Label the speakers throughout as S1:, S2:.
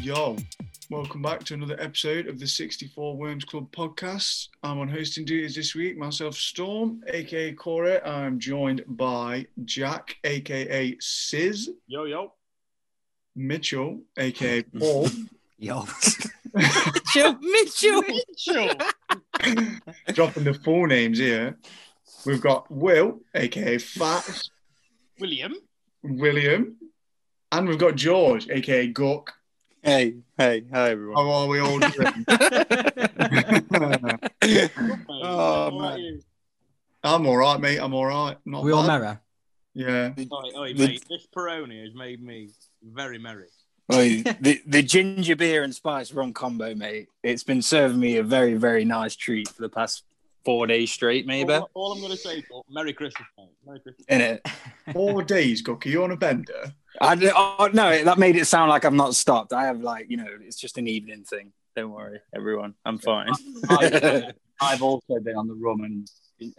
S1: Yo, welcome back to another episode of the 64 Worms Club podcast. I'm on hosting duties this week, myself, Storm, aka Corey. I'm joined by Jack, aka Sizz,
S2: Yo, yo.
S1: Mitchell, aka Paul,
S3: Yo.
S4: Mitchell, Mitchell.
S1: dropping the full names here. We've got Will, aka Fat,
S2: William.
S1: William, and we've got George, aka Gook.
S5: Hey, hey, hi everyone.
S1: How are we all doing?
S5: Oh,
S2: How
S5: man.
S2: are you?
S1: I'm all right, mate. I'm all right. Not
S3: we all
S1: bad.
S3: mirror.
S1: Yeah.
S2: Oi, oi,
S5: The-
S2: mate, this Peroni has made me very merry.
S5: Oi, Oh, the, the ginger beer and spice rum combo, mate. It's been serving me a very, very nice treat for the past four days straight, maybe.
S2: All, all I'm going to say is oh, Merry Christmas, mate. Merry Christmas.
S5: In it,
S1: Four days, Gook. Are you on a bender?
S5: I d- oh, no, that made it sound like I've not stopped. I have like, you know, it's just an evening thing. Don't worry, everyone. I'm fine.
S6: I've, I've also been on the rum and,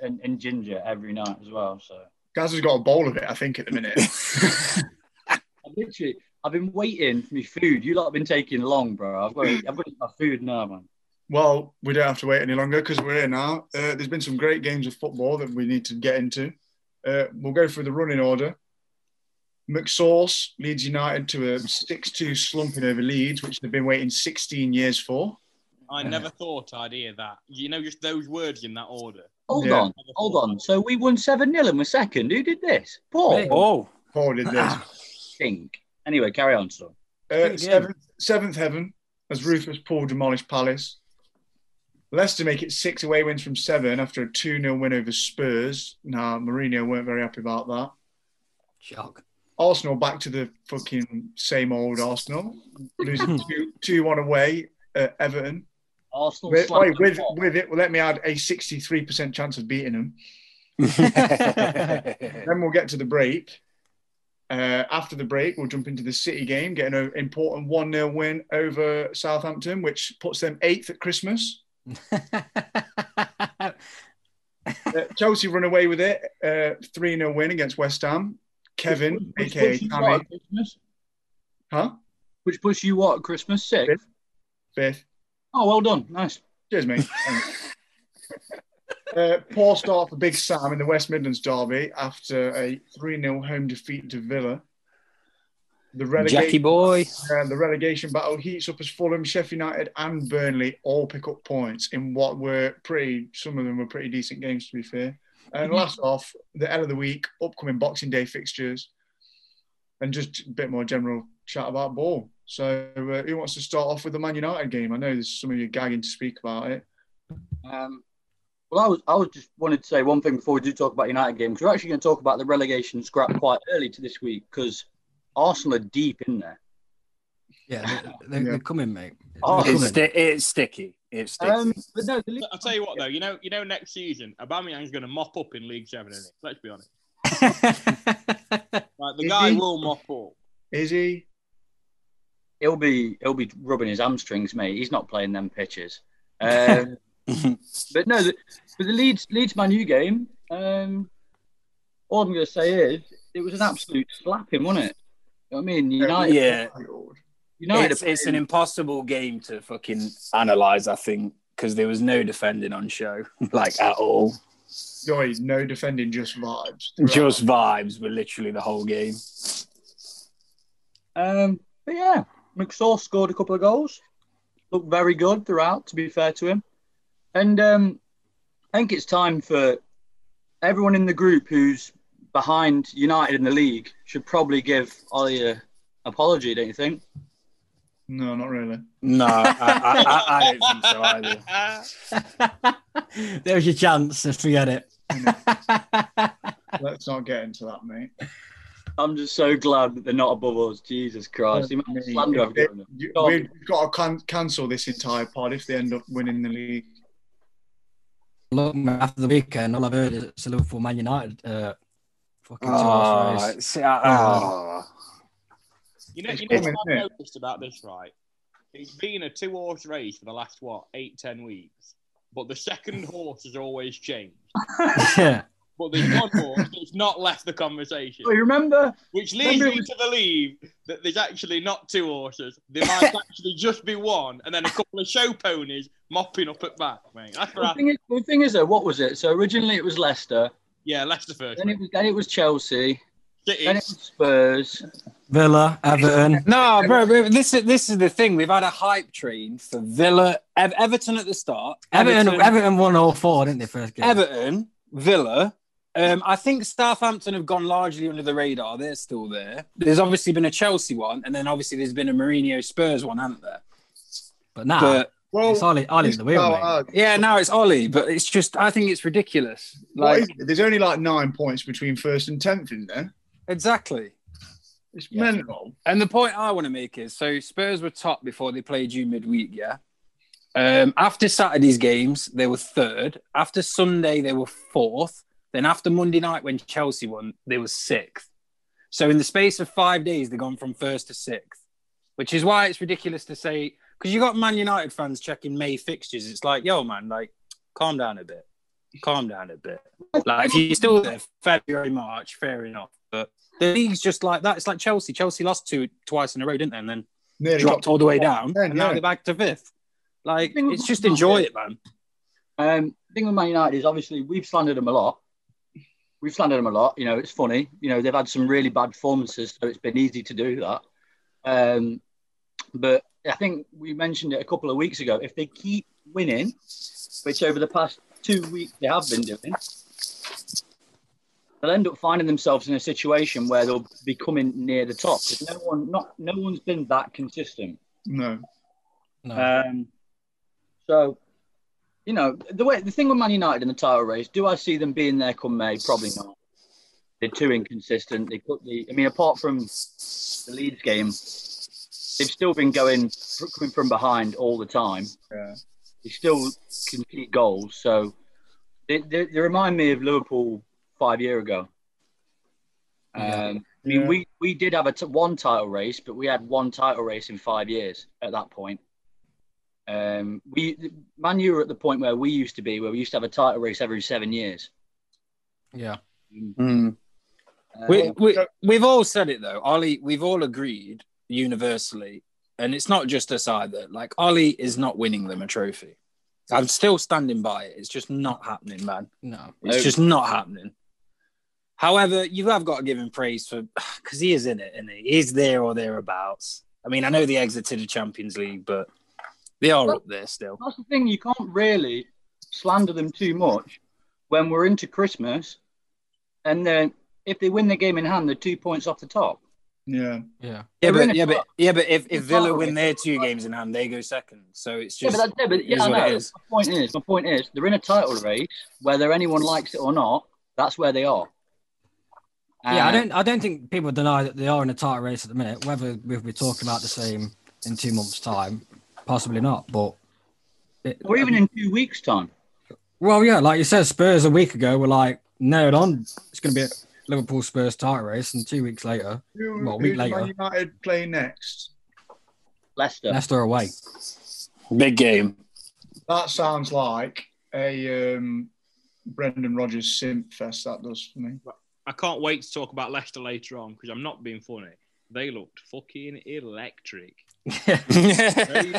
S6: and, and ginger every night as well. So
S1: Gaz has got a bowl of it, I think, at the minute.
S6: I've literally, I've been waiting for my food. You lot have been taking long, bro. I've got, to, I've got to eat my food now, man.
S1: well, we don't have to wait any longer because we're here now. Uh, there's been some great games of football that we need to get into. Uh, we'll go through the running order. McSauce leads United to a 6 2 slumping over Leeds, which they've been waiting 16 years for.
S2: I never thought I'd hear that. You know, just those words in that order.
S6: Hold
S1: Yeah.
S6: on, hold on. So we won seven 0 and we're second. Who did this?
S3: Me.
S6: Paul.
S5: Oh,
S1: Paul did this.
S6: Think. Anyway, carry on, son.
S1: Uh, seventh, seventh heaven as Rufus Paul demolished Palace. Leicester make it six away wins from seven after a 2 0 win over Spurs. Nah, Mourinho weren't very happy about that.
S3: Shock.
S1: Arsenal back to the fucking same old Arsenal, losing 2 2 1 away at Everton.
S6: Arsenal.
S1: With,
S6: slapped
S1: wait,
S6: them
S1: with,
S6: off.
S1: with it, let me add a 63% chance of beating them. Then we'll get to the break. Uh, after the break, we'll jump into the City game, getting an important 1 0 win over Southampton, which puts them eighth at Christmas. Uh, Chelsea run away with it, 3 0 win against West Ham. Kevin,
S6: Which
S1: aka
S6: puts you what
S1: Tammy,
S6: at Christmas?
S1: huh?
S6: Which puts you what? at Christmas six.
S1: Fifth. Fifth.
S6: Oh, well done. Nice.
S1: Cheers, mate. uh, poor start for Big Sam in the West Midlands derby after a 3 0 home defeat to Villa. The
S5: Jackie
S1: relegation,
S5: boy.
S1: uh, the relegation battle heats up as Fulham, Sheffield United, and Burnley all pick up points in what were pretty, some of them were pretty decent games, to be fair. And
S5: Mhm.
S1: last off, the end of the week, upcoming Boxing Day fixtures, and just a bit more general chat about ball. So, uh, who wants to start off with the Man United game? I know there's some of you gagging to speak about it.
S6: Um, well, I was I was just wanted to say one thing before we do talk about United game because we're actually going to talk about the relegation scrap quite early to this week because Arsenal are deep in there.
S3: Yeah, they,
S1: Yeah.
S3: are coming, mate. They're
S6: Oh,
S5: It's,
S3: coming.
S5: sti- it's sticky. It's sticky.
S6: Um, but no, the
S2: I'll tell you what, though, you know, you know, next season, Aubameyang's going to mop up in League Seven, isn't he? Let's be honest. Like, the
S1: Is
S2: guy
S1: he?
S2: will mop up.
S1: Is he?
S6: he'll be he'll be rubbing his hamstrings, mate. He's not playing them pitches. Um, but no, the, but the Leeds Leeds Man U game. Um, all I'm going to say is it was an absolute slapping, wasn't it? You know what I mean, United.
S5: yeah.
S1: Oh
S6: United.
S5: it's,
S6: are
S5: it's an
S6: playing-
S5: impossible game to fucking analyze, I think, because there was no defending on show, like at all.
S1: Guys, no defending, just vibes.
S5: Just vibes were literally the whole game.
S6: Um, but yeah, McSaw scored a couple of goals. Looked very good throughout, to be fair to him. And um, I think it's time for everyone in the group who's behind United in the league should probably give Ollie a apology, don't you think?
S1: No, not really.
S5: No, I, I, I, I don't think so either.
S3: There's your chance. Let's forget it.
S1: Let's not get into that, mate.
S6: I'm just so glad that they're not above us. Jesus Christ. The amount of slander I've given them.
S1: You-
S6: Go on.
S1: We've got to can- cancel this entire pod if they end up winning the league.
S3: Look, man, after the weekend, all I've heard is it's a Liverpool Man United. Uh, fucking oh,
S5: Oh, see, I- oh.
S2: You know,
S1: It's
S2: you know
S1: coming,
S2: what
S1: isn't
S2: I've
S1: it?
S2: noticed about this, right? It's been a two horse race for the last, what, eight, ten weeks. But the second horse has always changed.
S3: yeah.
S2: but there's one more that's not left the conversation,
S6: Oh, you remember?
S2: which leads
S6: remember it
S2: me to believe that there's actually not two horses. There might actually just be one, and then a couple of show ponies mopping up at back, mate. That's
S6: The
S2: right.
S6: thing, is, the thing is, though, what was it? So originally it was Leicester,
S2: Yeah, Leicester first.
S6: then it was, then it was Chelsea,
S2: City.
S6: then it was Spurs.
S3: Villa, Everton.
S5: No, bro, bro, this is this is the thing. We've had a hype train for Villa, Ev- Everton at the start.
S3: Everton, Everton won all four, didn't they? First game.
S5: Everton, Villa. Um, I think Southampton have gone largely under the radar. They're still there. There's obviously been a Chelsea one, and then obviously there's been a Mourinho Spurs one, haven't there?
S3: but
S1: Ah.
S3: now
S5: But Oh,
S1: Well,
S3: it's Ollie, Ollie's
S1: it's
S3: the wheel,
S1: not
S3: mate.
S1: hard.
S5: yeah, now it's Ollie. But it's just, I think it's ridiculous.
S1: What
S5: Like
S1: is it? There's only like nine points between first and tenth in there.
S5: exactly.
S1: It's
S3: Yeah.
S1: mental.
S5: And the point I want to make is so Spurs were top before they played you midweek, yeah? Um, after Saturday's games, they were third. After Sunday, they were fourth. Then after Monday night, when Chelsea won, they were sixth. So in the space of five days, they've gone from first to sixth, which is why it's ridiculous to say, because you got Man United fans checking May fixtures. It's like, yo, man, like, calm down a bit. Calm down a bit. Like, if you're still there February, March, fair enough. But the league's just like that. It's like Chelsea. Chelsea lost two twice in a row, didn't they? And then
S1: Nearly
S5: dropped all the way down,
S1: Yeah,
S5: and now
S1: yeah.
S5: they're back to fifth. Like
S6: The thing with
S5: it's just
S6: Man United-
S5: enjoy it, man.
S6: Um, the thing with Man United is obviously we've slandered them a lot. We've slandered them a lot. You know, it's funny. You know, they've had some really bad performances, so it's been easy to do that. Um, but I think we mentioned it a couple of weeks ago. If they keep winning, which over the past two weeks they have been doing, they'll end up finding themselves in a situation where they'll be coming near the top. 'Cause No one, not no one's been that consistent.
S1: No.
S3: No.
S5: Uh,
S6: Um, so, you know, the way the thing with Man United in the title race, do I see them being there come May? Probably not. They're too inconsistent. They put the, I mean, apart from the Leeds game, they've still been going coming from behind all the time.
S1: Yeah.
S6: They still concede goals, so they, they, they remind me of Liverpool five year ago. Um, I mean,
S1: Yeah.
S6: we, we did have a t- one title race, but we had one title race in five years at that point. Um, we Man U were at the point where we used to be, where we used to have a title race every seven years.
S3: yeah.
S5: Hmm.
S6: Um,
S5: We, we, we've all said it though, Ollie. We've all agreed universally, and it's not just us either. Like Ollie is not winning them a trophy. I'm still standing by it. It's just not happening, man.
S3: No.
S5: It's just not happening. However, you have got to give him praise for because he is in it, and he is there or thereabouts. I mean, I know they exited the Champions League, but they are up there still.
S6: That's the thing. You can't really slander them too much when we're into Christmas, and then if they win the game in hand, they're two points off the top.
S1: Yeah.
S3: Yeah.
S5: Yeah,
S6: They're in
S5: but
S6: it
S5: yeah,
S6: for-
S5: but yeah, but if,
S6: It's
S5: if
S6: not
S5: Villa
S6: a
S5: win
S6: race.
S5: their two games in hand, they go second. So it's
S6: Yeah,
S5: just
S6: but that's yeah, but
S5: it is
S6: yeah, I
S5: what
S6: know.
S5: it is.
S6: My point is, my point is, they're in a title race. Whether anyone likes it or not, that's where they are.
S5: uh,
S3: yeah, I
S6: And
S3: don't. I don't think people deny that they are in a tight race at the minute. Whether we'll be talking about the same in two months' time, possibly not. But it,
S6: Uh, Or even in two weeks' time.
S3: well, yeah, like you said, Spurs a week ago were like nailed on. It's going to be a Liverpool Spurs tight race, and two weeks later,
S1: Who,
S3: Well, a week
S1: who do Man
S3: later.
S1: United play next?
S6: Leicester.
S3: Leicester away.
S5: Big game.
S1: That sounds like a um, Brendan Rodgers simp fest. That does for me.
S2: I can't wait to talk about Leicester later on because I'm not being funny. They looked fucking electric. They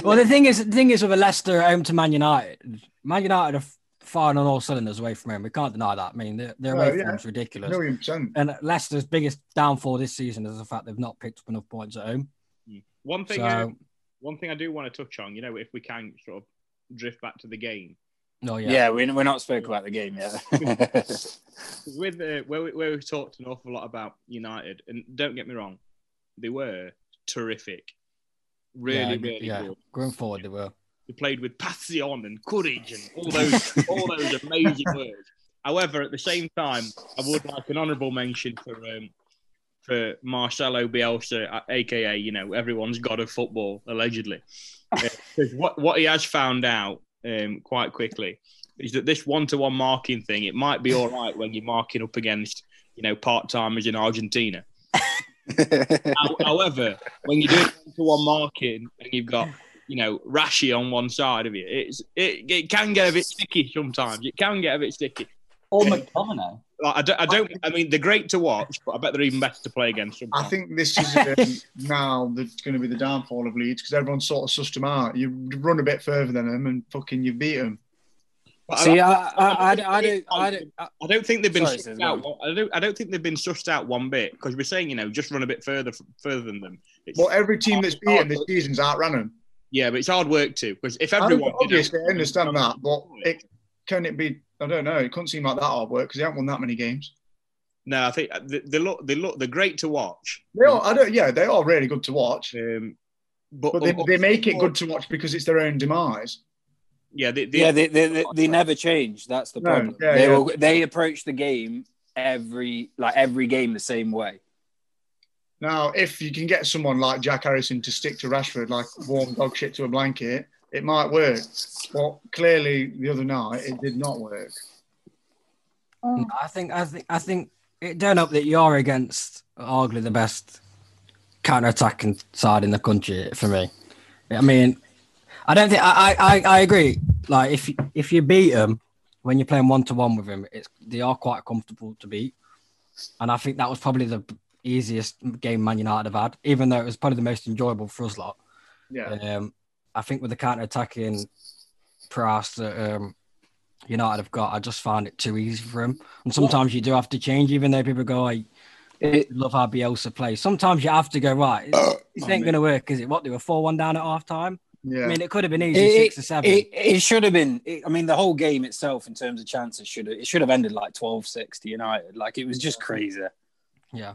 S3: well,
S2: looked-
S3: the thing is, the thing is with a Leicester home to Man United, Man United are firing on all cylinders away from him. We can't deny that. I mean, their, their
S1: No,
S3: away
S1: yeah.
S3: form's ridiculous.
S1: Million percent.
S3: And Leicester's biggest downfall this season is the fact they've not picked up enough points at home.
S2: one thing, uh,
S3: So,
S2: one thing I do want to touch on, you know, if we can sort of drift back to the game
S3: no,
S5: yeah,
S3: Oh, yeah.
S5: we, we're not spoke about the game yet.
S2: 'Cause with uh, where we, where we've talked an awful lot about United, and don't get me wrong, they were terrific, really,
S3: yeah,
S2: really
S3: yeah.
S2: good.
S3: Going forward, they were.
S2: They played with passion and courage and all those all those amazing words. However, at the same time, I would like an honourable mention for um, for Marcelo Bielsa, uh, aka you know everyone's god of football allegedly, because what what he has found out um, quite quickly is that this one to one marking thing it might be all right when you're marking up against you know part timers in Argentina. How- However, when you're doing one to one marking and you've got, you know, Rashi on one side of you, it's it, it can get a bit sticky sometimes. It can get a bit sticky.
S6: Or McTominay.
S2: Like, I don't. I don't. I mean, they're great to watch, but I bet they're even better to play against.
S1: I
S2: sometimes.
S1: think this is um, now that's going to be the downfall of Leeds because everyone's sort of sussed them out. You run a bit further than them and fucking you beat them.
S2: But
S5: See,
S2: I,
S5: I, I, I, I don't, I don't. I,
S2: I don't think they've been
S5: Sorry,
S2: sussed
S5: Sid,
S2: out. one- I don't. I don't think they've been sussed out one bit because we're saying you know just run a bit further further than them. It's,
S1: But every team that's beat them this season's outrun them.
S2: yeah, but it's hard work too because if
S1: I
S2: everyone
S1: don't- obviously, I understand that, but it, can it be? I don't know. It couldn't seem like that hard work because they haven't won that many games.
S2: no, I think uh, they, they look. They look. They're great to watch.
S1: They are, I don't. Yeah, they are really good to watch,
S2: Um, but,
S1: but they, they make it good to watch because it's their own demise.
S2: Yeah, they, they,
S5: yeah, they, they, they, they never change. That's the
S1: No,
S5: problem.
S1: yeah,
S5: they
S1: yeah.
S5: will, they approach the game every like every game the same way.
S1: Now, if you can get someone like Jack Harrison to stick to Rashford like warm dog shit to a blanket, it might work. But clearly, the other night it did not work.
S3: No, I think I think I think it don't help that you're against arguably the best counter-attacking side in the country for me. I mean, I don't think I I, I, I agree. Like if you- if you beat them when you're playing one to one with them, it's they are quite comfortable to beat, and I think that was probably the easiest game Man United have had, even though it was probably the most enjoyable for us lot.
S1: Yeah,
S3: Um, I think with the counter attacking prowess that um, United have got, I just found it too easy for him. And sometimes you do have to change, even though people go, I
S5: It,
S3: love how Bielsa plays. Sometimes you have to go, right, it's- this ain't going to work, is it? What, they were 4 1 down at half time? I
S1: yeah.
S3: mean, it could have been easy,
S5: It-
S3: six or seven.
S5: it, it should have been. It, I mean, the whole game itself, in terms of chances, should have, it should have ended like 12-6 to United. Like it was just crazy.
S3: yeah.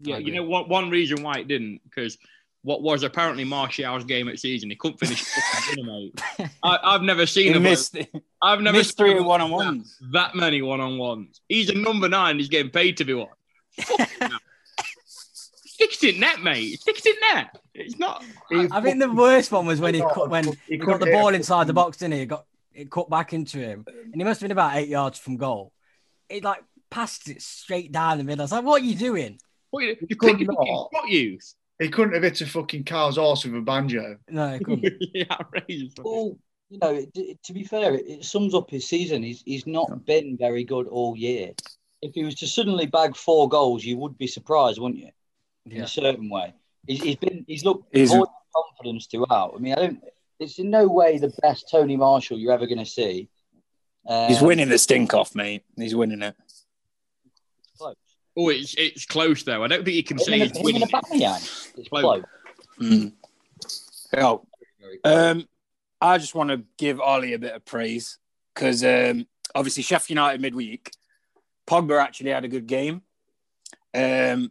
S2: Yeah,
S3: I
S2: you
S3: agree.
S2: know what? One reason why it didn't because what was apparently Martial's game at season, he couldn't finish. his fucking dinner, mate. I, I've never
S5: He
S2: seen him.
S5: missed,
S2: I've never
S5: missed
S2: seen
S5: three
S2: a
S5: one on
S2: that,
S5: ones.
S2: that many one on ones. He's a number nine. He's getting paid to be one. Fucking hell. Stick it in net, mate. Stick it in net. It's not.
S1: He
S3: I think the worst one was when he
S1: got a
S3: cut, when
S1: fuck- he
S3: he got
S1: couldn't
S3: the
S1: hit a
S3: ball inside the
S1: fucking-
S3: box, didn't he? It got it cut back into him, and he must have been about eight yards from goal. It like passed it straight down the middle. I was like, "What are you doing?"
S2: What you- You
S1: could
S2: pick a fucking
S1: not.
S2: shot use.
S1: he couldn't have hit a fucking cow's horse with a banjo.
S3: No, it couldn't.
S2: yeah, outrageous.
S6: Well, you know, it, it- to be fair, it, it sums up his season. He's he's not been very good all year. If he was to suddenly bag four goals, you would be surprised, wouldn't you? In
S3: Yeah.
S6: a certain way, he's, he's been he's looked
S5: He's-
S6: void of confidence throughout. I mean, I don't. It's in no way the best Tony Marshall you're ever going to see. Um,
S5: He's winning the stink off, mate. He's winning it.
S6: Close.
S2: Oh, it's it's close though. I don't think you can say
S6: Him and,
S2: he's
S6: him
S2: winning.
S6: and Aubameyang. It's
S2: Close.
S6: close.
S5: Mm. Oh,
S6: Very close.
S5: Um, I just want to give Ollie a bit of praise because um, obviously Sheffield United midweek, Pogba actually had a good game, um,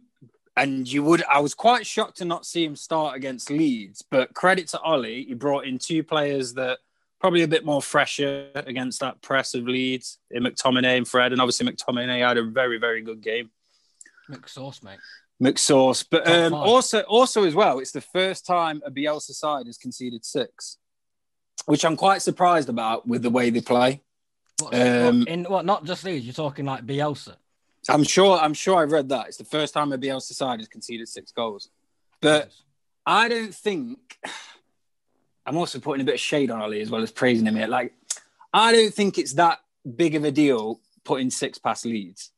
S5: and you would. I was quite shocked to not see him start against Leeds, but credit to Ollie, he brought in two players that probably a bit more fresher against that press of Leeds in McTominay and Fred, and obviously McTominay had a very very good game.
S3: McSauce, mate.
S5: McSauce, but
S3: Top
S5: um,
S3: five.
S5: also also as well, it's the first time a Bielsa side has conceded six, which I'm quite surprised about with the way they play.
S3: What,
S5: Um,
S3: what- in what? Not just Leeds. You're talking like Bielsa.
S5: I'm sure I'm sure I read that it's the first time a Bielsa side has conceded six goals, but I don't think I'm also putting a bit of shade on Ollie as well as praising him here. Like, I don't think it's that big of a deal putting six past leads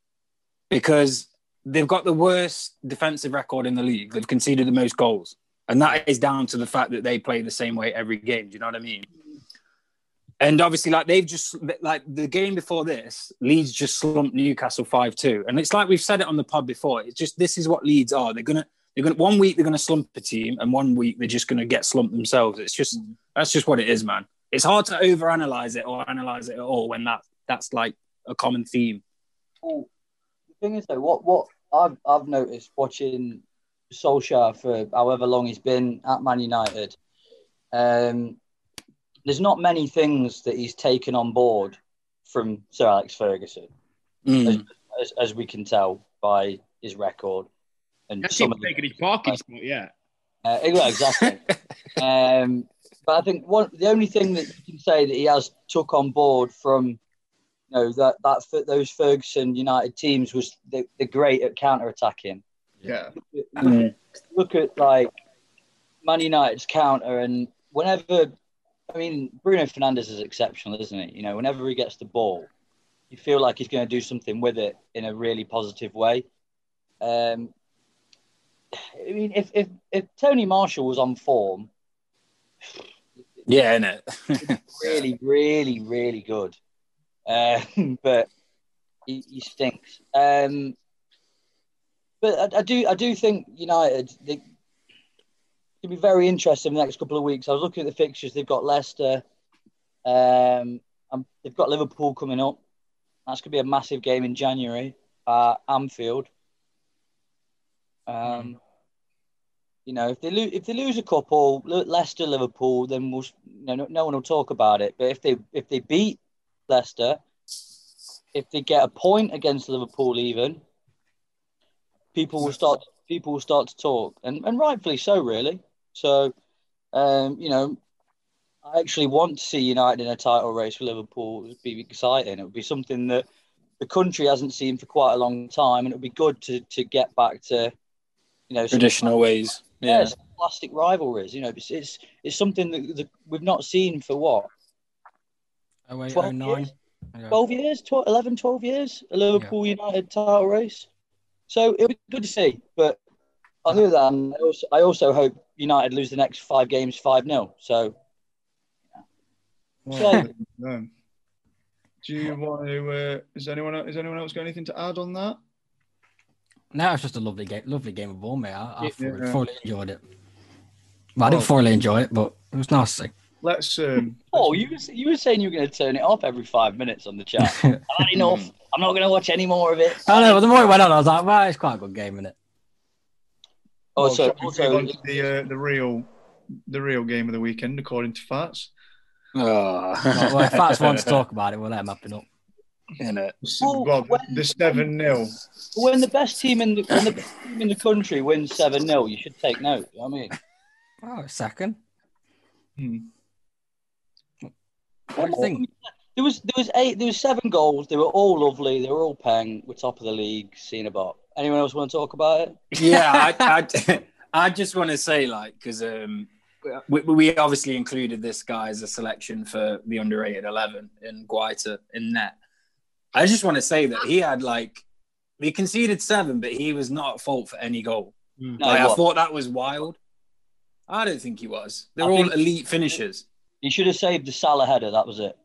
S5: because they've got the worst defensive record in the league. They've conceded the most goals. And that is down to the fact that they play the same way every game. Do you know what I mean? And obviously, like they've just like the game before this, Leeds just slumped Newcastle five two, and it's like we've said it on the pod before. It's just this is what Leeds are. They're gonna they're gonna one week they're gonna slump a team, and one week they're just gonna get slumped themselves. It's just that's just what it is, man. It's hard to overanalyze it or analyze it at all when that that's like a common theme.
S6: Well, the thing is though, what what I've I've noticed watching Solskjaer for however long he's been at Man United, um, there's not many things that he's taken on board from Sir Alex Ferguson,
S5: Mm.
S6: as, as we can tell by his record and
S2: That's
S6: some
S2: him
S6: of the-
S2: taking his parking spot. Yeah.
S6: uh, well, exactly. um, but I think one, the only thing that you can say that he has took on board from you know that that Fer- those Ferguson United teams was they, they're great at counter attacking.
S1: Yeah,
S6: Look at like Man United's counter, and whenever I mean Bruno Fernandez is exceptional, isn't he? You know, whenever he gets the ball, you feel like he's going to do something with it in a really positive way. Um, I mean, if, if, if Tony Marshall was on form,
S5: Yeah, innit?
S6: really, really, really good. Um, but he, he stinks. Um, but I, I do, I do think United they could be very interesting in the next couple of weeks. I was looking at the fixtures. They've got Leicester. Um, and they've got Liverpool coming up. That's going to be a massive game in January at Anfield. Um, You know, if they lose, if they lose a couple, Le- Leicester, Liverpool, then we'll, s- you know, no, no one will talk about it. But if they if they beat Leicester, if they get a point against Liverpool, even people will start people will start to talk, and and rightfully so, really. So, um, you know, I actually want to see United in a title race for Liverpool. It would be exciting. It would be something that the country hasn't seen for quite a long time, and it would be good to to get back to, you know, some-
S5: Traditional ways.
S6: yeah,
S5: Yeah.
S6: it's plastic rivalries. You know, it's it's, it's something that, that we've not seen for what
S3: Oh, wait,
S6: 12
S3: oh, nine.
S6: years? 12 years, 12, 11, 12 years, a Liverpool United title race. So it'll be good to see. But on the other hand, I also, I also hope United lose the next five games 5 0. So
S1: Well, um, do you want to? Uh, is anyone el- is anyone else got anything to add on that?
S3: No, it's just a lovely game, lovely game of ball, mate. I, I
S1: Yeah.
S3: thoroughly, thoroughly enjoyed it. Well, I didn't thoroughly enjoy it, but it was nice. to see.
S1: Let's. Um,
S6: Oh, you was, you were saying you were going to turn it off every five minutes on the chat. I've had enough. I'm not going to watch any more of it.
S3: I know, but the more it went on, I was like, well, it's quite a good game, isn't it?
S1: well,
S6: Also,
S1: shall we move on
S6: also
S1: to the uh, the real the real game of the weekend, according to Fats.
S5: Oh.
S3: Well, if Fats wants to talk about it, we'll let him happen up.
S5: Innit?
S6: Oh,
S1: well, the-
S6: when-
S1: the seven 0
S6: when the best team in the, when the, best team in the country wins 7 0, you should take note. You know what I mean,
S3: Oh, a second.
S1: Hmm.
S3: What do you think?
S6: There was there was eight there was seven goals. They were all lovely. They were all pang. We're top of the league. Seen about. Anyone else want to talk about it?
S5: yeah, I, I, I just want to say, like, because um, we, we obviously included this guy as a selection for the underrated 11 in Guaita in net. I just want to say that he had, like, he conceded seven, but he was not at fault for any goal.
S3: Mm.
S5: Like, Hmm.
S6: No, he
S5: I
S6: wasn't.
S5: thought that was wild. I don't think he was. They're
S6: I
S5: all
S6: think-
S5: elite finishers.
S6: He should have saved the Salah header. That was it.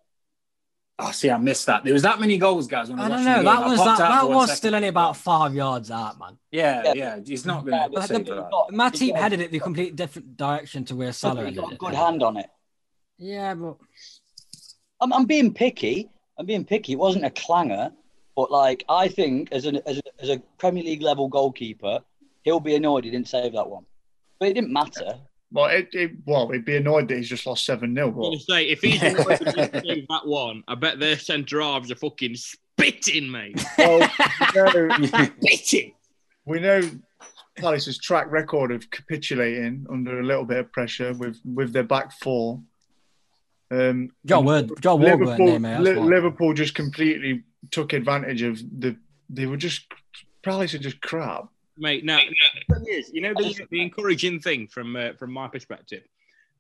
S5: Oh, see, I missed that. There was that many goals, guys. When I,
S3: I
S5: was
S3: don't know.
S5: watching the game.
S3: That
S5: I
S3: was that,
S5: popped out
S3: that
S5: for one
S3: was
S5: second.
S3: still only about five yards out, man.
S5: Yeah,
S6: Yeah.
S5: yeah. He's not
S6: Yeah,
S5: going
S6: but
S5: to save
S6: he
S5: that.
S6: got-
S3: My
S6: he
S3: team
S6: got-
S3: headed it the complete different direction to where Salah
S6: He
S3: headed
S6: got a
S3: it.
S6: good hand on it.
S3: Yeah, but
S6: I'm, I'm being picky. I'm being picky. It wasn't a clanger, but like I think as an as a, as a Premier League level goalkeeper, he'll be annoyed he didn't save that one. But it didn't matter.
S1: Well, it, it well, he'd be annoyed that he's just lost seven 0
S2: I'm gonna
S1: But
S2: say if he's the one who didn't save that one, I bet their centre halves are fucking spitting, mate.
S1: well, no,
S2: Spitting.
S1: we know Palace's track record of capitulating under a little bit of pressure with with their back four. Um,
S3: John Word, John Ward weren't
S1: Liverpool,
S3: there, mate. That's
S1: Li-
S3: why.
S1: Liverpool just completely took advantage of the. They were just Palace are just crap.
S2: mate. Now, the thing is, you know, the, the encouraging thing from uh, from my perspective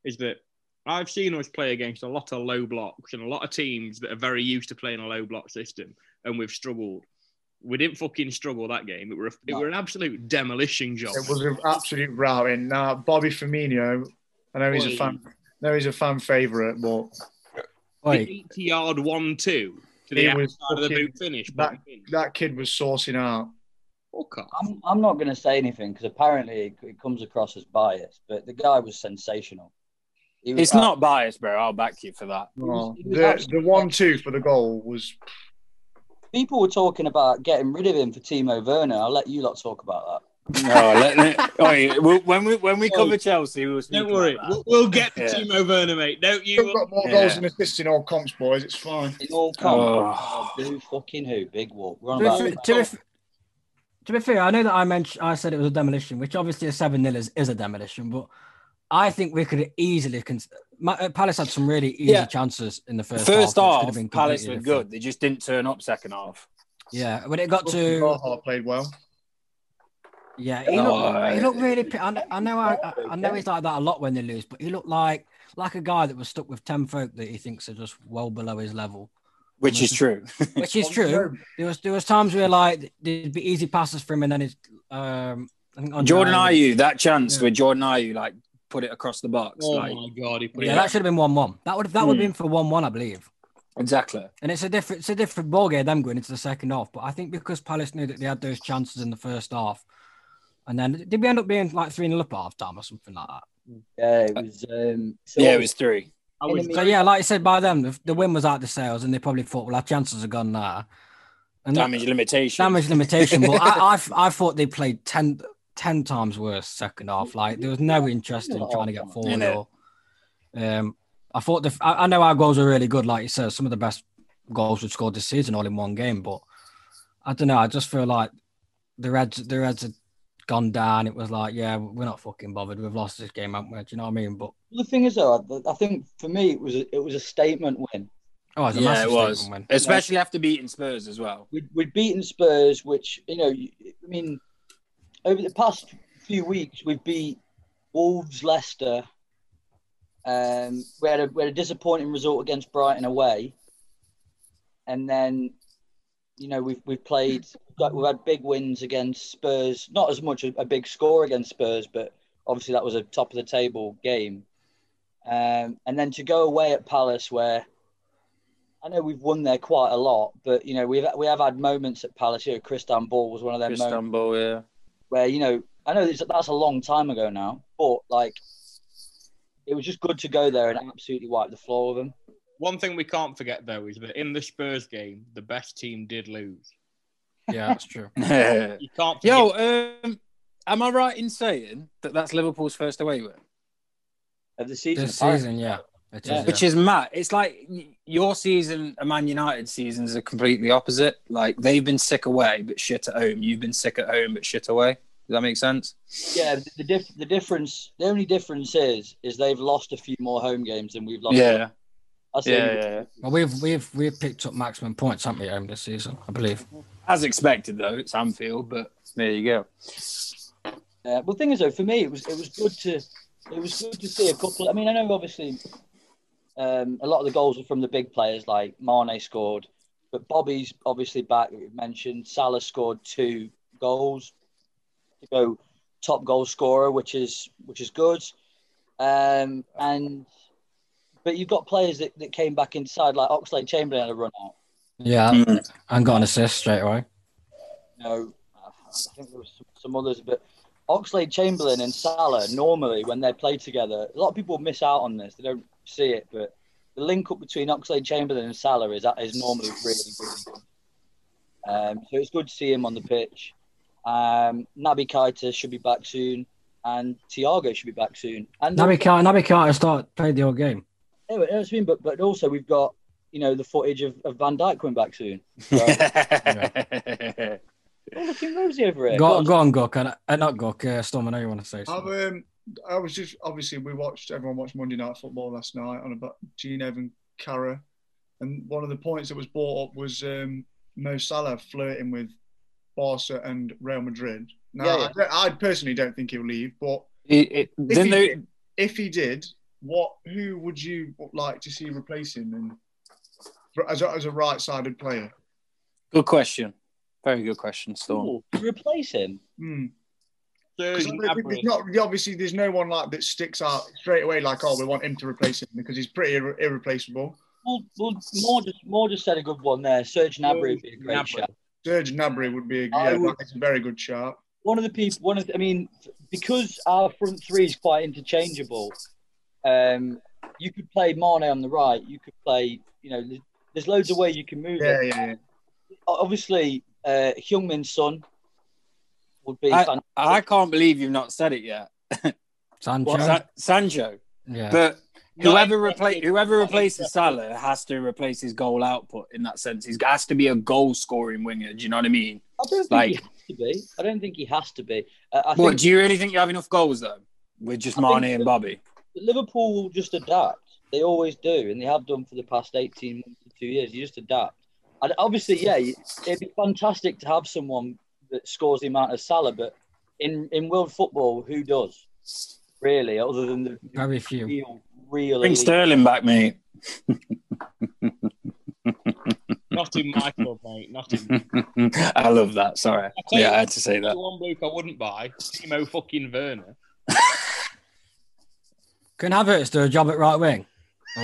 S2: is that I've seen us play against a lot of low blocks and a lot of teams that are very used to playing a low block system, and we've struggled. We didn't fucking struggle that game. It were a, it were an absolute demolition job.
S1: It was an absolute routing. Now Bobby Firmino, I know he's a fan. I know he's a fan favourite, but
S2: The
S3: Oi,
S2: 80 yard one two to the
S1: It
S2: outside
S1: was
S2: of the
S1: fucking-
S2: boot finish.
S1: that- that kid was sourcing out.
S2: Fuck off.
S6: I'm I'm not going to say anything because apparently it, it comes across as biased. But the guy was sensational. He was
S5: It's not biased, bro. I'll back you for that.
S1: Well,
S6: he
S1: Oh,
S6: was
S1: the the
S6: absolutely-
S1: one two for the goal was
S6: People were talking about getting rid of him for Timo Werner. I'll let you lot talk about
S5: No, let, let, wait, we- when we when we
S2: Oi.
S5: cover Chelsea, we'll speak
S2: Don't worry,
S5: about
S2: we'll, we'll get the
S5: Yeah.
S2: Timo Werner, mate. Don't
S1: We've
S2: you?
S1: got more
S5: Yeah.
S1: goals and assists in all comps, boys. It's fine.
S6: that. It all comes.
S5: Oh.
S6: Oh, who fucking who? Big whoop. We're on
S3: to be,
S6: about
S3: fair- to be f- to be fair, I know that I mentioned I said it was a demolition, which obviously a seven nil is, is a demolition, but I think we could have easily. Cons- Ma- uh, Palace had some really easy
S5: Yeah.
S3: chances in the
S5: that.
S3: first,
S5: First
S3: half. which could
S5: half,
S3: have been
S5: Palace were
S3: completely
S5: good. They just didn't turn up second half.
S3: different. Yeah, when it got to
S1: Zaha played well.
S3: yeah, he
S5: No,
S3: looked, he
S5: I-
S3: looked really. pi- I, I know I, I- I know he's like that a lot when they lose, but he looked like like a guy that was stuck with ten folk that he thinks are just well below his level.
S5: which is true.
S3: which is true. There was there was times where like there'd be easy passes for him, and then it's um, I think on
S5: Jordan
S3: nine-
S5: Ayew, that chance
S3: Yeah.
S5: where Jordan Ayew like put it across the box,
S2: Oh
S5: like
S2: my god, he put
S3: Yeah,
S2: it
S3: that should have been one-one. That would that would have been for one-one, I believe.
S5: exactly.
S3: And it's a different it's a different ball game them going into the second half. But I think because Palace knew that they had those chances in the first half, and then did we end up being like three 0 up at half time or something like that?
S6: Yeah, it was. Um, so
S5: yeah, it was three.
S2: I was
S3: So yeah, like you said, by then the, the win was out the sales, and they probably thought, well, our chances are gone now. And that-
S5: Damage limitation.
S3: damage limitation. but I, I I thought they played 10, 10 times worse second half. Like there was no interest in trying to get forward.
S5: Yeah.
S3: Or, um, I thought the I, I know our goals are really good. Like you said, some of the best goals we've scored this season all in one game. But I don't know. I just feel like the Reds the Reds had gone down. It was like yeah, we're not fucking bothered. We've lost this game, haven't we? Do you know what I mean? But
S6: the thing is, though, I- I think for me it was a, it was a statement win.
S3: oh, it was a
S5: yeah,
S3: massive
S5: it was,
S3: statement win.
S5: especially after beating Spurs as well.
S6: We'd, we'd beaten Spurs, which you know, you- I mean, over the past few weeks we've beat Wolves, Leicester. Um, we had a we had a disappointing result against Brighton away, and then, you know, we've we've played like we've had big wins against Spurs. Not as much a, a big score against Spurs, but obviously that was a top of the table game. Um, and then to go away at Palace, where I know we've won there quite a lot, but you know we've we have had moments at Palace. You know, Christian Ball was one of them
S5: um,
S6: moments
S5: Istanbul, yeah.
S6: where you know I know it's, that's a long time ago now, but like it was just good to go there and absolutely wipe the floor with them.
S2: One thing we can't forget though is that in the Spurs game, the best team did lose.
S3: Yeah, that's true.
S2: You can't. forget-
S5: Yo, um, am I right in saying that that's Liverpool's first away win?
S6: Of the season,
S3: This season, yeah. It is,
S6: Yeah.
S3: yeah.
S5: Which is mad. It's like y- your season and Man United seasons are completely opposite. Like they've been sick away but shit at home. You've been sick at home but shit away. Does that make sense?
S6: yeah. The, the, diff, the difference, the only difference is, is they've lost a few more home games than we've lost.
S5: Yeah.
S6: I say
S5: yeah,
S6: we-
S5: yeah, yeah.
S3: well, we've we've we've picked up maximum points, haven't we, home this season? I believe.
S5: As expected though, it's Anfield, but there you go.
S6: Uh, well, the thing is, though, for me, it was it was good to it was good to see a couple. I mean, I know obviously um, a lot of the goals were from the big players, like Mane scored, but Bobby's obviously back. that We've mentioned Salah scored two goals to go top goal scorer, which is which is good. Um, and but you've got players that, that came back inside, like Oxlade Chamberlain had a run out.
S3: Yeah,
S5: Mm.
S3: and got an assist straight away.
S6: you know, I think there was some, some others, but Oxlade Chamberlain and Salah normally when they play together, a lot of people miss out on this. They don't see it, but the link up between Oxlade Chamberlain and Salah is is normally really really good. Um, so it's good to see him on the pitch. Um, Naby Keita should be back soon, and Thiago should be back soon. And
S3: Naby Keita, Naby Keita start played the whole game.
S6: Anyway, you know what I mean? But but also we've got you know the footage of, of Van Dijk coming back soon. Oh, So, all looking rosy over here.
S3: Go, go on, Gok, and uh, not Gok, uh, Storm. I know you want to say
S1: I've,
S3: something.
S1: um, I was just obviously we watched everyone watched Monday Night Football last night on about Gene Evan Cara, and one of the points that was brought up was um, Mo Salah flirting with Barca and Real Madrid. Now,
S6: Yeah, yeah.
S1: I, don't- I personally don't think he'll leave, but
S5: It- it-
S1: if he,
S5: didn't they-
S1: did, if he did, what who would you like to see replace him in, for- as a, as a right-sided player?
S5: Good question. Very good question, Storm.
S6: Ooh, replace him.
S1: Hmm. Because
S2: Spurs and
S1: there's
S2: Gabriel.
S1: not- obviously, there's no one like that sticks out straight away. Like, oh, we want him to replace him because he's pretty irre- irreplaceable.
S6: Well, well, more just more just said a good one there. Serge Gnabry would be a great
S2: Gnabry.
S6: shout.
S1: Serge Gnabry would be a,
S6: I
S1: yeah,
S6: would-
S1: that's a very good shout.
S6: One of the people, one of the, I mean, because our front three is quite interchangeable. Um, you could play Mane on the right. You could play, you know, there's, there's loads of ways you can move
S1: Yeah,
S6: it.
S1: yeah, yeah.
S6: O- Obviously, uh, Heung-Min Son would be. fan-
S5: I can't believe you've not said it yet.
S3: Sancho,
S5: What's that? Sancho.
S3: yeah,
S5: But whoever
S2: Not
S5: repla-
S2: interested.
S5: whoever replaces Salah has to replace his goal output in that sense. He has to be a goal scoring winger. Do you know what I mean?
S6: I don't think he
S5: Like,
S6: has to be. I don't think he has to be. Uh, I
S5: what
S6: think
S5: do you really think you have enough goals though? With just
S6: I think
S5: Mane and
S6: that-
S5: Bobby.
S6: Liverpool will just adapt. They always do, and they have done for the past 18 months to two years. You just adapt. And obviously, yeah, you- it'd be fantastic to have someone that scores the amount of Salah, but in, in world football, who does? Really, other than the
S3: very few.
S6: real, real
S5: Bring
S6: elite.
S5: Sterling back, mate.
S2: not in my club, mate. Not in.
S5: I love that. Sorry.
S2: tell you-
S5: Yeah, I had to say
S2: The
S5: that.
S2: one bloke I wouldn't buy, Timo fucking Werner.
S3: Can Havertz do a job at right wing? Or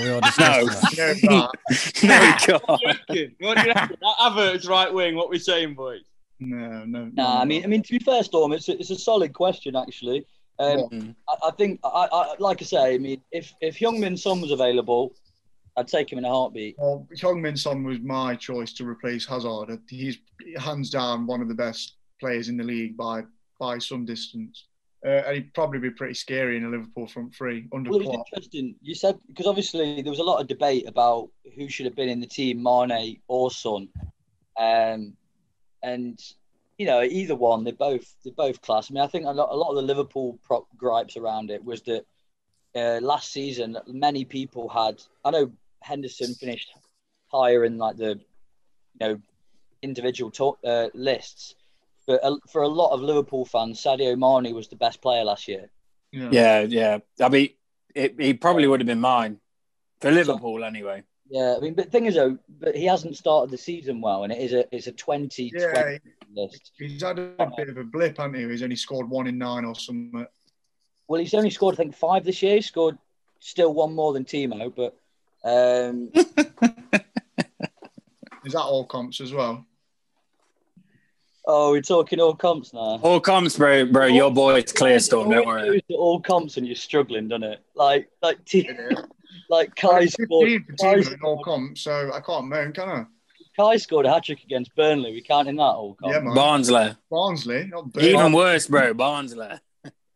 S3: we all discussed
S5: No.
S3: that?
S1: Yeah, that.
S5: no, God.
S2: What do you reckon? What do you reckon? That Havertz right wing. What we saying, boys?
S1: No, no.
S6: No, I mean, I mean, to be fair, Storm, it's a, it's a solid question actually. Um,
S5: Mm.
S6: I, I think, I, I, like I say, I mean, if if Heung-Min Son was available, I'd take him in a heartbeat.
S1: Well, Heung-Min Son was my choice to replace Hazard. He's hands down one of the best players in the league by by some distance. Uh, and he'd probably be pretty scary in a Liverpool front three under
S6: Well, it was
S1: Klopp.
S6: interesting. You said because obviously there was a lot of debate about who should have been in the team, Mane or Son, um, and you know either one. They both they both class. I mean, I think a lot, a lot of the Liverpool prop gripes around it was that uh, last season many people had. I know Henderson finished higher in like the you know individual to- uh, lists, but uh, for a lot of Liverpool fans, Sadio Mane was the best player last year.
S5: Yeah, yeah. I mean, it, he probably would have been mine for Liverpool anyway.
S6: Yeah, I mean, but the thing is though, but he hasn't started the season well, and it is a it's a twenty
S1: Yeah,
S6: twenty list.
S1: he's had a bit of a blip, hasn't he? He's only scored one in nine or something.
S6: Well, he's only scored I think five this year. He scored still one more than Timo, but um,
S1: Is that all comps as well?
S6: oh, we're talking all comps now.
S5: All comms, bro, bro. Your boy is clear, Storm. Don't
S6: Always
S5: worry.
S6: goes to All comps and you're struggling, doesn't it? Like like T, like Kai
S1: He's
S6: scored
S1: 15 for
S6: Kai
S1: Timo in all
S6: scored,
S1: comps, so I can't moan, can I?
S6: Kai scored a hat trick against Burnley. We can't in that all comp.
S1: Yeah, man.
S5: Barnsley.
S1: Barnsley, not Burnley.
S5: Even worse, bro. Barnsley.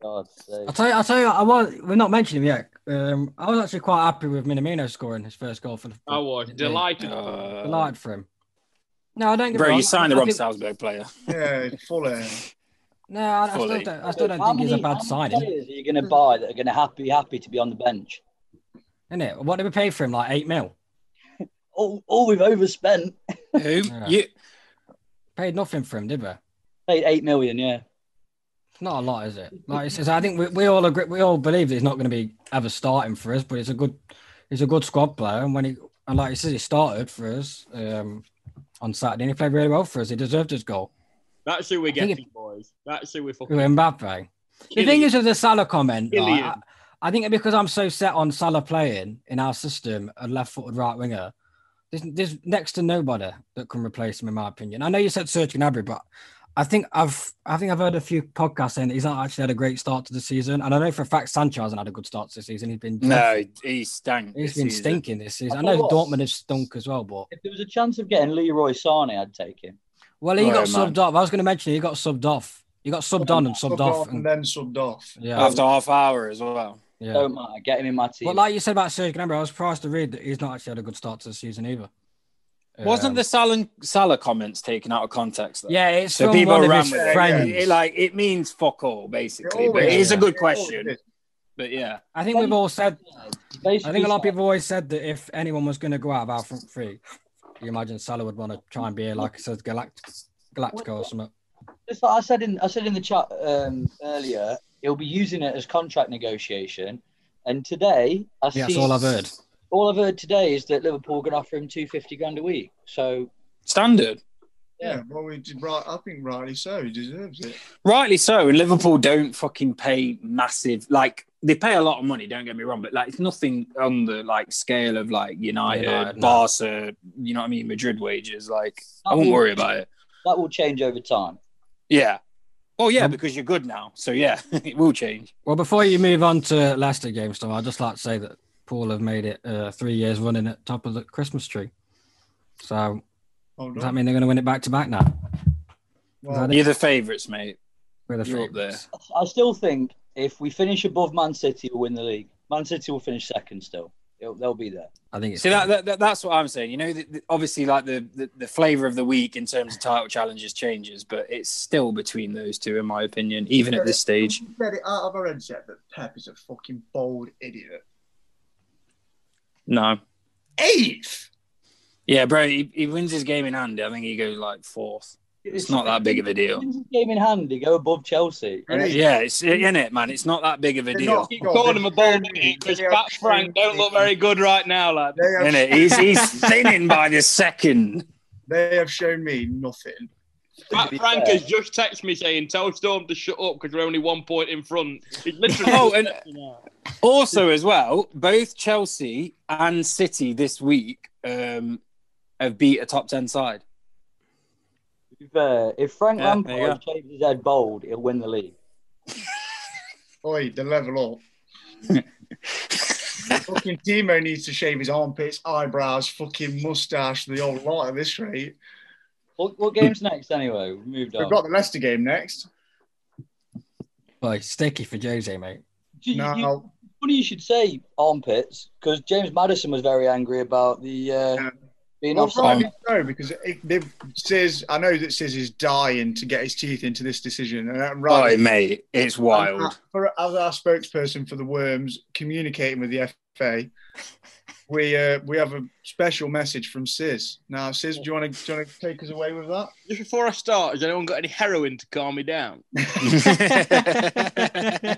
S6: God sake.
S3: I'll tell you, I'll tell you, I was, we've not mentioned him yet. Um, I was actually quite happy with Minamino scoring his first goal for the.
S5: Oh,
S2: I was delighted.
S5: Uh,
S3: Delighted for him. No, I don't get
S5: bro,
S3: wrong.
S5: you signed the
S3: I
S5: Rob
S3: think-
S5: Salzburg player.
S1: Yeah, full air.
S3: No, I, I still
S5: Fully.
S3: don't, I still don't
S6: How
S3: think he's a
S6: many-
S3: bad
S6: how many
S3: signing,
S6: Players are you going to buy that are going to happy happy to be on the bench?
S3: isn't it? What did we pay for him? Like eight mil.
S6: All, all we've overspent
S5: Who?
S3: Yeah.
S5: You?
S3: Paid nothing for him, did we?
S6: paid eight million. Yeah.
S3: Not a lot, is it? Like it says, I think we, we all agree, we all believe that he's not going to be ever starting for us, but he's a good, he's a good squad player. And when he, and like he says, he started for us um, on Saturday and he played really well for us. He deserved his goal.
S2: That's who we're
S3: think it-
S2: getting, boys. That's who we're fucking.
S3: Mbappe. The thing is with the Salah comment, right,
S2: Killian.
S3: I, I think because I'm so set on Salah playing in our system, a left-footed right winger, there's, there's next to nobody that can replace him, in my opinion. I know you said Serge Gnabry, but I think I've I think I've heard a few podcasts saying that he's not actually had a great start to the season, and I know for a fact Sancho hasn't had a good start to the season. He's been
S5: No, he stank.
S3: he's
S5: this
S3: been
S5: season.
S3: stinking this season.
S6: I
S3: I, know
S6: thought-
S3: Dortmund have stunk as well, but
S6: If there was a chance of getting Leroy Sane, I'd take him.
S3: well, he
S5: Oh,
S3: got
S5: yeah, man.
S3: subbed off. I was going to mention he got subbed off. He got subbed on and subbed off.
S1: and
S3: And,
S1: then subbed off.
S3: yeah,
S5: After half hour as well.
S3: yeah.
S6: Don't matter. Get him in my team.
S3: But like you said about Serge Gnabry, I was surprised to read that he's not actually had a good start to the season either.
S5: Wasn't
S3: Um,
S5: the Salah, Salah comments taken out of context? Though?
S3: Yeah, it's
S5: So
S3: from
S5: people
S3: one of
S5: ran
S3: his
S5: with it.
S3: friends.
S5: It, like it means fuck all,
S1: It
S5: basically. But
S1: always
S5: it's a
S1: is.
S5: good
S1: It always
S5: question.
S1: is.
S5: But yeah,
S3: I think we've all said.
S6: Basically,
S3: I think a lot of people always said that if anyone was going to go out of our front three, you imagine Salah would want to try and be like I said, Galact- Galactico or something.
S6: Just like I said in I said in the chat um, earlier, he'll be using it as contract negotiation. And today, I
S3: Yeah,
S6: see
S3: that's all I've heard.
S6: all I've heard today is that Liverpool are going to offer him two fifty grand a week. So
S5: standard.
S1: Yeah, well, we did right. I think rightly so. He deserves it.
S5: Rightly so. And Liverpool don't fucking pay massive. Like they pay a lot of money. Don't get me wrong, but like it's nothing on the like scale of like United,
S3: United, no.
S5: Barca. You know what I mean? Madrid wages. Like I
S6: That
S5: won't
S6: will-
S5: worry about it.
S6: that will change over time.
S5: Yeah. Oh yeah,
S3: Um,
S5: because you're good now. So yeah, it will change.
S3: Well, before you move on to Leicester game stuff, I'd just like to say that Paul have made it uh, three years running at top of the Christmas tree. So
S1: Hold
S3: does
S1: on.
S3: that mean they're going to win it back to back now?
S1: Well,
S5: You're the favourites, mate.
S3: We're the
S5: You're up there.
S3: favourites.
S6: I still think if we finish above Man City, we'll win the league. Man City will finish second still. They'll, they'll be there.
S3: I think it's
S5: See that, that, that that's what I'm saying. You know, the, the- obviously, like the, the the flavor of the week in terms of title challenges changes, but it's still between those two, in my opinion, even at this stage.
S1: Get it out of our heads yet that Pep is a fucking bold idiot.
S5: No,
S1: Eighth.
S5: yeah, bro, he, he wins his game in hand. I think he goes like fourth. It's not that big of a deal.
S6: Game in hand, they go above Chelsea. And
S1: Right.
S5: Yeah, it's in it, man. It's not that big of a deal.
S2: Keep calling him a ball because Pat Frank don't look very good right now, lad.
S1: They have,
S5: In it, he's he's thinning by the second.
S1: They have shown me nothing.
S2: Matt Frank has just texted me saying, "Tell Storm to shut up because we're only one point in front." He's literally.
S5: Oh, and also as well, both Chelsea and City this week um, have beat a top ten side.
S6: If, uh, if Frank
S5: Yeah, there you
S6: Lampard shaves his head bald, he'll win the league.
S1: Oi, the level up. fucking Timo needs to shave his armpits, eyebrows, fucking mustache, the whole lot at this rate.
S6: What, what
S5: Hmm.
S6: game's next anyway? We've moved on.
S1: We've got the Leicester game next.
S3: Boy, sticky for Jose, mate.
S6: You- you-
S1: Now,
S6: funny you should say armpits because James Madison was very angry about the uh,
S1: Yeah.
S6: being
S1: well,
S6: offside.
S1: rightly so, because it, they've, Sis, I know that Sis is dying to get his teeth into this decision. And that right,
S5: Right, mate, it's wild.
S1: And for- as our spokesperson for the Worms, communicating with the FA, we uh, we have a special message from Sis. Now, Sis, do you want to do you want to take us away with that?
S2: Just before I start, has anyone got any heroin to calm me down?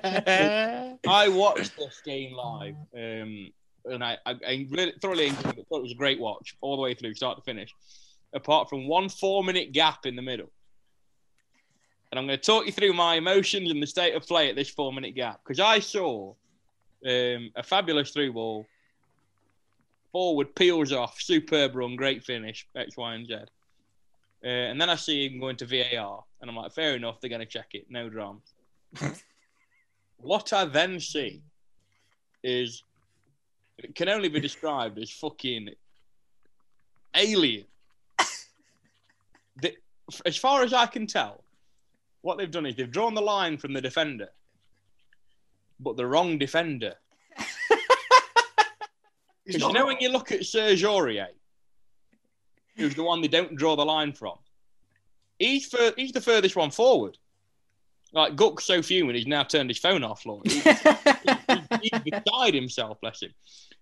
S2: I watched this game live, um, and I, I, I really thoroughly enjoyed it. Thought it was a great watch all the way through, start to finish, apart from one four-minute gap in the middle. And I'm going to talk you through my emotions and the state of play at this four-minute gap because I saw um, a fabulous through ball, forward peels off, superb run, great finish, X, Y, and Z. Uh, and then I see him going to VAR, and I'm like, fair enough, they're going to check it, no drama. what I then see is it can only be described as fucking alien. the, as far as I can tell, what they've done is they've drawn the line from the defender, but the wrong defender.
S1: He's
S2: Because you
S1: not-
S2: know when you look at Serge Aurier, who's the one they don't draw the line from, he's fur- he's the furthest one forward. Like Guck's so fuming, he's now turned his phone off, Lord. He, he, he beside himself, bless him.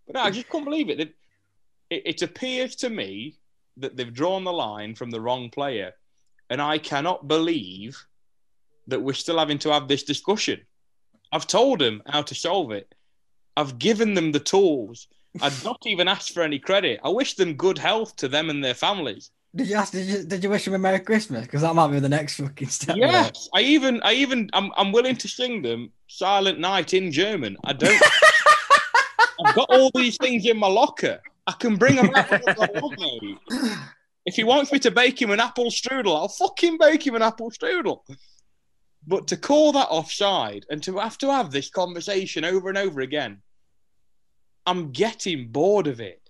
S2: But no, I just can't believe it. They- It, it appears to me that they've drawn the line from the wrong player, and I cannot believe that we're still having to have this discussion. I've told them how to solve it. I've given them the tools. I've not even asked for any credit. I wish them good health to them and their families.
S3: Did you ask? Did you, did you wish him a Merry Christmas? Because that might be the next fucking step. mate.
S2: Yes, I even, I even, I'm, I'm willing to sing them "Silent Night" in German. I don't. I've got all these things in my locker. I can bring them out whenever I want, mate. If he wants me to bake him an apple strudel, I'll fucking bake him an apple strudel. But to call that offside and to have to have this conversation over and over again, I'm getting bored of it.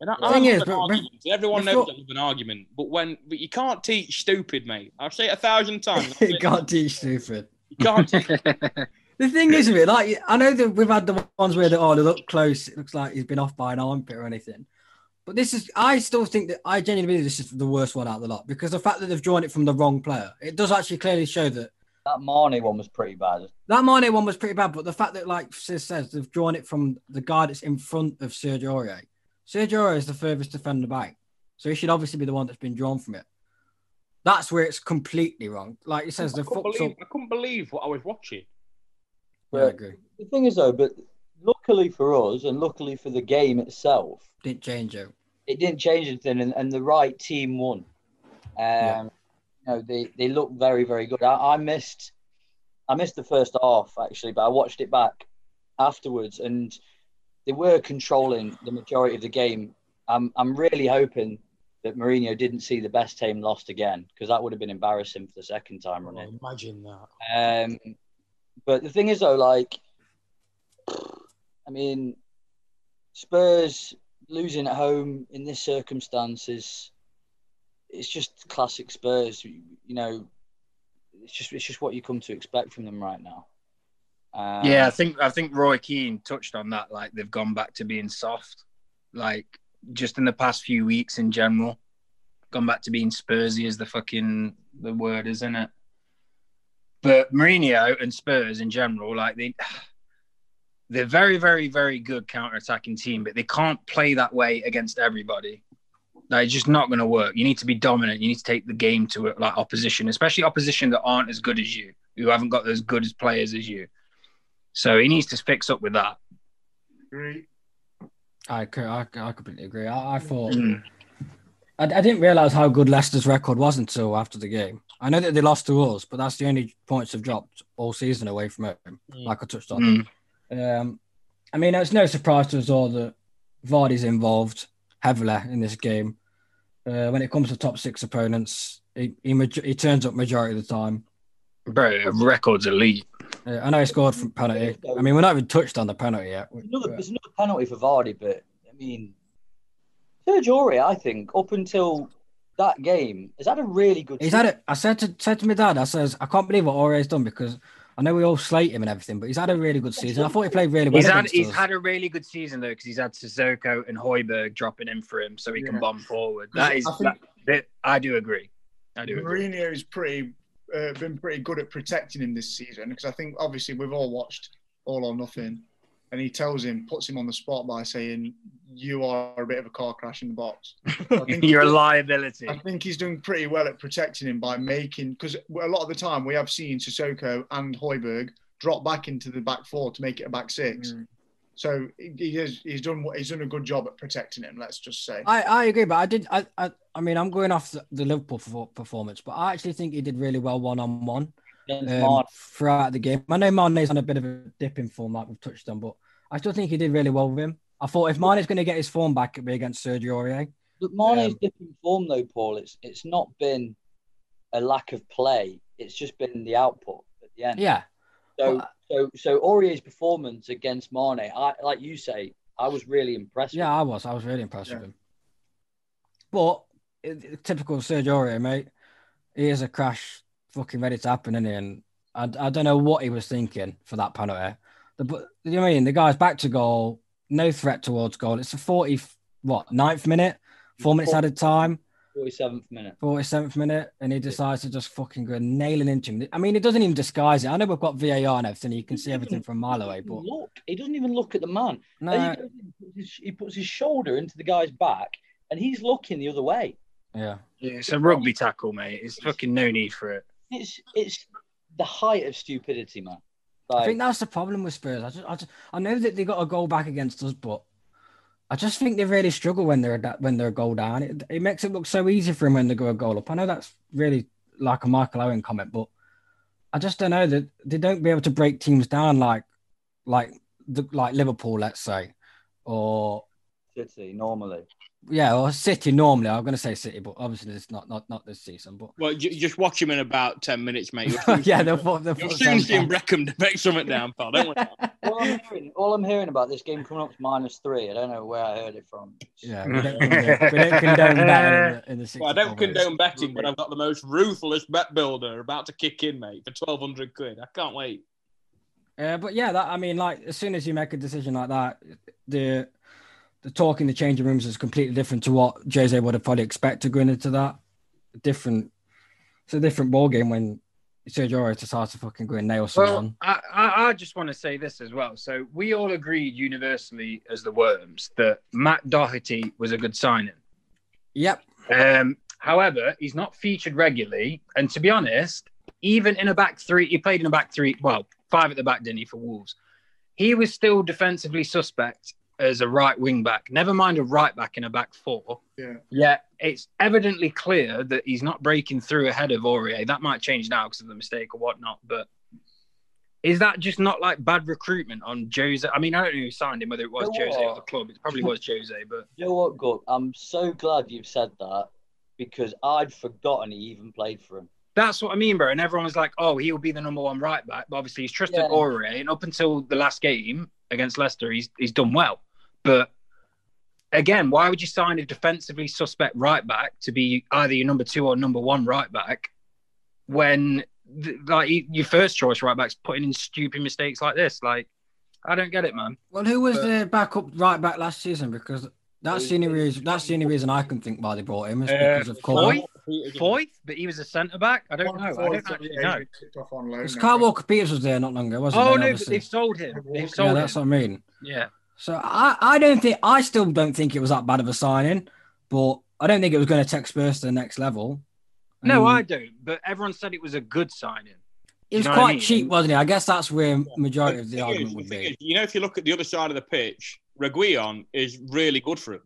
S2: And I,
S3: The
S2: I
S3: thing
S2: love
S3: is,
S2: an
S3: but- but-
S2: argument. everyone
S3: but
S2: knows
S3: for-
S2: I love an argument, but when but you can't teach stupid, mate. I've said it a thousand times.
S3: you can't teach stupid.
S2: You can't teach
S3: The thing is, with it, like I know that we've had the ones where they oh they look close, it looks like he's been off by an armpit or anything. But this is, I still think that I genuinely believe this is the worst one out of the lot because the fact that they've drawn it from the wrong player, it does actually clearly show that
S6: That Marnie one was pretty bad.
S3: that Mane one was pretty bad. But the fact that, like Sis says, they've drawn it from the guy that's in front of Sergio Aurier. Sergio Aurier is the furthest defender back, so he should obviously be the one that's been drawn from it. That's where it's completely wrong. Like he says,
S2: I
S3: the
S2: couldn't,
S3: fucked
S2: believe,
S3: up.
S2: I couldn't believe what I was watching.
S3: Yeah, I agree.
S6: The thing is though, but luckily for us and luckily for the game itself,
S3: Didn't change it.
S6: it didn't change anything, and, and the right team won. Um,
S3: Yeah.
S6: You know, they they looked very very good. I, I missed, I missed the first half actually, but I watched it back afterwards, and they were controlling the majority of the game. I'm I'm really hoping that Mourinho didn't see the best team lost again because that would have been embarrassing for the second time running.
S2: Oh, imagine that.
S6: Um, but the thing is, though, like, I mean, Spurs losing at home in this circumstances, it's just classic Spurs. You know, it's just it's just what you come to expect from them right now. Um,
S5: yeah, I think I think Roy Keane touched on that. Like they've gone back to being soft, like just in the past few weeks in general, gone back to being Spursy is the fucking the word, isn't it? But Mourinho and Spurs in general, like they they're very, very, very good counter-attacking team, but they can't play that way against everybody. Like it's just not going to work. You need to be dominant. You need to take the game to like opposition, especially opposition that aren't as good as you, who haven't got as good as players as you. So he needs to fix up with that.
S1: Agree.
S3: I, co- I, I completely agree. I, I thought I, I didn't realize how good Leicester's record was until after the game. I know that they lost to us, but that's the only points they've dropped all season away from home, like I touched
S5: Hmm.
S3: on. Um, I mean, it's no surprise to us all that Vardy's involved heavily in this game. Uh, when it comes to top six opponents, he he, maj- he turns up majority of the time.
S5: Mm. Bro, records elite.
S3: Uh, I know he scored from penalty. I mean, we're not even touched on the penalty yet.
S6: There's another, there's another penalty for Vardy, but I mean, Serge Aurier, I think, up until that game, has had a really good.
S3: He's
S6: season.
S3: had it. I said to said to my dad, I says, I can't believe what Aure's done because I know we all slate him and everything, but he's had a really good season. I thought he played really well.
S5: He's had
S3: against
S5: he's
S3: us.
S5: had a really good season though because he's had Sissoko and Hoiberg dropping in for him so he
S1: Yeah.
S5: can bomb forward.
S1: I
S5: That is,
S1: think-
S5: that- I do agree. I do agree.
S1: Mourinho's pretty uh, been pretty good at protecting him this season because I think obviously we've all watched All or Nothing, and he tells him puts him on the spot by saying you are a bit of a car crash in the box. I think
S5: You're a liability.
S1: I think he's doing pretty well at protecting him by making because a lot of the time we have seen Sissoko and Hoiberg drop back into the back four to make it a back six.
S5: Mm.
S1: So he- he is, he's done what- he's done a good job at protecting him. Let's just say.
S3: I, I agree, but I did. I, I, I mean, I'm going off the, the Liverpool perfor- performance, but I actually think he did really well one on one
S6: Against
S3: um,
S6: Marne.
S3: throughout the game. I know Mane's on a bit of a dip in form, like we've touched on, but I still think he did really well with him. I thought if Mane's going to get his form back, it'd be against Sergio Aurier.
S6: Look, Mane's
S3: Um,
S6: different form though, Paul. It's it's not been a lack of play. It's just been the output at the end.
S3: Yeah,
S6: so
S3: but-
S6: so so Aurier's performance against Mane, I like you say, I was really impressed.
S3: yeah,
S6: with
S3: I was. I was really impressed
S1: Yeah.
S3: with him. But it, it- typical Sergio Aurier, mate, he is a crash fucking ready to happen, isn't he? And I, I don't know what he was thinking for that penalty. The, but you know what I mean? The guy's back to goal, no threat towards goal. It's a 40, what, ninth minute, four minutes added time.
S6: Forty seventh minute.
S3: 47th minute, and he decides to just fucking go nailing into him. I mean, he doesn't even disguise it. I know we've got VAR and everything, you can see everything from a mile away,
S6: He doesn't
S3: but
S6: even look, he doesn't even look at the man.
S3: no,
S6: He, goes in, puts his, he puts his shoulder into the guy's back, and he's looking the other way.
S3: yeah,
S5: Yeah, it's a rugby tackle, mate. It's fucking no need for it.
S6: It's it's the height of stupidity, man. Like,
S3: I think that's the problem with Spurs. I just, I, just, I know that they got a goal back against us, but I just think they really struggle when they're a da- when they're a goal down. It, it makes it look so easy for them when they go a goal up. I know that's really like a Michael Owen comment, but I just don't know that they don't be able to break teams down like like the, like Liverpool, let's say, or
S6: City normally.
S3: yeah, or City normally. I'm going to say City, but obviously it's not not not this season. But
S2: Well, ju- just watch him in about 10 minutes, mate. You'll soon-
S3: yeah, they'll put they'll
S2: You'll
S3: put
S2: soon
S3: them
S2: see him
S3: back.
S2: Breckham to make something down, pal. Don't worry.
S6: All I'm, hearing, all I'm hearing about this game coming up is minus three. I don't know where I heard it from.
S3: Yeah, we don't condone, we don't condone that in the, in the 60
S2: Well, I don't
S3: probably.
S2: condone betting, but I've got the most ruthless bet builder about to kick in, mate, for 1,200 quid. I can't wait.
S3: Uh, but yeah, that I mean, like as soon as you make a decision like that, the the talk in the changing rooms is completely different to what Jose would have probably expected going into that. Different, it's a different ball game when Sergio Aurier decides to fucking go and nail
S5: Well,
S3: someone.
S5: I, I, I just want to say this as well. So we all agreed universally as the Worms that Matt Doherty was a good signing.
S3: yep,
S5: Um, however, he's not featured regularly, and to be honest, even in a back three, he played in a back three, well, five at the back, didn't he, for Wolves? He was still defensively suspect as a right wing back. Never mind a right back in a back four.
S1: Yeah.
S5: Yeah. It's evidently clear that he's not breaking through ahead of Aurier. That might change now because of the mistake or whatnot, but. Is that just not like bad recruitment on Jose? I mean, I don't know who signed him, whether it was
S6: No,
S5: Jose or the
S6: what?
S5: club. It probably was Jose, but
S6: You know what, Gug? I'm so glad you've said that because I'd forgotten he even played for him.
S5: That's what I mean, bro. And everyone was like, "Oh, he'll be the number one right back." But obviously, he's trusted
S6: Yeah.
S5: Aurier, and up until the last game against Leicester, he's he's done well. But again, why would you sign a defensively suspect right back to be either your number two or number one right back when th- like y- your first choice right back's putting in stupid mistakes like this? Like, I don't get it, man.
S3: Well, who was
S5: But-
S3: the backup right back last season? Because that's the only reason. That's the only reason I can think why they brought him is
S5: Uh,
S3: because of Cole.
S5: Foyth? Foyth, but he was a centre back. I don't know. I
S1: Foyth,
S5: don't actually
S1: yeah,
S5: know.
S1: he's been kicked off on loan
S3: Because
S1: now.
S3: Kyle Walker Peters was there not long ago, wasn't
S5: Oh
S3: he?
S5: no, but
S3: Obviously.
S5: they've sold him. They've
S1: Yeah,
S3: yeah,
S5: sold
S3: that's
S5: him.
S3: what I mean.
S5: Yeah.
S3: So I, I don't think I still don't think it was that bad of a signing, but I don't think it was going to take Spurs to the next level.
S5: No,
S3: Um,
S5: I don't. But everyone said it was a good signing.
S3: It was
S5: you know what I
S3: quite
S5: mean?
S3: cheap, wasn't it? I guess that's where majority
S2: But
S3: of
S2: the
S3: the
S2: thing
S3: argument
S2: is- the
S3: would
S2: thing
S3: be.
S2: is, you know, if you look at the other side of the pitch, Reguilon is really good for him.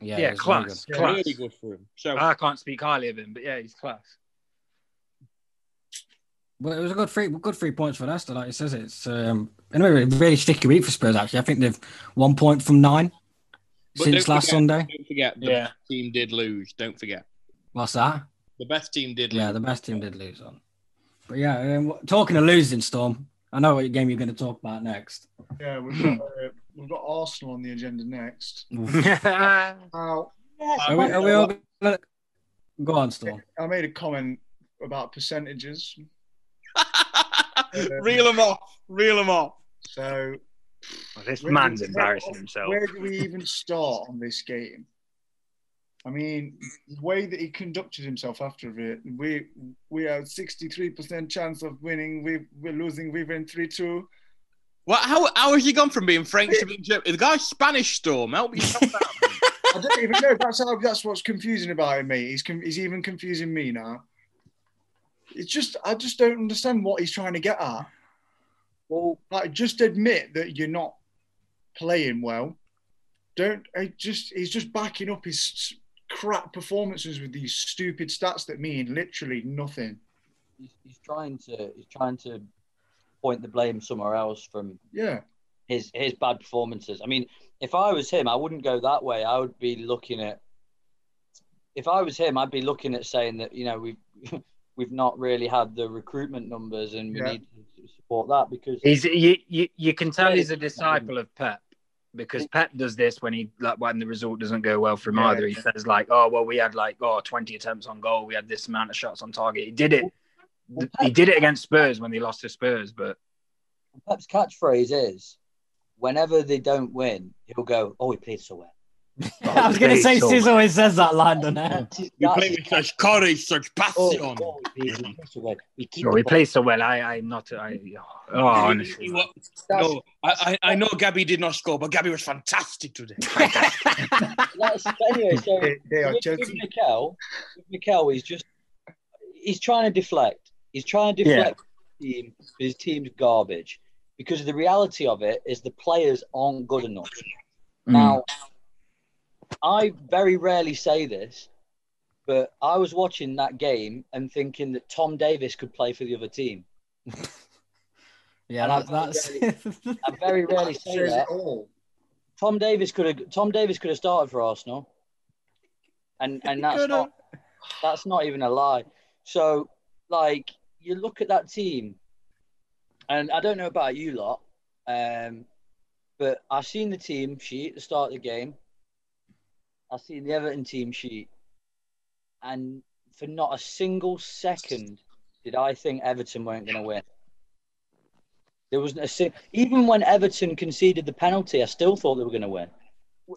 S3: Yeah,
S5: Yeah,
S3: it was really
S5: class.
S3: good.
S2: Yeah,
S5: Class. Ah,
S2: really good for him. So
S5: I can't speak highly of him, but yeah, he's class.
S3: Well, it was a good three, good three points for Leicester. Like it says, it's um, anyway, a really sticky week for Spurs. Actually, I think they've one point from nine
S2: But
S3: since
S2: don't
S3: last
S2: forget-
S3: Sunday.
S2: don't forget, the
S5: Yeah.
S2: best team did lose. Don't forget,
S3: What's that?
S2: the best team did lose.
S3: Yeah, the best team did lose on. But yeah, um, talking of losing, Storm. I know what game you're going to talk about next.
S1: Yeah, we've got, uh, we've got Arsenal on the agenda next. Now, Uh,
S3: Are we, are we all gonna... go on, Storm?
S1: I made a comment about percentages.
S2: Reel them off. Reel them off.
S1: So
S5: this
S1: Where-
S5: man's
S1: where-
S5: embarrassing himself.
S1: Where do we even start on this game? I mean, the way that he conducted himself after it, we we have sixty three percent chance of winning. We we're losing. We've been three two.
S2: What? How? How has he gone from being French to being German? The guy's Spanish storm. Help yourself out.
S1: I don't even know. if That's how. That's what's confusing about him, mate. He's con- he's even confusing me now. It's just I just don't understand what he's trying to get at. Well, like just admit that you're not playing well. Don't I just he's just backing up his s- crap performances with these stupid stats that mean literally nothing.
S6: He's, he's trying to he's trying to point the blame somewhere else from
S1: Yeah,
S6: his his bad performances. I mean, if I was him, I wouldn't go that way. I would be looking at if I was him, I'd be looking at saying that you know we've we've not really had the recruitment numbers and we
S1: Yeah.
S6: need to support that because
S5: He's you, you you can tell he's a disciple of Pep because Pep does this when he like when the result doesn't go well for him
S1: Yeah.
S5: either. He says like, oh well, we had like oh 20 attempts on goal, we had this amount of shots on target. He did it.
S6: Well,
S5: He did it against Spurs when they lost to Spurs, but
S6: Pep's catchphrase is whenever they don't win, he'll go, "Oh, we played so well."
S3: I was going to say, Sis always says that line, don't I?
S6: That's his-
S2: You
S6: that's
S2: play
S6: his
S2: with such courage, such
S6: Oh,
S2: passion.
S6: oh, we, we play so well. We keep
S5: Oh,
S6: the
S5: we
S6: ball.
S5: played so well. I I'm not. I oh honestly.
S2: You- you- no, I, I I know Gabby did not score, but Gabby was fantastic today.
S6: That's, but anyway, so
S1: they, they are
S6: with, with
S1: totally.
S6: Mikel, with Mikel, he's just he's trying to deflect. He's trying to deflect his team. His team's garbage because the reality of it is the players aren't good enough.
S3: Mm.
S5: Hmm.
S6: Now, I very rarely say this, but I was watching that game and thinking that Tom Davis could play for the other team.
S3: Yeah,
S6: And I-
S3: that, that's.
S6: I very rarely say
S1: Says
S6: that.
S1: it all.
S6: Tom Davis could have Tom Davis could have started for Arsenal, and and that's
S3: Could
S6: not that's not even a lie. So like you look at that team, and I don't know about you lot, um, but I've seen the team sheet at the start of the game. I've seen the Everton team sheet, and for not a single second did I think Everton weren't going to win. There wasn't a sing- even when Everton conceded the penalty, I still thought they were going to win.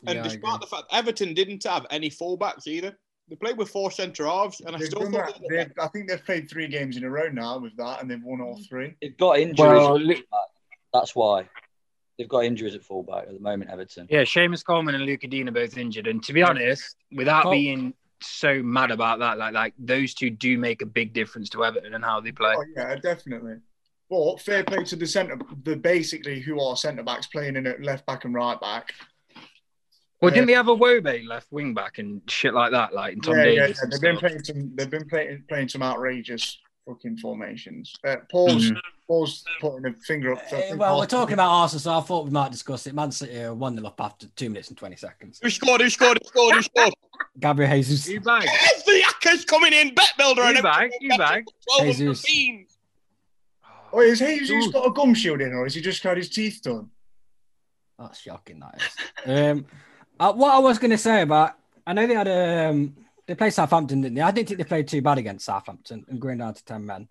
S2: And
S3: Yeah, I
S2: despite the fact Everton didn't have any fullbacks either, they played with four centre halves, and I
S1: They've
S2: still
S1: done
S2: thought
S1: that.
S2: they were
S1: They've- I think they've played three games in a row now with that, and they've won all three.
S6: They've got injuries.
S5: Well,
S6: That's why they've got injuries at fullback at the moment. Everton.
S5: Yeah, Seamus Coleman and Luca Dean are both injured. And to be honest, without
S3: Col-
S5: being so mad about that, like like those two do make a big difference to Everton and how they play.
S1: Oh yeah, definitely. But fair play to the centre, the basically who are centre backs playing in at left back and right back.
S5: Well, didn't they have a Wobe left wing back and shit like that? Like and Tom
S1: yeah, yeah,
S5: Davies.
S1: yeah.
S5: and
S1: They've been
S5: stuff?
S1: playing some. They've been playing playing some outrageous fucking formations. Uh, Paul's
S5: Mm-hmm.
S1: Paul's putting a finger up. for- I
S3: Uh,
S1: think
S3: well, we're
S1: Arsenal-
S3: talking about Arsenal, so I thought we might discuss it. Man City are 1 0 up after 2 minutes and 20 seconds.
S2: Who scored? Who scored? Who scored? Who scored?
S3: Gabriel Jesus.
S5: You bag,
S2: yes, the Yakka's coming in. Bet builder and
S5: you bag, you bag.
S2: 12 and
S3: Jesus.
S2: 15.
S1: Oh, is he? He's got a gum shield in, or has he just had his teeth done?
S3: That's shocking, that is. um, uh, what I was going to say about, I know they had um, they played Southampton, didn't they? I didn't think they played too bad against Southampton and going down to 10 men.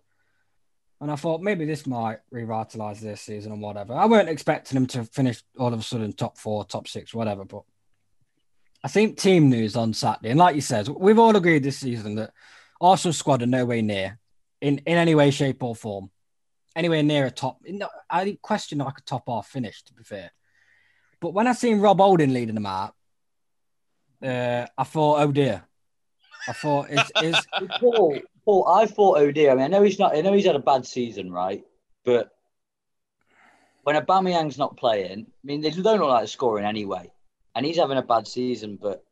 S3: And I thought maybe this might revitalise their season and whatever. I weren't expecting them to finish all of a sudden top four, top six, whatever. But I think team news on Saturday, and like you said, we've all agreed this season that Arsenal squad are nowhere near, in, in any way, shape, or form, anywhere near a top. No, I question like a top half finish, to be fair. But when I seen Rob Holding leading them out, uh, I thought, oh dear. I thought, is, is
S6: Paul, Paul, I thought, oh dear. I mean, I know he's not. I know he's had a bad season, right? But when Aubameyang's not playing, I mean, they don't look like scoring anyway, and he's having a bad season. But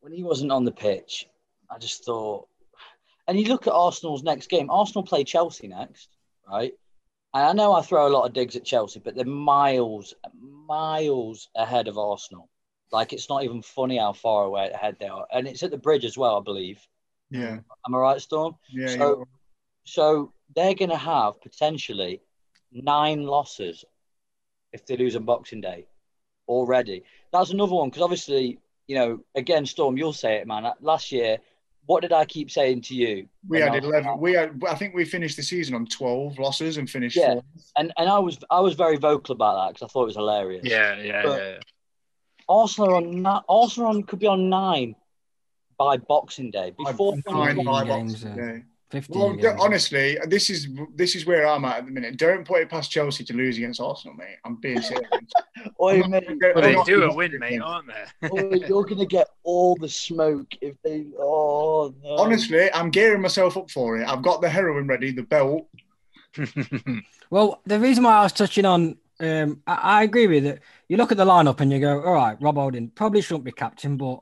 S6: when he wasn't on the pitch, I just thought. And you look at Arsenal's next game. Arsenal play Chelsea next, right? And I know I throw a lot of digs at Chelsea, but they're miles, miles ahead of Arsenal. Like it's not even funny how far away ahead they are, and it's at the bridge as well, I believe.
S1: Yeah.
S6: Am I right, Storm?
S1: Yeah.
S6: So-
S1: you're-
S6: So they're going to have potentially nine losses if they lose on Boxing Day already. That's another one because obviously, you know, again, Storm, you'll say it, man. Last year, what did I keep saying to you?
S1: we
S6: when
S1: had
S6: I-
S1: eleven. We had. I think we finished the season on twelve losses and finished.
S6: Yeah.
S1: fourth.
S6: And and I was I was very vocal about that because I thought it was hilarious.
S5: Yeah, yeah,
S6: But-
S5: yeah.
S6: Arsenal are on ni- Arsenal are on, could be on nine by Boxing Day before.
S1: Five-
S3: nine,
S1: five by
S3: games,
S1: Boxing
S3: yeah.
S1: Day.
S3: 15
S1: Well,
S3: games.
S1: honestly, this is this is where I'm at at the minute. Don't put it past Chelsea to lose against Arsenal, mate. I'm being serious.
S5: Um,
S6: Oi,
S1: I'm
S6: mate.
S1: not-
S5: But
S1: I'm
S5: they
S1: not-
S5: do a win, mate, aren't they?
S6: Oh, you're gonna get all the smoke if they. Oh no.
S1: Honestly, I'm gearing myself up for it. I've got the heroin ready, the belt.
S3: Well, the reason why I was touching on, um, I, I agree with it. You look at the lineup and you go, all right, Rob Holding probably shouldn't be captain, but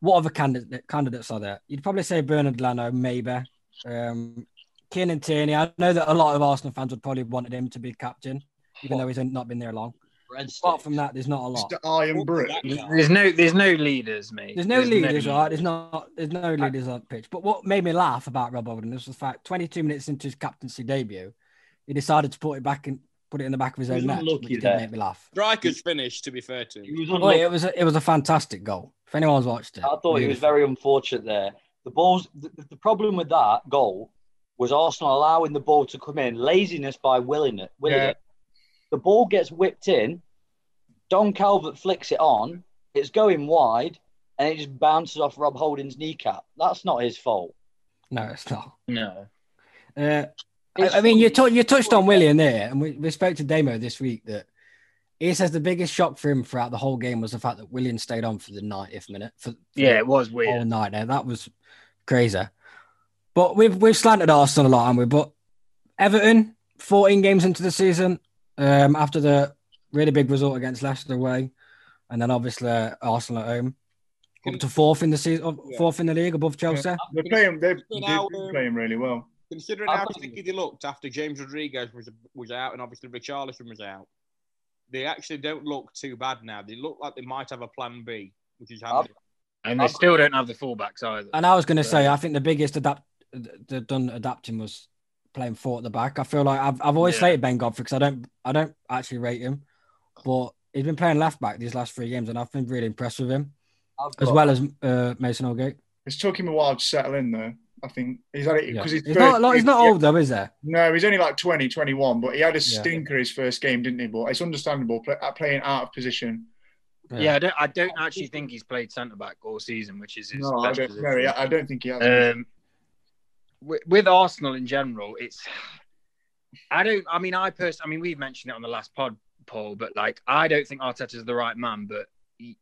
S3: what other candidate, candidates are there? You'd probably say Bernard Leno, maybe. Um, Kieran Tierney. I know that a lot of Arsenal fans would probably have wanted him to be captain, even though he's not been there long.
S6: Breadsticks.
S3: Apart from that, there's not a lot.
S1: It's the
S5: Oh,
S1: iron brick.
S5: there's no, there's no leaders, mate.
S3: There's no leaders,
S5: leaders.
S3: right? There's not. There's
S6: Uh,
S3: no leaders on the pitch. But what made me laugh about Rob Holding was the fact, 22 minutes into his captaincy debut, he decided to put it back and put it in the back of his
S6: He was
S3: own net,
S6: unlucky
S3: which did
S6: there.
S3: make me laugh.
S2: Striker's finished, to be fair to
S6: He
S2: him.
S6: was
S3: Well,
S6: unlucky.
S3: it was a, it was a fantastic goal. If anyone's watched it,
S6: I thought he was
S3: beautiful.
S6: very unfortunate there. The balls. The, the problem with that goal was Arsenal allowing the ball to come in. Laziness by willing it. Willing
S1: Yeah.
S6: it. The ball gets whipped in. Don Calvert flicks it on. It's going wide, and it just bounces off Rob Holding's kneecap. That's not his fault.
S3: No, it's not.
S5: No.
S3: Uh, I, I mean, you tou- you touched on Willian there, and we, we spoke to Damo this week that he says the biggest shock for him throughout the whole game was the fact that Willian stayed on for the 90th minute for, for
S5: Yeah, it was
S3: the
S1: Oh.
S3: whole
S5: weird.
S3: night. Now that was crazy. But we've we've slanted Arsenal a lot, haven't we? But Everton, 14 games into the season, um, after the really big result against Leicester away, and then obviously Arsenal at home. Up to fourth in the season, up-
S2: Yeah.
S3: fourth in the league above Chelsea.
S1: They're playing. They're,
S2: Been
S1: they're
S2: out, um,
S1: playing really well.
S2: Considering how sticky they looked after James Rodriguez was was out and obviously Richarlison was out, they actually don't look too bad now. They look like they might have a plan B, which is handy.
S5: And they still don't have the fullbacks either.
S3: And I was going to say, I think the biggest adapt they've done adapting was playing four at the back. I feel like I've, I've always
S5: Yeah.
S3: slated Ben Godfrey because I don't I don't actually rate him, but he's been playing left back these last three games, and I've been really impressed with him
S6: I've
S3: as
S6: got-
S3: well as uh, Mason Holgate.
S1: It's took him a while to settle in, though. I think he's had it
S3: Yeah.
S1: because
S3: He's,
S1: he's,
S3: not, like, he's not old though, is there?
S1: No, he's only like 20, 21, but he had a
S3: Yeah.
S1: stinker his first game, didn't he? But it's understandable play, uh, playing out of position.
S5: yeah, I don't, I don't actually think he's played centre back all season, which is his
S1: No, I
S5: best
S1: don't,
S5: position.
S1: no, he- I don't think he has.
S5: Um, with, with Arsenal in general, it's I don't. I mean, I personally. I mean, we've mentioned it on the last pod, Paul, but like, I don't think Arteta's the right man. But he-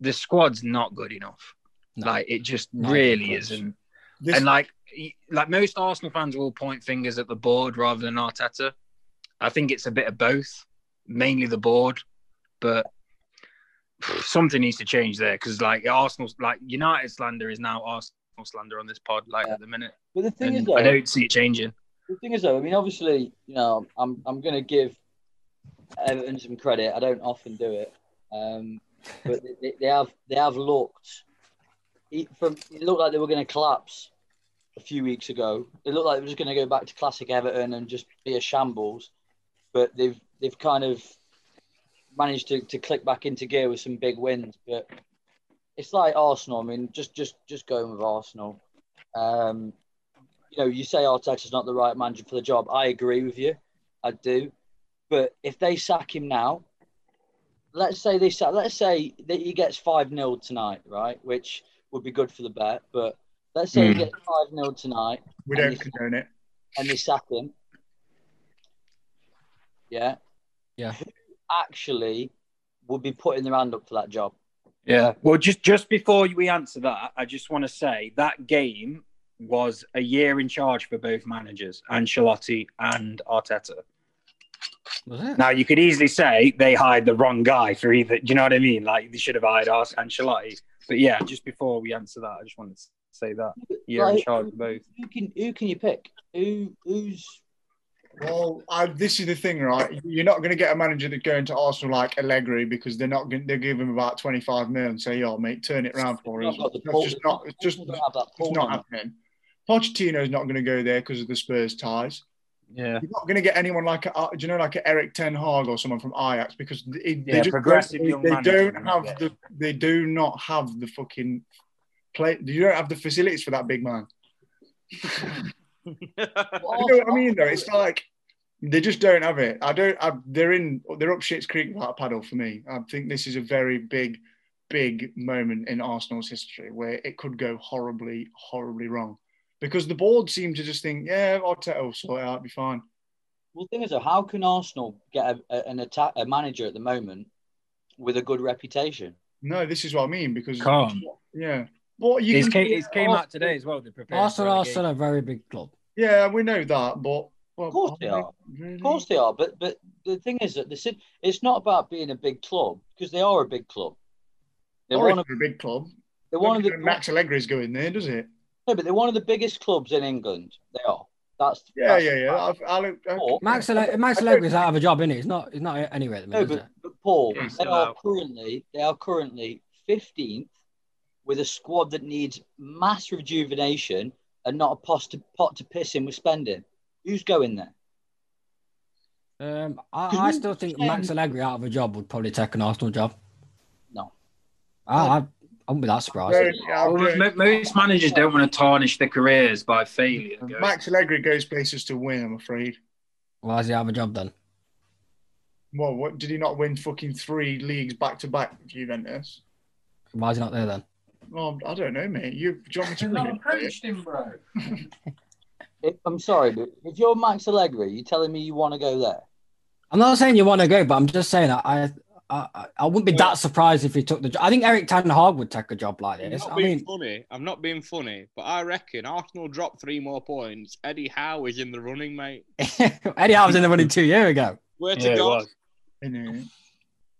S5: the squad's not good enough.
S3: No.
S5: Like, it just
S3: Not
S5: really
S3: even close.
S5: isn't.
S1: This-
S5: And like, he- like most Arsenal fans will point fingers at the board rather than Arteta. I think it's a bit of both, mainly the board, but something needs to change there because like Arsenal's like United slander is now Arsenal slander on this pod like at the minute.
S6: But the thing is,
S5: And
S6: though,
S5: I don't see it changing.
S6: The thing is, though, I mean, obviously, you know, I'm I'm going to give Everton some credit. I don't often do it, um, but they- they, they have they have looked. It, from, it looked like they were going to collapse a few weeks ago. It looked like they were just going to go back to classic Everton and just be a shambles. But they've they've kind of managed to, to click back into gear with some big wins. But it's like Arsenal. I mean, just just just going with Arsenal. Um, you know, you say Arteta's not the right manager for the job. I agree with you. I do. But if they sack him now, let's say they sack, let's say that he gets 5 0 tonight, right? Which would be good for the bet. But let's say he
S5: Hmm.
S6: gets 5 0 tonight
S1: we don't condone it.
S6: and they sack him. Yeah.
S3: Yeah.
S6: Who actually would be putting their hand up for that job?
S5: Yeah. Well, just just before we answer that, I just want to say that game was a year in charge for both managers, Ancelotti and Arteta.
S3: Was it?
S5: Now you could easily say they hired the wrong guy for either. Do you know what I mean? Like they should have hired Ars- Ancelotti, But yeah, just before we answer that, I just wanted to say that you're in
S6: Like,
S5: charge of both.
S6: Who can who can you pick? Who who's
S1: Well, I, this is the thing, right? You're not going to get a manager that's going to Arsenal like Allegri because they're not going. They give him about 25 mil and say, "Yo, mate, turn it round for us."
S6: not got the
S1: That's
S6: pull-
S1: just not. It's just
S6: Arsenal don't have that pull
S1: it's not
S6: on them.
S1: happening. Pochettino's not going to go there because of the Spurs ties.
S5: Yeah,
S1: You're not going to get anyone like, a, do you know, like a Eric Ten Hag or someone from Ajax because they, they
S7: Yeah,
S1: just
S7: progressive
S1: don't,
S7: young
S1: they,
S7: manager,
S1: don't
S7: you're not
S1: have the, they do not have the fucking play. You don't have the facilities for that big man. You know what I mean? Though it's like they just don't have it. I don't. I, they're in. They're up shit's creek without a paddle for me. I think this is a very big, big moment in Arsenal's history where it could go horribly, horribly wrong. Because the board seem to just think, yeah, Arteta will sort it out, be fine.
S6: Well, the thing is, though, how can Arsenal get a, a, an attack a manager at the moment with a good reputation?
S1: No, this is what I mean. Because
S5: Calm.
S1: yeah, what you
S5: It
S1: can-
S5: came, it came
S1: Ar-
S5: out today as well. They're preparing
S3: Arsenal,
S5: for
S3: Arsenal are a very big club.
S1: Yeah, we know that, but well,
S6: Of course they are.
S1: Really?
S6: Of course they are, but but the thing is that the City, it's not about being a big club because they are a big club. They're
S1: Or if
S6: one of
S1: they're a big club.
S6: they're one
S1: One
S6: of the
S1: Max Allegri's going there, does it?
S6: no, but they're one of the biggest clubs in England. They are. That's
S1: Yeah,
S6: that's
S1: yeah, yeah. I've, I'll,
S6: Or-
S3: Max, Ale- Max Allegri's out of a job, isn't he? He's not. He's not anywhere at the
S6: No,
S3: minute. is
S6: but, but Paul,
S2: Yeah,
S6: they
S2: still
S6: are
S2: out.
S6: currently they are currently fifteenth with a squad that needs mass rejuvenation and not a pot to, pot to piss in with spending. Who's going there?
S3: he? Um, I, I still think Max Allegri out of a job would probably take an Arsenal job.
S6: No.
S3: I, I, I wouldn't be that surprised.
S5: Oh, most managers don't want to tarnish their careers by failure.
S1: Max Allegri goes places to win, I'm afraid.
S3: Why does he have a job then?
S1: Well, what did he not win fucking three leagues back to back with Juventus?
S3: Why is he not there then?
S1: Well, I don't know, mate. You, do you want me to read it?
S5: him, bro.
S6: If, I'm sorry, but if you're Max Allegri, you're telling me you want to go there?
S3: I'm not saying you want to go, but I'm just saying I, I, I, I wouldn't be that surprised if he took the job. I think Eric Ten Hag would take a job like
S2: I'm
S3: this.
S2: not
S3: I
S2: being
S3: mean,
S2: funny. I'm not being funny, but I reckon Arsenal drop three more points. Eddie Howe is in the running, mate.
S3: Eddie Howe was in the running two years ago.
S2: Where to
S5: Yeah, it
S2: God?
S5: was.
S1: You know,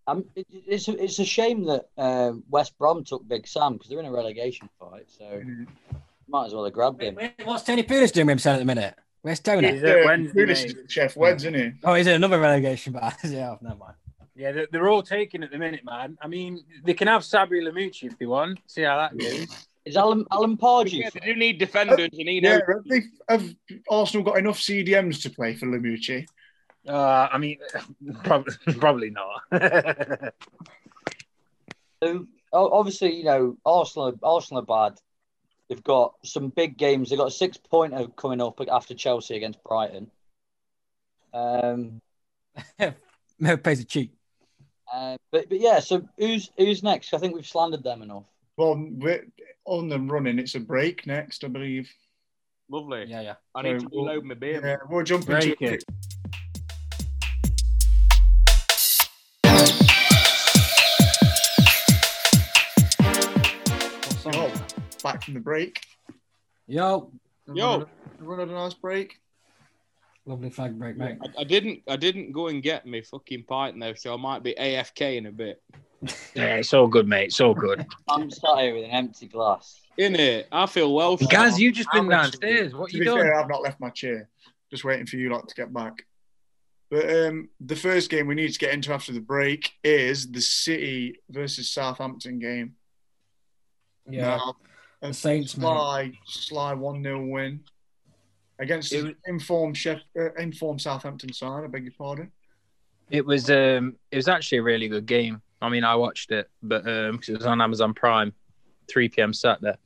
S6: Um, it, it's, a, it's a shame that uh, West Brom took Big Sam because they're in a relegation fight, so
S1: Mhm.
S6: might as well have grabbed him.
S3: What's Tony Pulis doing with himself at the minute? Where's Tony?
S5: Is it Wednesday,
S1: Grealish is
S5: mate?
S1: the Chef Weds, isn't he?
S3: Oh, he's in another relegation battle. yeah, never mind.
S5: Yeah, they're, they're all taken at the minute, man. I mean, they can have Sabri Lamucci if they want. See how that goes.
S6: Is Alan Alan Pardew?
S2: Yeah, they do need defenders. You need
S1: Yeah, have, they, have Arsenal got enough CDMs to play for Lamucci?
S5: Uh, I mean, probably, probably not.
S6: So o- obviously, you know Arsenal. Arsenal are bad. They've got some big games. They've got a six pointer coming up after Chelsea against Brighton. Um,
S3: No pays a cheek.
S6: uh, but but yeah. So who's who's next? I think we've slandered them enough.
S1: Well, we're on the running. It's a break next, I believe.
S2: Lovely.
S3: Yeah, yeah.
S2: I need
S1: So
S2: to reload my beer.
S1: Yeah, we'll jump into
S5: Break it.
S3: What's on?
S1: Oh, back from the break.
S3: Yo,
S2: Yo.
S1: Everyone had a nice break.
S3: lovely flag break, mate.
S2: I, I didn't. I didn't go and get me fucking pint though, so I might be AFK in a bit.
S5: yeah, it's all good, mate. It's all good.
S6: I'm sat here with an empty glass.
S2: In it, I feel well.
S5: Gaz, you've just been
S1: How much-
S5: downstairs. What
S1: to
S5: you
S1: be
S5: doing?
S1: fair, I've not left my chair. Just waiting for you lot to get back. But um, the first game we need to get into after the break is the City versus Southampton game.
S3: Yeah.
S1: Now, a
S3: The Saints, mate.
S1: sly, sly 1 0 win against
S5: It
S1: the
S5: was-
S1: informed, Sheff- uh, informed Southampton side. I beg your pardon.
S5: It was um, it was actually a really good game. I mean, I watched it, but um, 'cause it was on Amazon Prime, 3 p.m. Saturday.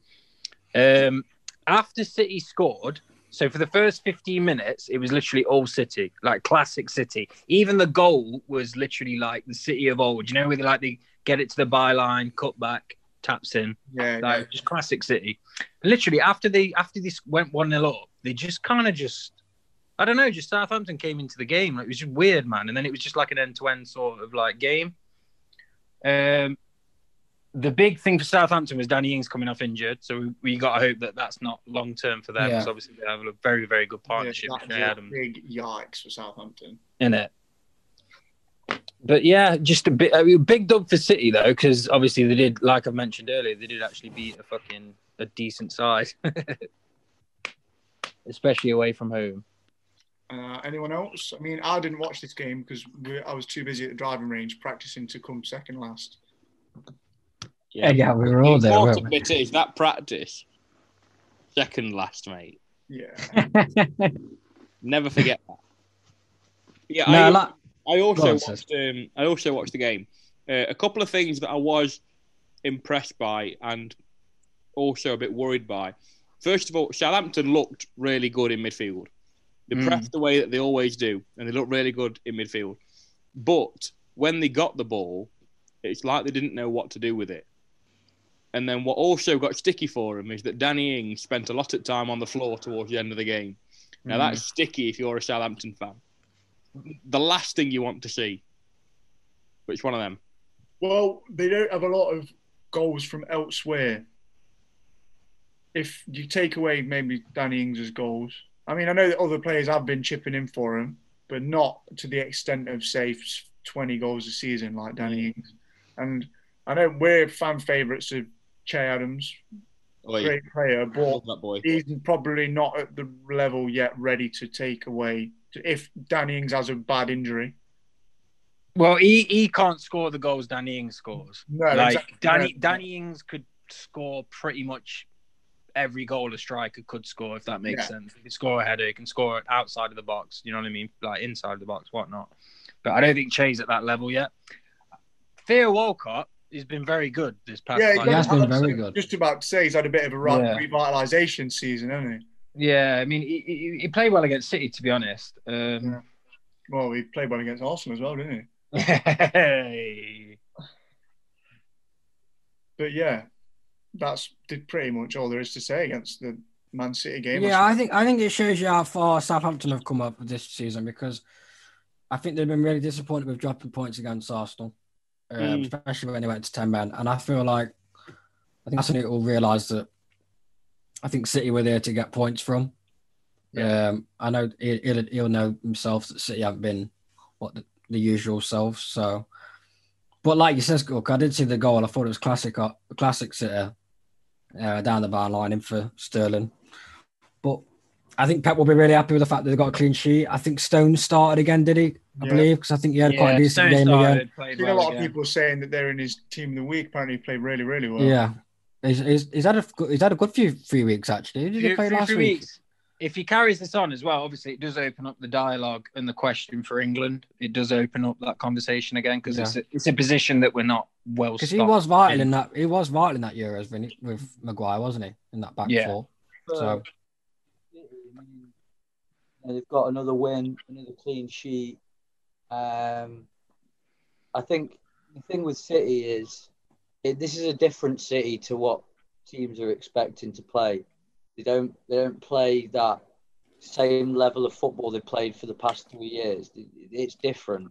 S5: Um, after City scored, so for the first 15 minutes, it was literally all City, like classic City. Even the goal was literally like the City of old. You know, where they like they get it to the byline, cut back, taps in.
S1: Yeah. yeah.
S5: Like just classic City. Literally after they after this went one 0 up, they just kind of just I don't know, just Southampton came into the game. Like, it was just weird, man. And then it was just like an end to end sort of like game. Um, the big thing for Southampton was Danny Ings coming off injured, so we, we got to hope that that's not long term for them
S3: Yeah.
S5: because obviously they have a very very good partnership.
S1: Yeah,
S5: with
S1: that was a
S5: Adam,
S1: big yikes for Southampton.
S5: in it. but yeah, just a bit. I mean, big dub for City though, because obviously they did, like I mentioned earlier, they did actually beat a fucking a decent side, especially away from home.
S1: Uh, anyone else? I mean, I didn't watch this game because I was too busy at the driving range practicing to come second last.
S3: Yeah, yeah, we were all
S2: the
S3: there.
S2: important
S3: Weren't we?
S2: bit is that practice. Second last, mate.
S1: Yeah.
S2: Never forget that. Yeah, I,
S3: No, like,
S2: I also
S3: Go on, sis.
S2: watched. Um, I also watched the game. Uh, a couple of things that I was impressed by and also a bit worried by. First of all, Southampton looked really good in midfield. They
S3: Hmm.
S1: Mm.
S2: pressed the way that they always do, and they looked really good in midfield. But when they got the ball, it's like they didn't know what to do with it. And then what also got sticky for him is that Danny Ings spent a lot of time on the floor towards the end of the game. Now that's
S3: Hmm.
S2: sticky if you're a Southampton fan. The last thing you want to see. Which one of them?
S1: Well, they don't have a lot of goals from elsewhere. If you take away maybe Danny Ings's goals, I mean, I know that other players have been chipping in for him, but not to the extent of say 20 goals a season like Danny Ings. And I know we're fan favourites of Che Adams,
S2: Oh,
S1: great player,
S2: I
S1: but
S2: love that boy.
S1: he's probably not at the level yet ready to take away if Danny Ings has a bad injury.
S5: Well, he, he can't score the goals Danny Ings scores.
S1: No,
S5: like
S1: exactly.
S5: Danny
S1: Yeah.
S5: Danny Ings could score pretty much every goal a striker could score if that makes sense. He can score a header, he can score outside of the box. You know what I mean? Like inside of the box, whatnot. But I don't think Che's at that level yet. Theo Walcott has been very good this past.
S1: Yeah,
S5: Yeah,
S1: he
S3: he
S1: got
S3: has been
S1: Alex-
S3: very good.
S1: Just about to say he's had a bit of a right
S5: Yeah.
S1: revitalization season, hasn't he?
S5: yeah. I mean, he, he, he played well against City, to be honest. Um,
S1: Well, he played well against Arsenal as well, didn't he? But yeah, that's did pretty much all there is to say against the Man City game.
S3: Yeah, I think I think it shows you how far Southampton have come up this season because I think they've been really disappointed with dropping points against Arsenal, um,
S2: Mm.
S3: especially when they went to ten men. And I feel like I think Arsenal will realise that I think City were there to get points from. Um, I know he- he'll, he'll know himself that City haven't been what the, the usual selves. So, but like you said, Cook, I did see the goal. I thought it was classic, uh, classic City uh, down the bar line in for Sterling. But I think Pep will be really happy with the fact that they got a clean sheet. I think Stone started again, did he? I
S1: Yeah.
S3: believe because I think he had quite a decent game again.
S1: I've seen a lot of people saying that they're in his team of the week. Apparently, he played really, really well.
S3: Yeah, he's, he's, he's had a good, he's had a good few three weeks actually. Who Did he
S5: few,
S3: play
S5: few-
S3: last
S5: few
S3: week?
S5: weeks. If he carries this on as well, obviously it does open up the dialogue and the question for England. It does open up that conversation again because it's, a, it's a position that we're not well.
S3: Because he
S5: stocked
S3: was vital
S5: in.
S3: in that he was vital in that Euros when he, with Maguire, wasn't he? In that back
S5: Yeah.
S3: four. So
S6: And they've got another win, another clean sheet. Um, I think the thing with City is it, this is a different City to what teams are expecting to play. They don't they don't play that same level of football they played for the past three years. It's different.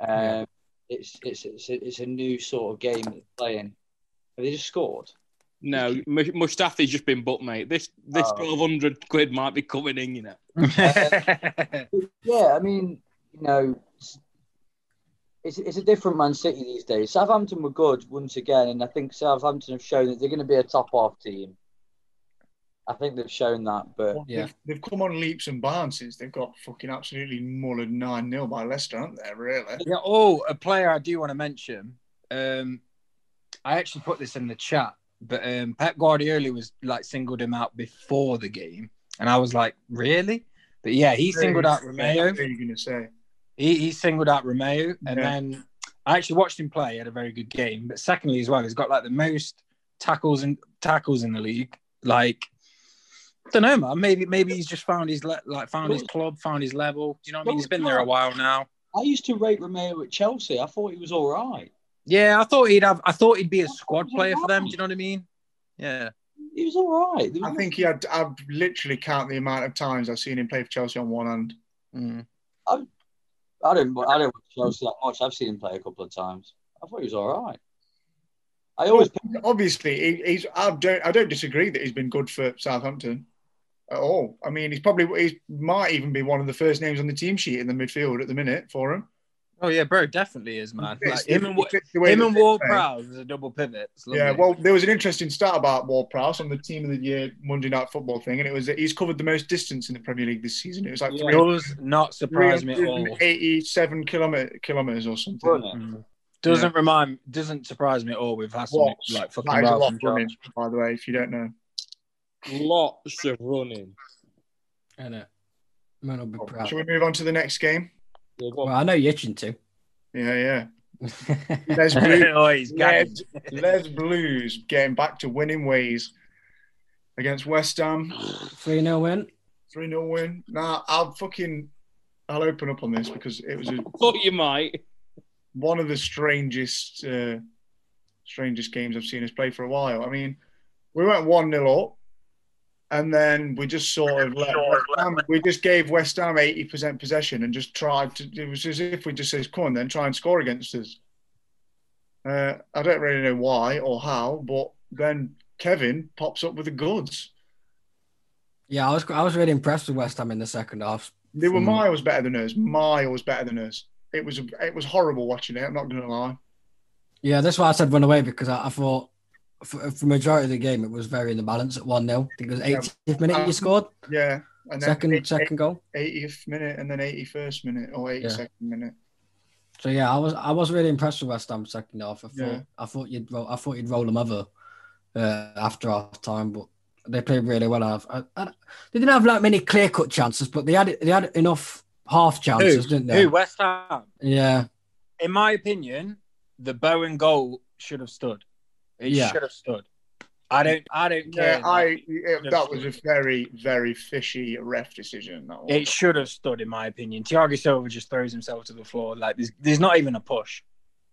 S6: Um,
S3: Yeah.
S6: It's it's it's a, it's a new sort of game they're playing. Have they just scored?
S2: No, M- Mustafi's just been booked, mate. This this
S6: Oh.
S2: twelve hundred quid might be coming in, you know.
S6: Yeah, I mean, you know, it's, it's it's a different Man City these days. Southampton were good once again, and I think Southampton have shown that they're going to be a top half team. I think they've shown that, but
S1: Well,
S3: Yeah.
S1: They've, they've come on leaps and bounds since they've got fucking absolutely mullered 9 0 by Leicester, aren't they? Really?
S5: Yeah, oh, a player I do want to mention. Um, I actually put this in the chat, but um, Pep Guardiola was like singled him out before the game, and I was like, really? But yeah, he singled out Romeo.
S1: What are you going to say?
S5: He, he singled out Romeo, and
S1: Yeah.
S5: then I actually watched him play. He had a very good game, but secondly as well, he's got like the most tackles and tackles in the league. Like, don't know, man. Maybe maybe he's just found his le- like found his club, found his level. Do you know what I mean? He's been there a while now.
S6: I used to rate Romeo at Chelsea. I thought he was all right.
S5: Yeah, I thought he'd have. I thought he'd be a squad player for them. Do you know what I mean? Yeah.
S6: He was all right. There
S1: I
S6: was-
S1: think he had, I literally count the amount of times I've seen him play for Chelsea on one hand.
S5: Mm.
S6: I don't I don't watch Chelsea that much. I've seen him play a couple of times. I thought he was all right. I always
S1: obviously he, he's I don't I don't disagree that he's been good for Southampton at all. I mean he's probably he might even be one of the first names on the team sheet in the midfield at the minute for him.
S5: Oh yeah, bro, definitely is, man.
S1: It's-
S5: Like, him and Wa-
S1: it's the way
S5: him
S1: that
S5: and
S1: they
S5: Ward
S1: play.
S5: Prowse is a double pivot. It's lovely.
S1: Yeah, well, there was an interesting stat about Ward Prowse on the team of the year Monday Night Football thing, and it was that he's covered the most distance in the Premier League this season. It was like
S5: It
S1: three
S5: does not surprise me at all.
S1: 387 kilometer, kilometers or something.
S6: Run it.
S5: Doesn't remind, doesn't surprise me at all. We've had some
S1: What?
S5: like fucking
S1: That is a
S5: routes
S1: lot
S5: and
S1: of running,
S5: jobs.
S1: by the way, if you don't know.
S2: Lots of running.
S3: And it, man, I'll be proud.
S1: Shall we move on to the next game?
S2: Yeah, go
S3: Well,
S2: on.
S3: I know you're itching to.
S1: Yeah, yeah. Les
S3: That's
S1: Blues,
S5: oh, he's gagging.
S1: Les, Les Blues getting back to winning ways against West Ham.
S3: 3 0 win.
S1: 3 0 win. Nah, I'll fucking I'll open up on this because it was a,
S2: Thought you might.
S1: one of the strangest uh, strangest games I've seen us play for a while. I mean, we went one 0 up, and then we just sort of let West Ham, we just gave West Ham eighty percent possession and just tried to. It was as if we just says, "Come on, then try and score against us." Uh, I don't really know why or how, but then Kevin pops up with the goods.
S3: Yeah, I was I was really impressed with West Ham in the second half.
S1: They were
S3: Hmm.
S1: miles better than us. Miles better than us. It was it was horrible watching it. I'm not going to lie.
S3: Yeah, that's why I said run away because I, I thought for, for majority of the game it was very in the balance at 1 0. I think it was 80th minute
S1: Um,
S3: you scored.
S1: Yeah. And then
S3: second
S1: eight-
S3: second goal.
S1: 80th minute and then 81st minute or 82nd minute.
S3: So yeah, I was I was really impressed with West Ham second half. I thought
S1: Yeah.
S3: I thought you'd roll, I thought you'd roll them over uh, after half time, but they played really well. I've- I, I, they didn't have like many clear cut chances, but they had they had enough half
S5: Who?
S3: chances, didn't they?
S5: Who? West Ham.
S3: Yeah,
S5: In my opinion, the Bowen goal should have stood. It
S3: Yeah.
S5: should have stood. I don't. I don't care.
S1: Yeah, I yeah,
S5: Yeah,
S1: that was a
S5: sure.
S1: very very fishy ref decision. That
S5: It
S1: was.
S5: should have stood, in my opinion. Thiago Silva just throws himself to the floor. Like there's, there's not even a push.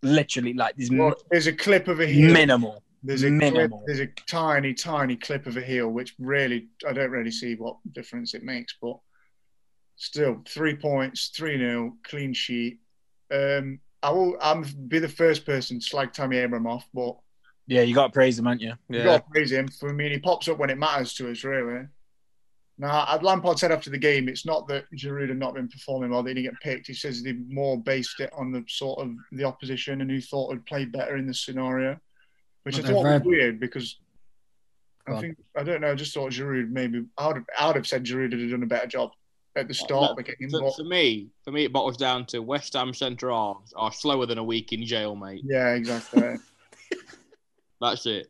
S5: Literally, like there's m-
S1: Look, there's a clip of a heel.
S5: minimal.
S1: there's a clip,
S5: minimal.
S1: there's a tiny tiny clip of a heel, which really I don't really see what difference it makes, but still three points, three 0 clean sheet. Um, I will. I'm be the first person to slag Tammy Abram off, but
S5: Yeah, you got to praise him, aren't you?
S1: you got to praise him. For, I mean, he pops up when it matters to us, really. Now, as Lampard said after the game, it's not that Giroud had not been performing well; they didn't get picked. He says they more based it on the sort of the opposition and who thought would play better in this scenario, which
S3: But
S1: I
S3: they're
S1: thought was
S3: very-
S1: weird because
S3: Go
S1: I
S3: on.
S1: think I don't know. I just thought Giroud maybe I'd have, I'd have said Giroud would have done a better job at the start of the game.
S2: For,
S1: But
S2: for me, for me, it bottles down to West Ham centre halves are slower than a week in jail, mate.
S1: yeah, exactly.
S2: That's it.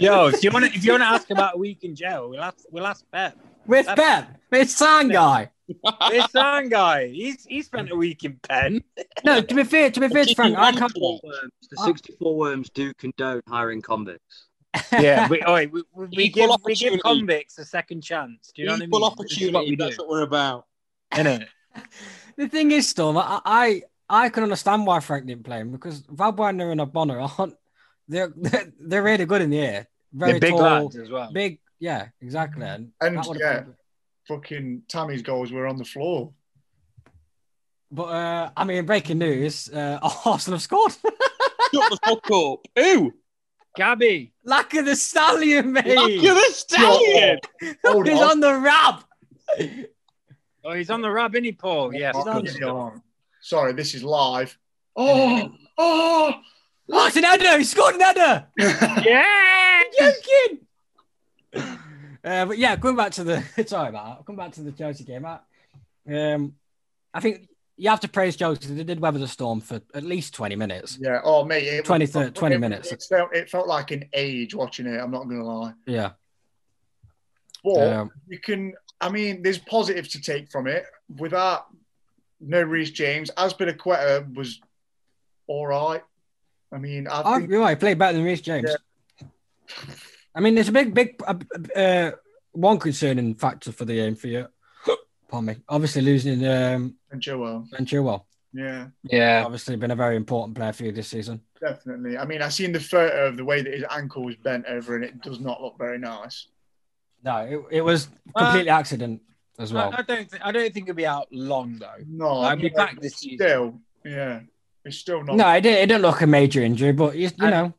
S5: Yo, if you want to, if you want to ask about a week in jail, we'll ask. We'll ask Pep.
S3: with Pep, with San guy.
S5: This Sam guy, he's he spent a week in pen.
S3: No, to be fair, to be fair, to Frank, I can't.
S8: Worms, the 64 worms do condone hiring convicts.
S5: Yeah, we, oi, we,
S2: Equal
S5: we, we give we give
S2: opportunity.
S5: convicts a second chance. Do you know
S2: Equal
S5: what I mean? This is what
S2: opportunity.
S5: we
S2: that's
S5: do,
S2: what we're about.
S5: innit?
S3: The thing is, Storm, I, I I can understand why Frank didn't play him because Vabwaner and Abonner aren't they're, they're they're really good in the air, very
S5: They're big
S3: tall,
S5: lads as well.
S3: big. Yeah, exactly. And,
S1: And,
S3: that would've
S1: yeah.
S3: been-
S1: Fucking Tammy's goals were on the floor.
S3: But uh, I mean, breaking news: uh, Arsenal have scored.
S2: Shut the fuck up. Who?
S5: Gabby,
S3: Lack of the stallion, mate.
S2: You're the stallion.
S1: Hold
S3: He's
S1: on.
S3: on the rap.
S5: oh, he's on the rub, isn't he, Paul? Yes.
S1: Oh,
S3: on
S5: good
S3: the-
S1: come
S5: stuff.
S1: on. Sorry, this is live. Oh, oh,
S3: What's an header? He scored an header.
S5: Yeah.
S3: joking. Uh, but yeah, going back to the sorry about that. I'll Come back to the Chelsea game. I, um, I think you have to praise Chelsea. They did weather the storm for at least twenty minutes.
S1: Yeah. Oh, mate. It,
S3: 20, 30, 20
S1: it-
S3: minutes.
S1: It felt, it felt like an age watching it. I'm not going to lie.
S3: Yeah.
S1: But
S3: Um,
S1: you can, I mean, there's positives to take from it. Without no Reece James, Aspinaqueta was all right. I mean, I
S3: I,
S1: think
S3: you're right. He played Oh, better than Reece James. I mean, there's a big, big uh, uh, one concerning factor for the game for you. Pardon me. Obviously, losing um,
S1: Joel.
S3: Ben Chilwell.
S1: Yeah,
S5: Yeah.
S3: Obviously, been a very important player for you this season.
S1: definitely. I mean, I seen the photo of the way that his ankle was bent over, and it does not look very nice.
S3: No, it, it was completely accident as well.
S5: I, I don't. Think, I don't think it'll be out long though.
S1: No,
S5: I'll be
S1: no,
S5: back this season.
S1: Still, yeah, it's still not.
S3: No, it didn't, it didn't look a major injury, but you, you
S5: And-
S3: know,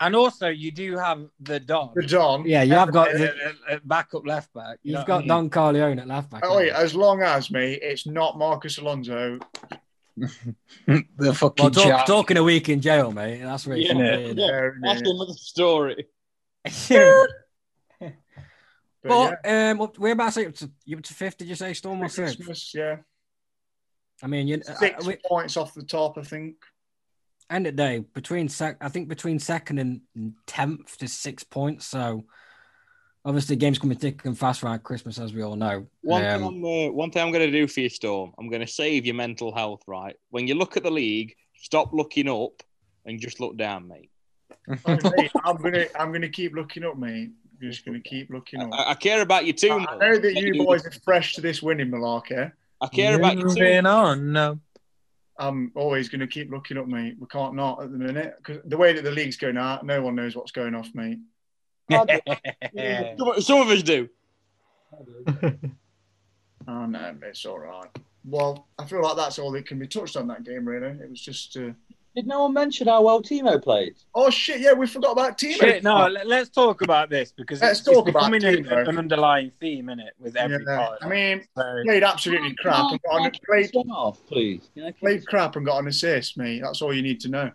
S5: And also, you do have the dog.
S1: The Don.
S3: yeah, you have got
S5: uh, uh, uh, backup left back. you know
S3: you've
S5: what I
S3: got
S5: mean?
S3: Don Carleone at left back.
S1: Oh,
S3: haven't
S1: yeah, as long as me, it's not Marcus Alonso.
S5: the fucking
S3: Well, talk,
S5: jack.
S3: talking a week in jail, mate. That's really
S2: Yeah.
S3: fucking weird.
S1: Yeah,
S2: That's
S1: yeah.
S2: another story.
S1: But
S3: But um, what- we're about to say up to, you up to fifth. Did you say Storm
S1: yeah,
S3: or six?
S1: Christmas, yeah.
S3: I mean, you,
S1: Six
S3: uh, we,
S1: points off the top, I think.
S3: end of the day between sec. I think between second and tenth to six points. So obviously, games coming thick and fast around Christmas, as we all know.
S2: One
S3: Um,
S2: thing, I'm, uh, one thing I'm going to do for you, Storm, I'm going to save your mental health, right? When you look at the league, stop looking up and just look down, mate.
S1: Honestly, I'm gonna I'm gonna keep looking up, mate. I'm just gonna keep looking up.
S2: I, I care about you too
S1: I
S2: much.
S1: know that uh, you boys are fresh to this winning malarkey.
S2: I care about you too
S4: Moving on. No.
S1: I'm always going to keep looking up, mate. We can't not at the minute because the way that the league's going out, no one knows what's going off, mate.
S2: Some, some of us do.
S1: Oh no, it's all right. Well, I feel like that's all that can be touched on that game, really. It was just, uh...
S6: Did no one mention how well Timo played?
S1: oh shit, yeah, we forgot about Timo.
S5: Shit, no, let, us talk about this because
S1: Let's
S5: it's,
S1: talk
S5: it's
S1: about
S5: becoming
S1: it,
S5: a-
S1: bro.
S5: an underlying theme in it with every
S1: Yeah,
S5: part.
S1: I mean,
S5: So-
S1: played absolutely
S6: Oh,
S1: crap and got an, played,
S6: Son off, please. Can I keep-
S1: played crap and got an assist, mate. That's all you need to know.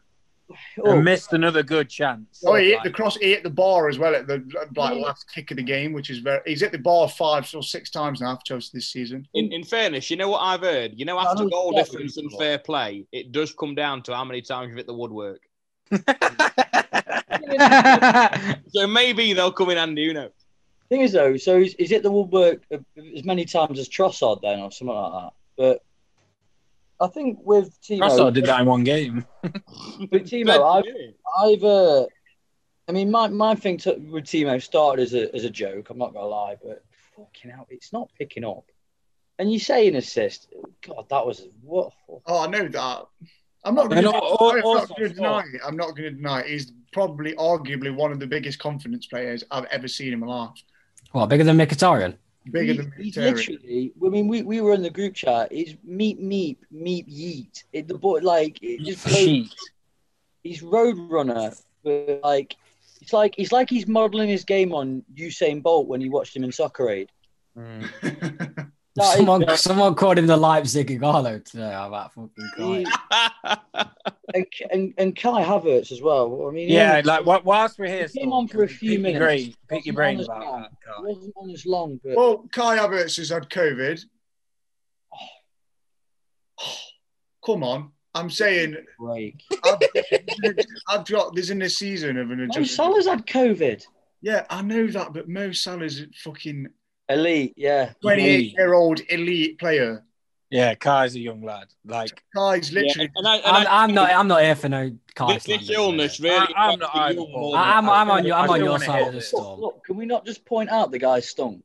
S6: Oh,
S5: and missed another good chance.
S1: Oh, he hit the cross, he hit the bar as well at the like last kick of the game, which is very. He's hit the bar five or six times now for Chelsea this season.
S2: In, in fairness, you know what I've heard? You know, after
S6: know
S2: goal
S6: it's
S2: difference and
S6: definitely-
S2: fair play, it does come down to how many times you've hit the woodwork. So maybe they'll come in handy, you know.
S6: Thing is, though, so he's, he's hit the woodwork as many times as Trossard then, or something like that. But I think with Timo,
S5: Trossard did that in one game.
S6: with Timo, I've, I've, uh, I mean, my, my thing to, with Timo started as a, as a joke. I'm not gonna lie, but fucking hell, it's not picking up. And you say an assist, God, that was what?
S1: Oh, I know that. I'm not
S5: And
S1: going to.
S5: al- al-
S1: I'm not
S5: also-
S1: going to deny it. I'm not going to deny it. He's probably, arguably, one of the biggest confidence players I've ever seen in my life.
S3: what bigger than Mkhitaryan?
S1: Bigger
S6: He-
S1: than
S6: he's
S1: Mkhitaryan.
S6: literally. I mean, we, we were in the group chat. It's meep meep meep yeet. It, the boy like it just blows
S5: Cheat.
S6: he's Roadrunner, but like it's like it's like he's modelling his game on Usain Bolt when you watched him in Soccer Aid. That is-
S3: Someone, someone called him the Leipzig Igalo today. I'm about fucking crying.
S6: and, and and Kai Havertz as well. I mean, he
S5: Yeah,
S6: only-
S5: like wh- whilst we're here,
S6: He came on
S5: Storm,
S6: for a
S5: can
S6: few
S5: pick
S6: minutes.
S5: Your brain, pick your brain
S6: Wasn't on
S5: about
S6: as
S5: that.
S6: it
S5: Carl.
S6: wasn't on as long, but
S1: Well, Kai Havertz has had COVID. Oh. Come on. I'm saying
S6: break.
S1: I've, I've got there's in this season of an
S6: Mo
S1: adjustment.
S6: Salah's had COVID.
S1: Yeah, I know that, but Mo Salah's a fucking
S6: Elite, yeah.
S1: 28 year old elite player.
S5: Yeah, Kai's a young lad. Like
S1: Kai's literally
S2: And I, and
S3: I'm,
S2: I-
S3: I'm not. I'm not here for no Kai
S2: This, this
S3: slander,
S2: illness
S3: mate.
S2: really.
S5: I- I'm not
S2: affects the
S5: either.
S2: young more
S3: I- I'm,
S2: than-
S3: I'm on your. I'm
S5: I
S3: on
S5: still
S3: your
S5: wanna
S3: side
S5: hear
S3: of the
S5: this.
S3: storm.
S6: Look, can we not just point out the guy's stunk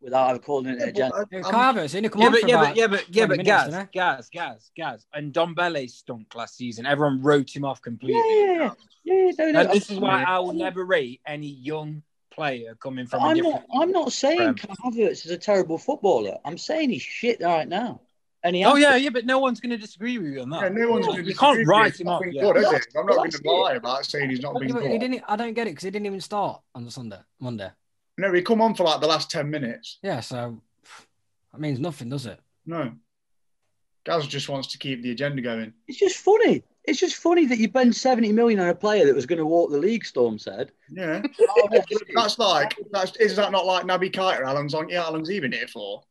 S6: without calling it a
S1: Yeah,
S6: agenda?
S1: but I-
S3: Yeah,
S1: I'm-
S3: Kai Havertz, he only come
S5: yeah,
S3: on
S5: but
S3: for
S5: yeah,
S3: about-
S5: but yeah, but yeah,
S3: 20
S5: but
S3: minutes,
S5: Gaz,
S3: didn't it?
S5: Gaz, Gaz, Gaz, and Dombele stunk last season. Everyone wrote him off completely.
S6: Yeah, yeah, Yeah, no, no,
S5: And this
S6: I'm-
S5: is why I will never rate any young player coming from a
S6: I'm
S5: different.
S6: not. I'm not saying
S5: Um,
S6: Kai Havertz is a terrible footballer. I'm saying he's shit right now. And he
S5: Oh
S6: has-
S5: yeah, yeah, but no one's going to disagree with you on that.
S1: Yeah, no one's going to
S5: You can't write him off. Yeah.
S1: Good, is it? I'm not
S6: Well,
S1: going to
S6: that's
S1: lie about saying he's not been
S3: Yeah, but he
S1: good.
S3: didn't. I don't get it because he didn't even start on the Sunday, Monday.
S1: No, he come on for like the last ten minutes.
S3: Yeah, so pff, that means nothing, does it?
S1: No, Gaz just wants to keep the agenda going.
S6: it's just funny. It's just funny that you spend 70 million on a player that was going to walk the league. Storm said.
S1: Yeah,
S6: Oh, yeah,
S1: that's like that's is that not like Naby Keita? How long's on? Yeah, how long's he been here for?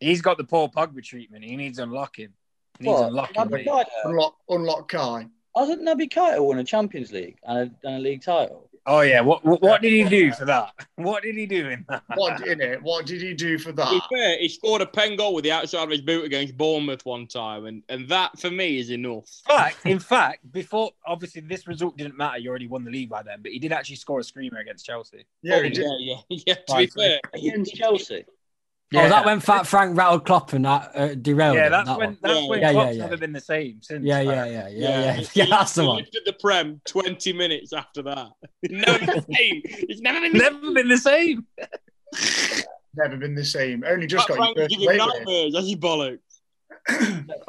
S5: He's got the Paul Pogba treatment. He needs unlocking. He needs
S6: what?
S5: unlocking.
S6: Naby
S5: mate.
S6: Keita?
S1: Unlock, unlock Kai.
S6: Hasn't Naby Keita won a Champions League and a, and a league title?
S5: Oh yeah, what, what what did he do for that? What did he do in that?
S1: What in it? What did he do for
S2: To be
S1: that?
S2: fair, he scored a pen goal with the outside of his boot against Bournemouth one time, and, and that for me is enough.
S5: In fact, in fact, before obviously this result didn't matter. You already won the league by then, but he did actually score a screamer against Chelsea.
S1: Yeah,
S2: yeah,
S1: he did.
S2: yeah, yeah. To be
S5: Right.
S2: fair,
S6: Against Chelsea.
S3: Oh, that when Fat Frank rattled Klopp and that uh, derailed
S5: yeah,
S3: him,
S5: that's
S3: that
S5: when
S3: one.
S5: that's
S2: Yeah,
S5: when
S3: yeah,
S5: Klopp's
S3: yeah.
S5: never been the same since.
S3: Yeah, yeah,
S5: man.
S3: yeah, yeah, yeah,
S2: he-
S3: yeah. That's the
S2: he
S3: one.
S2: Lifted the prem twenty minutes after that. No, it's the same. It's never been the same.
S5: Never been the same.
S1: Never been the same. Only just got
S2: Fat
S1: your
S2: Frank
S1: first
S2: giving
S1: play with it.
S2: nightmares, as you bollock.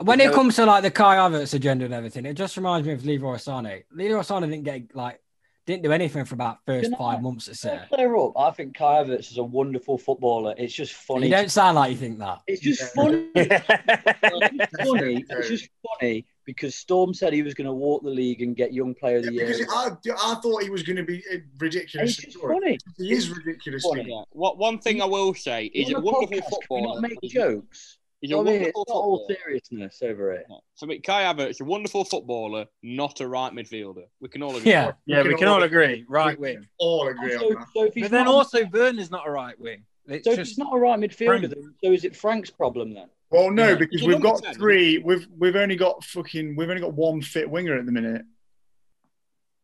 S3: When it comes to like the Kai Havertz agenda and everything, it just reminds me of Leroy Sané. Leroy Sané didn't get like Didn't do anything for about first
S6: Can I-
S3: five months or so.
S6: Can I Clear up. I think Kai Havertz is a wonderful footballer. It's just funny.
S3: You don't sound like you think that.
S6: It's just funny. it's just funny. It's just funny because Storm said he was going to walk the league and get Young Player of the Year.
S1: Because I, I thought he was going to be uh,
S6: And
S1: ridiculous.
S6: it's just funny.
S1: He is ridiculous.
S6: Funny.
S2: Yeah. What one thing I will say is
S6: We're
S2: a
S6: on a
S2: wonderful
S6: podcast. Can we
S2: footballer.
S6: not make
S2: He's-
S6: jokes.
S2: He's
S6: You
S2: a
S6: know what I mean? It's
S2: wonderful
S6: not all
S2: footballer.
S6: seriously over it.
S2: So I mean, Kai Havertz, a wonderful footballer, not a right midfielder. We can all agree.
S3: Yeah.
S5: Yeah, we can all agree. Right
S1: we
S5: wing.
S1: all agree on
S6: Also,
S1: that.
S6: so if he's
S5: But then
S6: not-
S5: also, Werner's not a right wing. It's
S6: so if
S5: just
S6: he's not a right midfielder,
S5: Frank.
S6: then, so is it Frank's problem then?
S1: Well, no,
S5: Yeah.
S1: because
S2: He's a
S1: we've
S2: number
S1: got
S2: 10.
S1: three. We've we've only got fucking. We've only got one fit winger at the minute.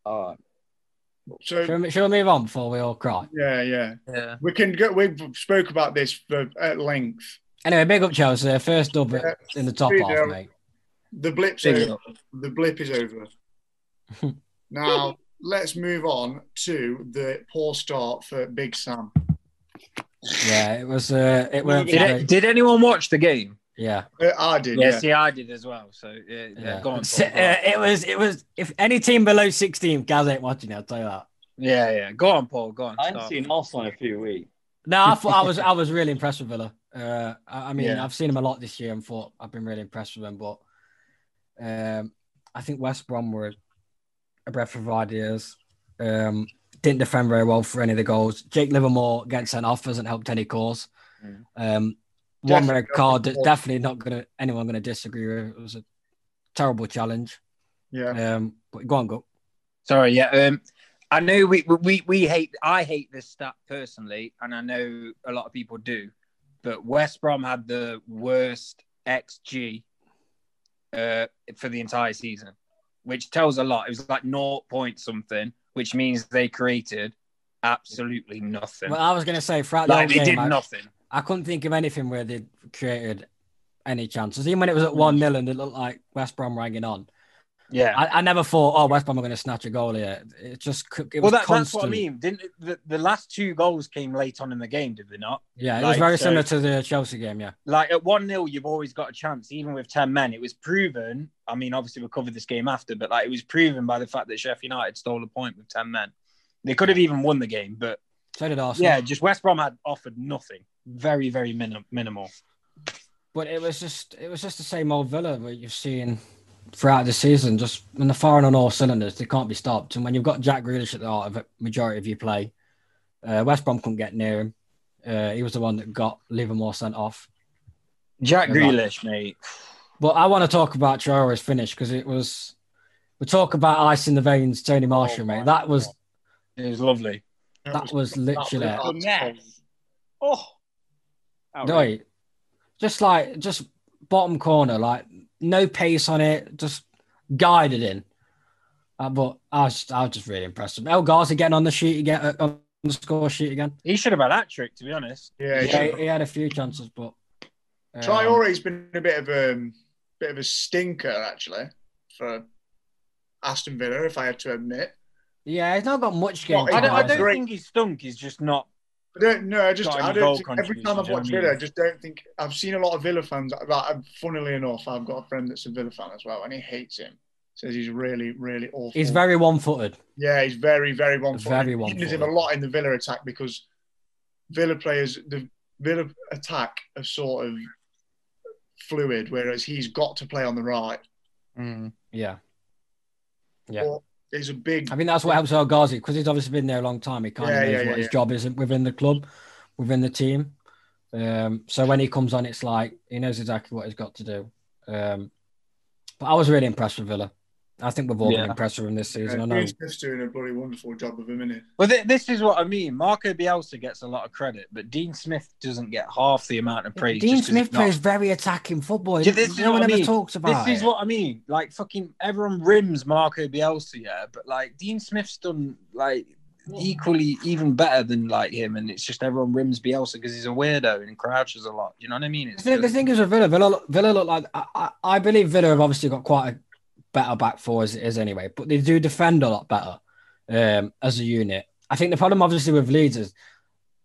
S6: All right.
S1: So
S3: Shall we, shall we move on before we all cry?
S1: yeah, yeah,
S5: yeah.
S1: we can go. We've spoke about this for, at length.
S3: Anyway, big up Chelsea. First dub in the top
S1: Three
S3: half,
S1: nil.
S3: mate.
S1: The blip's
S5: Big
S1: over. The blip is over. now let's move on to the poor start for Big Sam.
S3: Yeah, it was. Uh, it went.
S5: Did,
S3: great.
S5: it- did anyone watch the game?
S3: yeah,
S1: Uh, I did.
S5: Yeah,
S1: yeah.
S5: see, I did as well. So yeah, yeah.
S3: yeah.
S5: go on.
S3: So,
S5: Paul, go on.
S3: uh, it was. It was. If any team below sixteen, Gaz ain't watching. it, I'll tell you that.
S5: yeah, yeah. Go on, Paul. Go on.
S6: I haven't
S5: start.
S6: seen Arsenal in a few weeks.
S3: No, I thought I was. I was really impressed with Villa. Uh, I, I mean,
S5: Yeah.
S3: I've seen them a lot this year, and thought I've been really impressed with them. But um, I think West Brom were a breath of ideas. Um, didn't defend very well for any of the goals. Jake Livermore getting sent off hasn't helped any cause.
S5: Mm.
S3: Um, one
S1: Definitely
S3: red
S1: not
S3: card
S1: helped
S3: that's
S1: cause.
S3: definitely not gonna anyone gonna disagree with. It was a terrible challenge.
S1: Yeah.
S3: Um, but go on, go.
S5: Sorry, yeah. Um, I know we, we we hate. I hate this stat personally, and I know a lot of people do. But West Brom had the worst XG uh, for the entire season, which tells a lot. It was like naught point something, which means they created absolutely nothing.
S3: Well, I was gonna say throughout the whole
S5: like they
S3: game,
S5: did
S3: I-
S5: nothing.
S3: I couldn't think of anything where they created any chances. Even when it was
S5: Hmm.
S3: at 1 0 and it looked like West Brom were hanging on,
S5: Yeah.
S3: I, I never thought, oh, West Brom are going to snatch a goal here. It just c- it
S5: well,
S3: was
S5: that, that's
S3: constant.
S5: what I mean. Didn't the, the last two goals came late on in the game? Did they not?
S3: Yeah, it was
S5: Like,
S3: very
S5: so-
S3: similar to the Chelsea game. Yeah,
S5: like at 1 0, you've always got a chance, even with 10 men. It was proven. I mean, obviously, we'll cover this game after, but like it was proven by the fact that Sheffield United stole a point with 10 men. They could have even won the game, but
S3: so did Arsenal.
S5: yeah, just West Brom had offered nothing. Very, very minim- minimal.
S3: but it was just it was just the same old Villa that you've seen throughout the season. Just when they're firing on all cylinders, they can't be stopped. And when you've got Jack Grealish at the heart of a majority of your play, uh, West Brom couldn't get near him. Uh, he was the one that got Livermore sent off.
S5: Jack
S3: Yeah,
S5: Grealish, mate.
S3: But I want to talk about Traore's finish because it was. We talk about ice in the veins, Tony Marshall, mate. That was
S5: It was lovely.
S3: that was literally
S1: that was-
S2: Finesse. Oh,
S3: no,
S2: outrageous.
S3: it- just like just bottom corner, like no pace on it, just guided in. Uh, but I was I was just really impressed. with him. El Ghazi getting on the sheet again, uh, on the score sheet again.
S5: He should have had that trick, to be honest.
S1: Yeah,
S3: Yeah,
S1: yeah.
S3: he, he had a few chances, but um,
S1: Traore's been a bit of a bit of a stinker actually for Aston Villa, if I had to admit.
S3: Yeah, he's not got much game.
S1: Well,
S5: I don't, I
S3: time,
S5: don't
S3: has he?
S5: think he's stunk. He's just not.
S1: I don't know. I just
S5: Got any
S1: I
S5: goal
S1: don't. Think, every time I've
S5: contributions,
S1: watched
S5: you know what I
S1: Villa, I
S5: mean?
S1: just don't think I've seen a lot of Villa fans. Like, uh, funnily enough, I've got a friend that's a Villa fan as well, and he hates him. Says he's really, really awful.
S3: he's very one-footed.
S1: yeah, he's very, very one.
S3: Very
S1: He hinders him a
S3: one-footed.
S1: lot in the Villa attack because Villa players, the Villa attack, are sort of fluid, whereas he's got to play on the right.
S3: Yeah, Yeah.
S1: But there's a big.
S3: I mean, that's what helps El Ghazi because he's obviously been there a long time. He kind
S1: Yeah,
S3: of knows
S1: yeah,
S3: what
S1: yeah,
S3: his
S1: yeah.
S3: job is within the club, within the team. Um, so when he comes on, it's like he knows exactly what he's got to do. Um, but I was really impressed with Villa. I think we've all
S5: Yeah.
S3: been impressed with him this season.
S1: uh,
S3: I know.
S1: Dean Smith's doing a bloody wonderful job of him, innit?
S5: Well, th- this is what I mean. Marco Bielsa gets a lot of credit, but Dean Smith doesn't get half the amount of praise.
S3: Dean
S5: just 'cause
S3: Smith
S5: he's not
S3: plays very attacking football.
S5: Yeah, this is
S3: no
S5: what
S3: one
S5: I
S3: ever
S5: mean.
S3: talks about.
S5: This is
S3: it.
S5: what I mean. Like fucking everyone rims Marco Bielsa, yeah, but like Dean Smith's done like equally even better than like him, and it's just everyone rims Bielsa because he's a weirdo and crouches a lot. You know what I mean?
S3: The
S5: It's
S3: thing, the
S5: just-
S3: thing is with Villa, Villa, Villa look like I, I- I believe Villa have obviously got quite a better back four as it is anyway, but they do defend a lot better um, as a unit. I think the problem obviously with Leeds is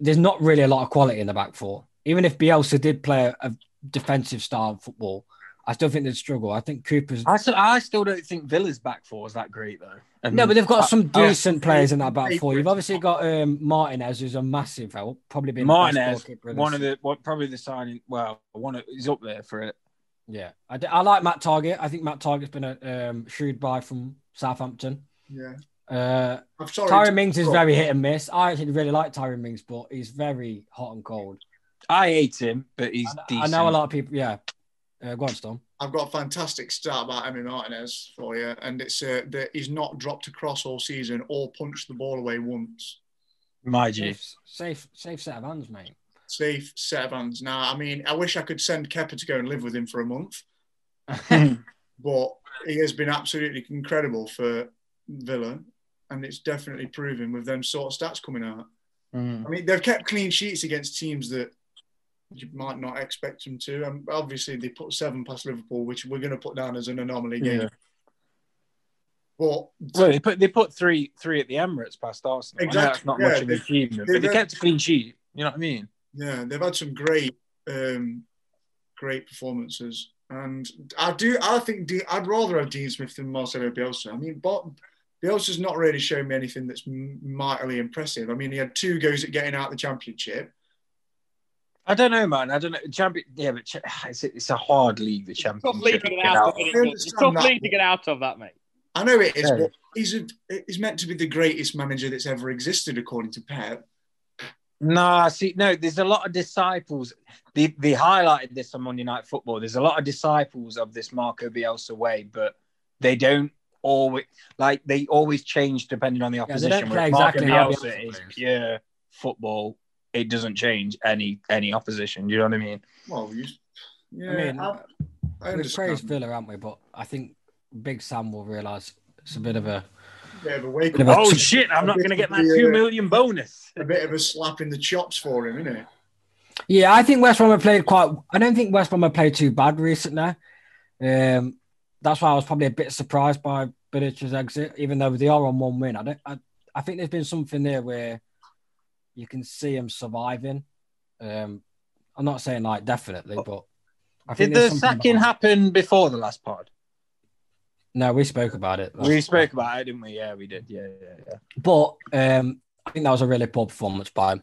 S3: there's not really a lot of quality in the back four. Even if Bielsa did play a, a defensive style of football, I still think they'd struggle. I think Cooper's.
S5: I, still, I still don't think Villa's back four is that great though. And
S3: No, but they've got some
S5: I-
S3: decent players in that back
S2: Favourites.
S3: four. You've obviously got um, Martinez, who's a massive help. Probably been the best
S5: Martinez,
S3: goalkeeper this-
S5: one of the one, probably the signing. Well, one of, he's up there for it.
S3: Yeah, I, d- I like Matt Target. I think Matt Target's been a um, shrewd buy from Southampton.
S1: Yeah.
S3: Uh,
S1: I'm sorry.
S3: Tyron Mings is
S1: Rob.
S3: very hit and miss. I actually really like Tyron Mings, but he's very hot and cold.
S5: I hate him, but he's
S3: I- I,
S5: decent.
S3: know a lot of people. Yeah, uh, go on, Storm.
S1: I've got a fantastic stat about Emmy Martinez for you, and it's uh, that he's not dropped a cross all season or punched the ball away once.
S5: My G.
S3: Safe, safe, safe set of hands, mate.
S1: Safe set of hands. Now, I mean, I wish I could send Kepper to go and live with him for a month, but he has been absolutely incredible for Villa, and it's definitely proven with them sort of stats coming out.
S5: Mm.
S1: I mean, they've kept clean sheets against teams that you might not expect them to. And obviously, they put seven past Liverpool, which we're going to put down as an anomaly game.
S5: Yeah.
S1: But
S5: Well, they put they put three three at the Emirates past Arsenal. I know
S1: Exactly,
S5: that's not
S1: yeah,
S5: much of an
S1: they-
S5: achievement,
S1: they
S5: but they
S1: re-
S5: kept a clean sheet. You know what I mean?
S1: yeah, they've had some great, um, great performances. And I do, I think De- I'd rather have Dean Smith than Marcelo Bielsa. I mean, but Bielsa's not really shown me anything that's m- mightily impressive. I mean, he had two goes at getting out the championship.
S5: I don't know, man. I don't know. Champion, yeah, but cha- it's, a, it's a hard league. The
S2: Tough league
S5: championship.
S2: to get
S5: Get
S2: out of it.
S5: out.
S1: I
S2: It's a tough
S1: understand
S2: league
S1: that.
S2: to get out of that, mate.
S1: I know it is,
S5: Yeah.
S1: but he's, a, he's meant to be the greatest manager that's ever existed, according to Pep.
S5: Nah, see, no, there's a lot of disciples. They, they highlighted this on Monday Night Football. There's a lot of disciples of this Marco Bielsa way, but they don't always like they always change depending on the
S3: they
S5: opposition.
S3: don't play
S5: whereas
S3: exactly how
S5: Marco Bielsa
S3: Bielsa
S5: is
S3: plays.
S5: pure football. It doesn't change any any opposition. You know what I mean?
S1: Well, you, yeah, I,
S3: I mean,
S1: I
S3: We've praised
S1: understand.
S3: Villa, haven't we? But I think Big Sam will realise it's a bit of a.
S1: Yeah, but wake
S3: Bit
S1: up.
S3: of
S5: Oh shit! I'm not going to get my two million bonus.
S1: a bit of a slap in the chops for him, isn't it?
S3: Yeah, I think West Brom have played quite. I don't think West Brom have played too bad recently. Um, that's why I was probably a bit surprised by Billich's exit, even though they are on one win. I don't. I, I think there's been something there where you can see them surviving. Um, I'm not saying like definitely, but I
S5: Did
S3: think
S5: the
S3: there's something
S5: sacking
S3: behind-
S5: happen before the last pod?
S3: No, we spoke about it.
S5: We spoke about it, didn't we? Yeah, we did. Yeah, yeah, yeah.
S3: But um, I think that was a really poor performance by him.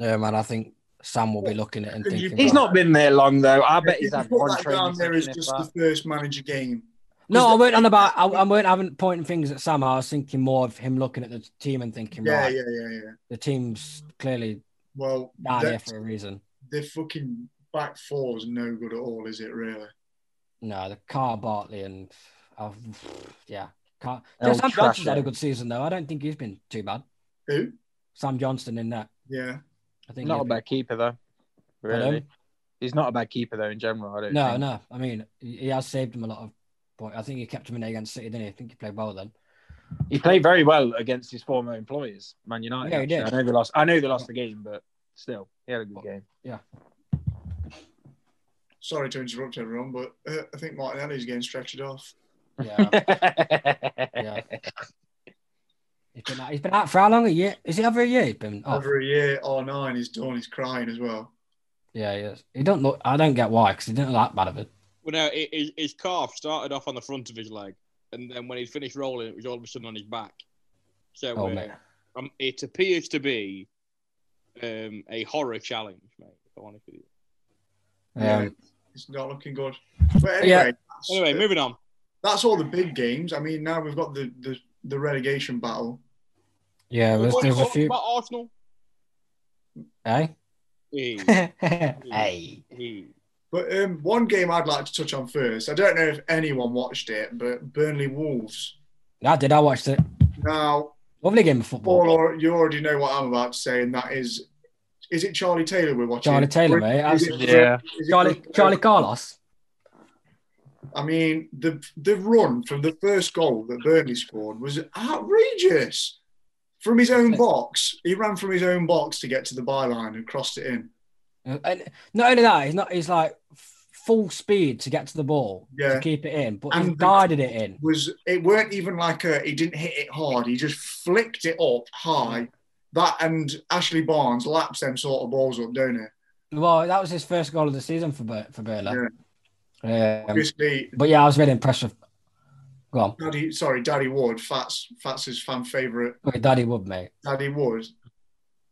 S3: Um, and I think Sam will be looking at it and
S1: Could you-
S3: thinking.
S5: He's
S3: right.
S5: not been there long though. I bet he's
S1: If you
S5: had
S1: put
S5: one
S1: that
S5: training
S1: down there as
S5: session. if
S1: just
S5: that.
S1: the first manager game.
S3: No, I weren't on about. I, I weren't having pointing fingers at Sam. I was thinking more of him looking at the team and thinking,
S1: Yeah,
S3: right,
S1: yeah, yeah, yeah.
S3: the team's clearly
S1: Well,
S3: down here
S1: that,
S3: for a reason.
S1: the fucking back four is no good at all, is it really?
S3: No, the Carr Bartley and uh, yeah, Carr.
S5: El
S3: Yeah, Sam Johnston's had a
S5: Trafford.
S3: good season though. I don't think he's been too bad.
S1: Who?
S3: Sam Johnston in that.
S1: Yeah.
S3: I think
S5: not
S3: he's
S5: a bad keeper though.
S3: Pardon?
S5: Really, he's not a bad keeper though in general. I
S3: been-
S5: don't.
S3: No,
S5: think.
S3: no. I mean, he he has saved him a lot of. But I think he kept him in there against City, didn't he? I think he played well then.
S5: he played very well against his former employers, Man United.
S3: Yeah, he
S5: actually.
S3: did.
S5: I know they lost. I know they lost the game, but still, he had a good game.
S1: Sorry to interrupt everyone, but uh, I think Martinelli's getting stretched off.
S3: Yeah, yeah. He's been, out, he's been out for how long? A year? Is it over a year? He's been oh, off?
S1: Over a year or nine, he's done. He's crying as well.
S3: Yeah, he is. He don't look. I don't get why because he didn't look that bad of it.
S2: Well, no, it, his, his calf started off on the front of his leg, and then when he'd finished rolling, it was all of a sudden on his back. So
S3: Oh,
S2: uh,
S3: mate.
S2: um, it appears to be um, a horror challenge, mate. If I'm honest with you.
S1: Yeah.
S3: Um,
S1: It's not looking good. But anyway,
S3: Yeah.
S1: that's,
S2: Anyway, moving on.
S1: that's all the big games. I mean, now we've got the, the, the relegation battle.
S3: yeah, there's,
S2: What-
S3: there's a
S2: what
S3: few.
S2: about Arsenal.
S3: Eh?
S2: Hey,
S3: hey,
S2: hey.
S1: But um, one game I'd like to touch on first. I don't know if anyone watched it, but Burnley Wolves.
S3: I did. I watched it.
S1: Now,
S3: Lovely game of football.
S1: Paul, or- you already know what I'm about to say, and that is, is it Charlie Taylor we're watching?
S3: Charlie Taylor,
S1: Or is-
S3: mate.
S1: is it-
S3: Absolutely.
S5: Yeah.
S1: is it-
S3: Charlie, Charlie Carlos.
S1: I mean, the the run from the first goal that Burnley scored was outrageous. From his own box, he ran from his own box to get to the byline and crossed it in.
S3: Uh, And not only that, he's not. He's like f- full speed to get to the ball
S1: Yeah.
S3: to keep it in, but he
S1: And-
S3: guided it in.
S1: was it weren't even like a he didn't hit it hard. He just flicked it up high. That and Ashley Barnes
S3: Um,
S1: laps them sort of balls up, don't he?
S3: Well, that was his first goal of the season for Bur- for Burla.
S1: Yeah.
S3: Um,
S1: Obviously,
S3: but yeah, I was really impressed with. Go on,
S1: Daddy, sorry, Daddy Wood, Fats, Fats's fan favorite,
S3: Wait, Daddy Wood, mate,
S1: Daddy Wood.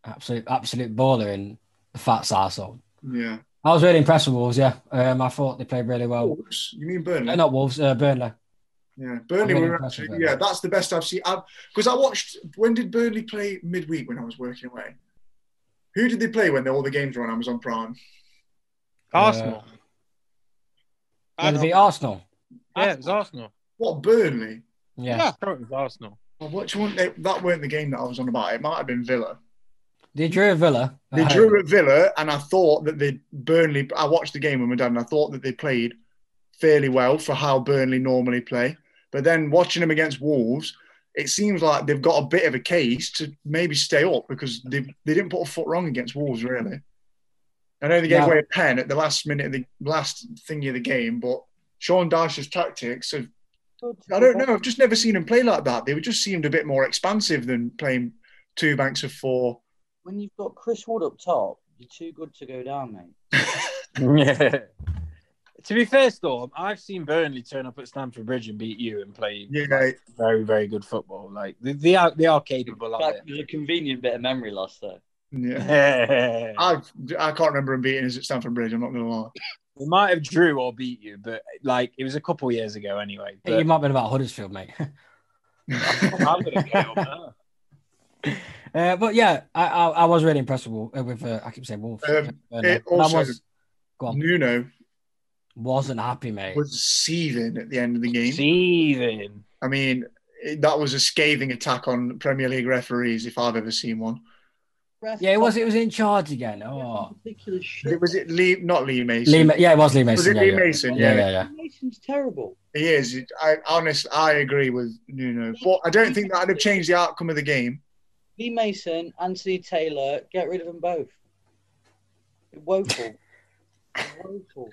S3: absolute absolute baller in the Fats arsehole.
S1: Yeah.
S3: I was really impressed with Wolves. Yeah, um, I thought they played really well.
S1: Wolves? You mean Burnley?
S3: No, not Wolves, uh, Burnley.
S1: Yeah, Burnley
S3: I'm really
S1: were
S3: impressed with
S1: actually,
S3: Burnley.
S1: yeah, that's the best I've seen. Because I watched, when did Burnley play midweek when I was working away? Who did they play when all the games were on Amazon Prime?
S3: Arsenal. Yeah, they beat Arsenal.
S7: Yeah, it was Arsenal.
S1: What, Burnley?
S3: Yeah.
S7: I thought it was Arsenal.
S1: Well, Which one? They, that weren't the game that I was on about. It might have been Villa.
S3: they drew at Villa. Uh, at
S1: They
S3: home.
S1: drew at Villa, and I thought that they Burnley. I watched the game with my dad, and I thought that they played fairly well for how Burnley normally play. But then watching them against Wolves, it seems like they've got a bit of a case to maybe stay up because they, they didn't put a foot wrong against Wolves, really. I know they gave
S3: No.
S1: away a pen at the last minute of the last thingy of the game, but Sean Dyche's tactics have I don't know. I've just never seen them play like that. They just seemed a bit more expansive than playing two banks of four.
S6: When you've got Chris Wood up top, you're too good to go down, mate.
S7: Yeah. to be fair, Storm, I've seen Burnley turn up at Stamford Bridge and beat you and play
S1: Yeah,
S7: very, very good football. Like they, they are, they are capable of
S6: That was a convenient bit of memory loss, though.
S1: yeah.
S7: it.
S1: I I can't remember him beating us at Stamford Bridge. I'm not gonna lie.
S7: They might have drew or beat you, but like it was a couple years ago anyway.
S3: I think You might have been about Huddersfield, mate.
S7: But I'm gonna get on that.
S3: Uh, but yeah, I, I, I was really impressed with, Wol- uh, with uh, I keep saying Wolves.
S1: Um,
S3: Burnley.
S1: it
S3: But I
S1: also-
S3: was, go on,
S1: Nuno
S3: wasn't happy, mate.
S1: was seething at the end of the game.
S7: Seething.
S1: I mean, it, that was a scathing attack on Premier League referees if I've ever seen one.
S3: Yeah, it was. It was in charge again. Oh,
S6: Ridiculous shit.
S1: Was it Lee? Not Lee Mason.
S3: Lee, Ma- yeah, it was Lee Mason.
S1: Was it
S3: yeah,
S1: Lee
S3: yeah.
S1: Mason?
S3: Yeah, yeah, yeah.
S6: Mason's terrible.
S1: He is. I honestly, I agree with Nuno, but I don't think that'd have changed the outcome of the game.
S6: Lee Mason, Anthony Taylor, get rid of them both. Woeful. Woeful.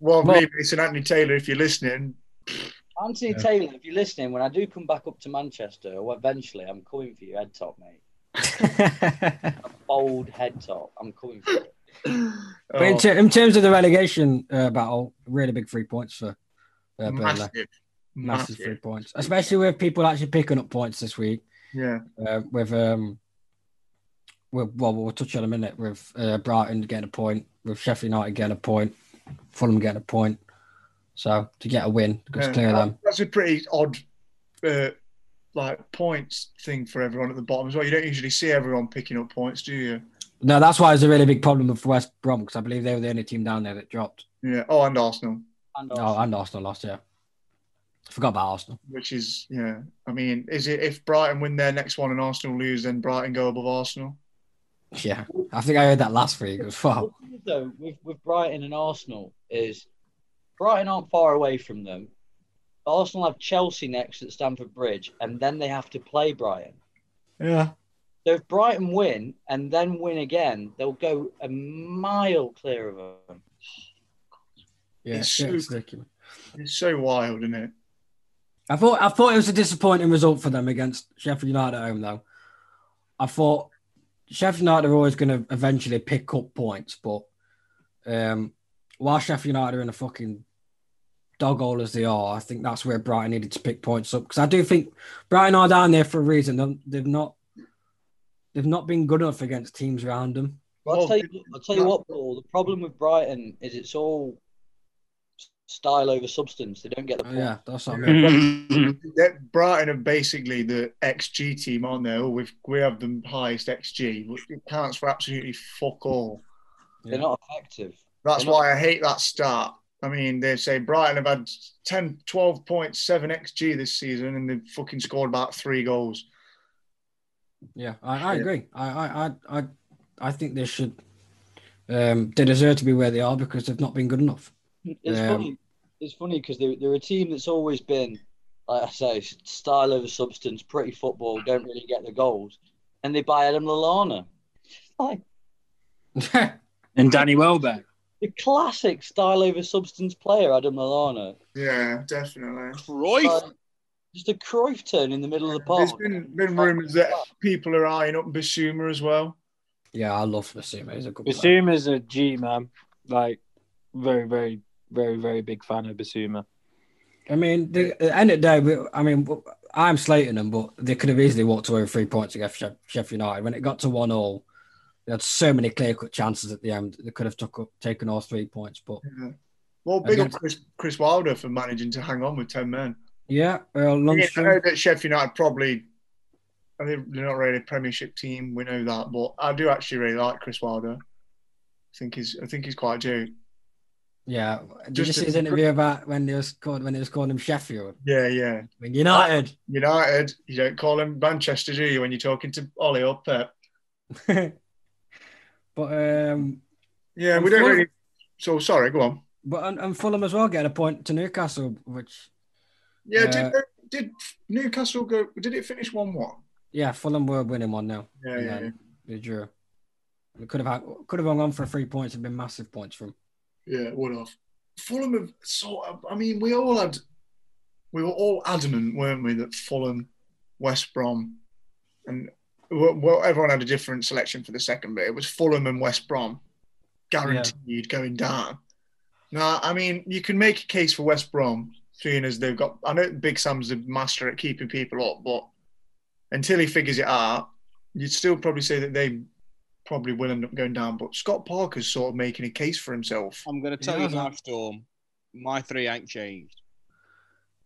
S1: Well,
S3: Well-
S1: Lee Mason, Anthony Taylor, if you're listening,
S6: Anthony Taylor, if you're listening, when I do come back up to Manchester, well, eventually I'm coming for your head top, mate. Bold head top. I'm coming for it.
S3: but in,
S1: Oh,
S3: ter- in terms of the relegation uh, battle, really big three points for uh, Burnley. Massive,
S1: massive,
S3: three
S1: massive.
S3: points, especially with people actually picking up points this week.
S1: Yeah,
S3: Uh, with um, with well, we'll touch on a minute with uh, Brighton getting a point, with Sheffield United getting a point, Fulham getting a point. So to get a win, because
S1: Yeah.
S3: clear them.
S1: that's a pretty odd, uh, like points thing for everyone at the bottom as well. You don't usually see everyone picking up points, do you?
S3: No, that's why it's a really big problem with West Brom because I believe they were the only team down there that dropped.
S1: Yeah. Oh, and Arsenal,
S6: And
S3: Oh, and Arsenal lost. Yeah, forgot about Arsenal.
S1: which is yeah. I mean, is it if Brighton win their next one and Arsenal lose, then Brighton go above Arsenal?
S3: Yeah, I think I heard that last week as well.
S6: What it is, though with, with Brighton and Arsenal is Brighton aren't far away from them. Arsenal have Chelsea next at Stamford Bridge, and then they have to play Brighton.
S3: Yeah.
S6: So if Brighton win and then win again, they'll go a mile clear of them.
S3: Yeah,
S1: It's
S3: it's
S1: stupid.
S3: ridiculous.
S1: It's so wild, isn't it?
S3: I thought I thought it was a disappointing result for them against Sheffield United at home, though. I thought Sheffield United are always going to eventually pick up points, but um, while Sheffield United are in a fucking dog hole as they are, I think that's where Brighton needed to pick points up because I do think Brighton are down there for a reason. They've- They've not they've not been good enough against teams around them.
S6: Well, I'll
S1: Well,
S6: tell you, I'll tell you what, Paul. The problem with Brighton is it's all style over substance. They don't get the
S3: Oh,
S6: point.
S3: yeah, that's what I mean.
S5: Mm.
S1: They're- Brighton are basically the XG team, aren't they? Oh, we've, we have the highest XG, which counts for absolutely fuck all.
S6: They're not effective.
S1: That's why I hate that start. I mean, they say Brighton have had 10, 12.7 XG this season and they've fucking scored about three goals.
S3: Yeah, I, I agree. I, I, I, I, I think they should. Um, they deserve to be where they are because they've not been good enough.
S6: It's
S3: Um,
S6: funny. It's funny because they're, they're a team that's always been, like I say, s- style over substance, pretty football, don't really get the goals, and they buy Adam Lallana. Like
S5: and Danny Welbeck.
S6: the classic style over substance player, Adam Lallana.
S1: Yeah, definitely.
S6: Like, just a Cruyff turn in the middle of the
S1: There's
S6: park.
S1: been, been rumours that people are eyeing up Basuma as well.
S3: yeah, I love Basuma. He's a good player.
S7: Basuma's a G man. Like very, very very, very big fan of Basuma.
S3: I mean, the, at the end of the day, we, I mean, w- I'm slating them, but they could have easily walked away with three points against Sheff- Sheffield United. When it got to one all, they had so many clear cut chances at the end. They could have took up, taken all three points, but
S1: Yeah. Well, big up
S3: Against-
S1: Chris, Chris Wilder for managing to hang on with 10 men.
S3: yeah, Earl
S1: Yeah, uh, I
S3: Lundstrom.
S1: know that Sheffield United probably, I think they're not really a Premiership team. We know that, but I do actually really like Chris Wilder. I think he's, I think he's quite due.
S3: Yeah, did you
S1: Just
S3: see
S1: a-
S3: his interview about when they was called when they was calling him Sheffield?
S1: Yeah, yeah.
S3: I mean, United.
S1: United, you don't call him Manchester, do you? When you're talking to Ollie or Pep.
S3: but um,
S1: Yeah,
S3: And
S1: we don't
S3: Fulham-
S1: really. So sorry, go on.
S3: but and, and Fulham as well getting a point to Newcastle, which
S1: Yeah,
S3: Uh,
S1: did, did Newcastle go? Did it finish one-one?
S3: yeah, Fulham were winning one now.
S1: Yeah, yeah, yeah.
S3: They drew. We could have had, could have hung on for three points and been massive points from.
S1: Yeah, it would have. Fulham have sort of. I mean, we all had. We were all adamant, weren't we, that Fulham, West Brom, and well, well, everyone had a different selection for the second bit. It was Fulham and West Brom, guaranteed going down. Now, I mean, you can make a case for West Brom, seeing as they've got. I know Big Sam's the master at keeping people up, but until he figures it out, you'd still probably say that they probably will end up going down. But Scott Parker's sort of making a case for himself.
S2: I'm going to tell you
S3: Yeah,
S2: now, Storm. My three ain't changed.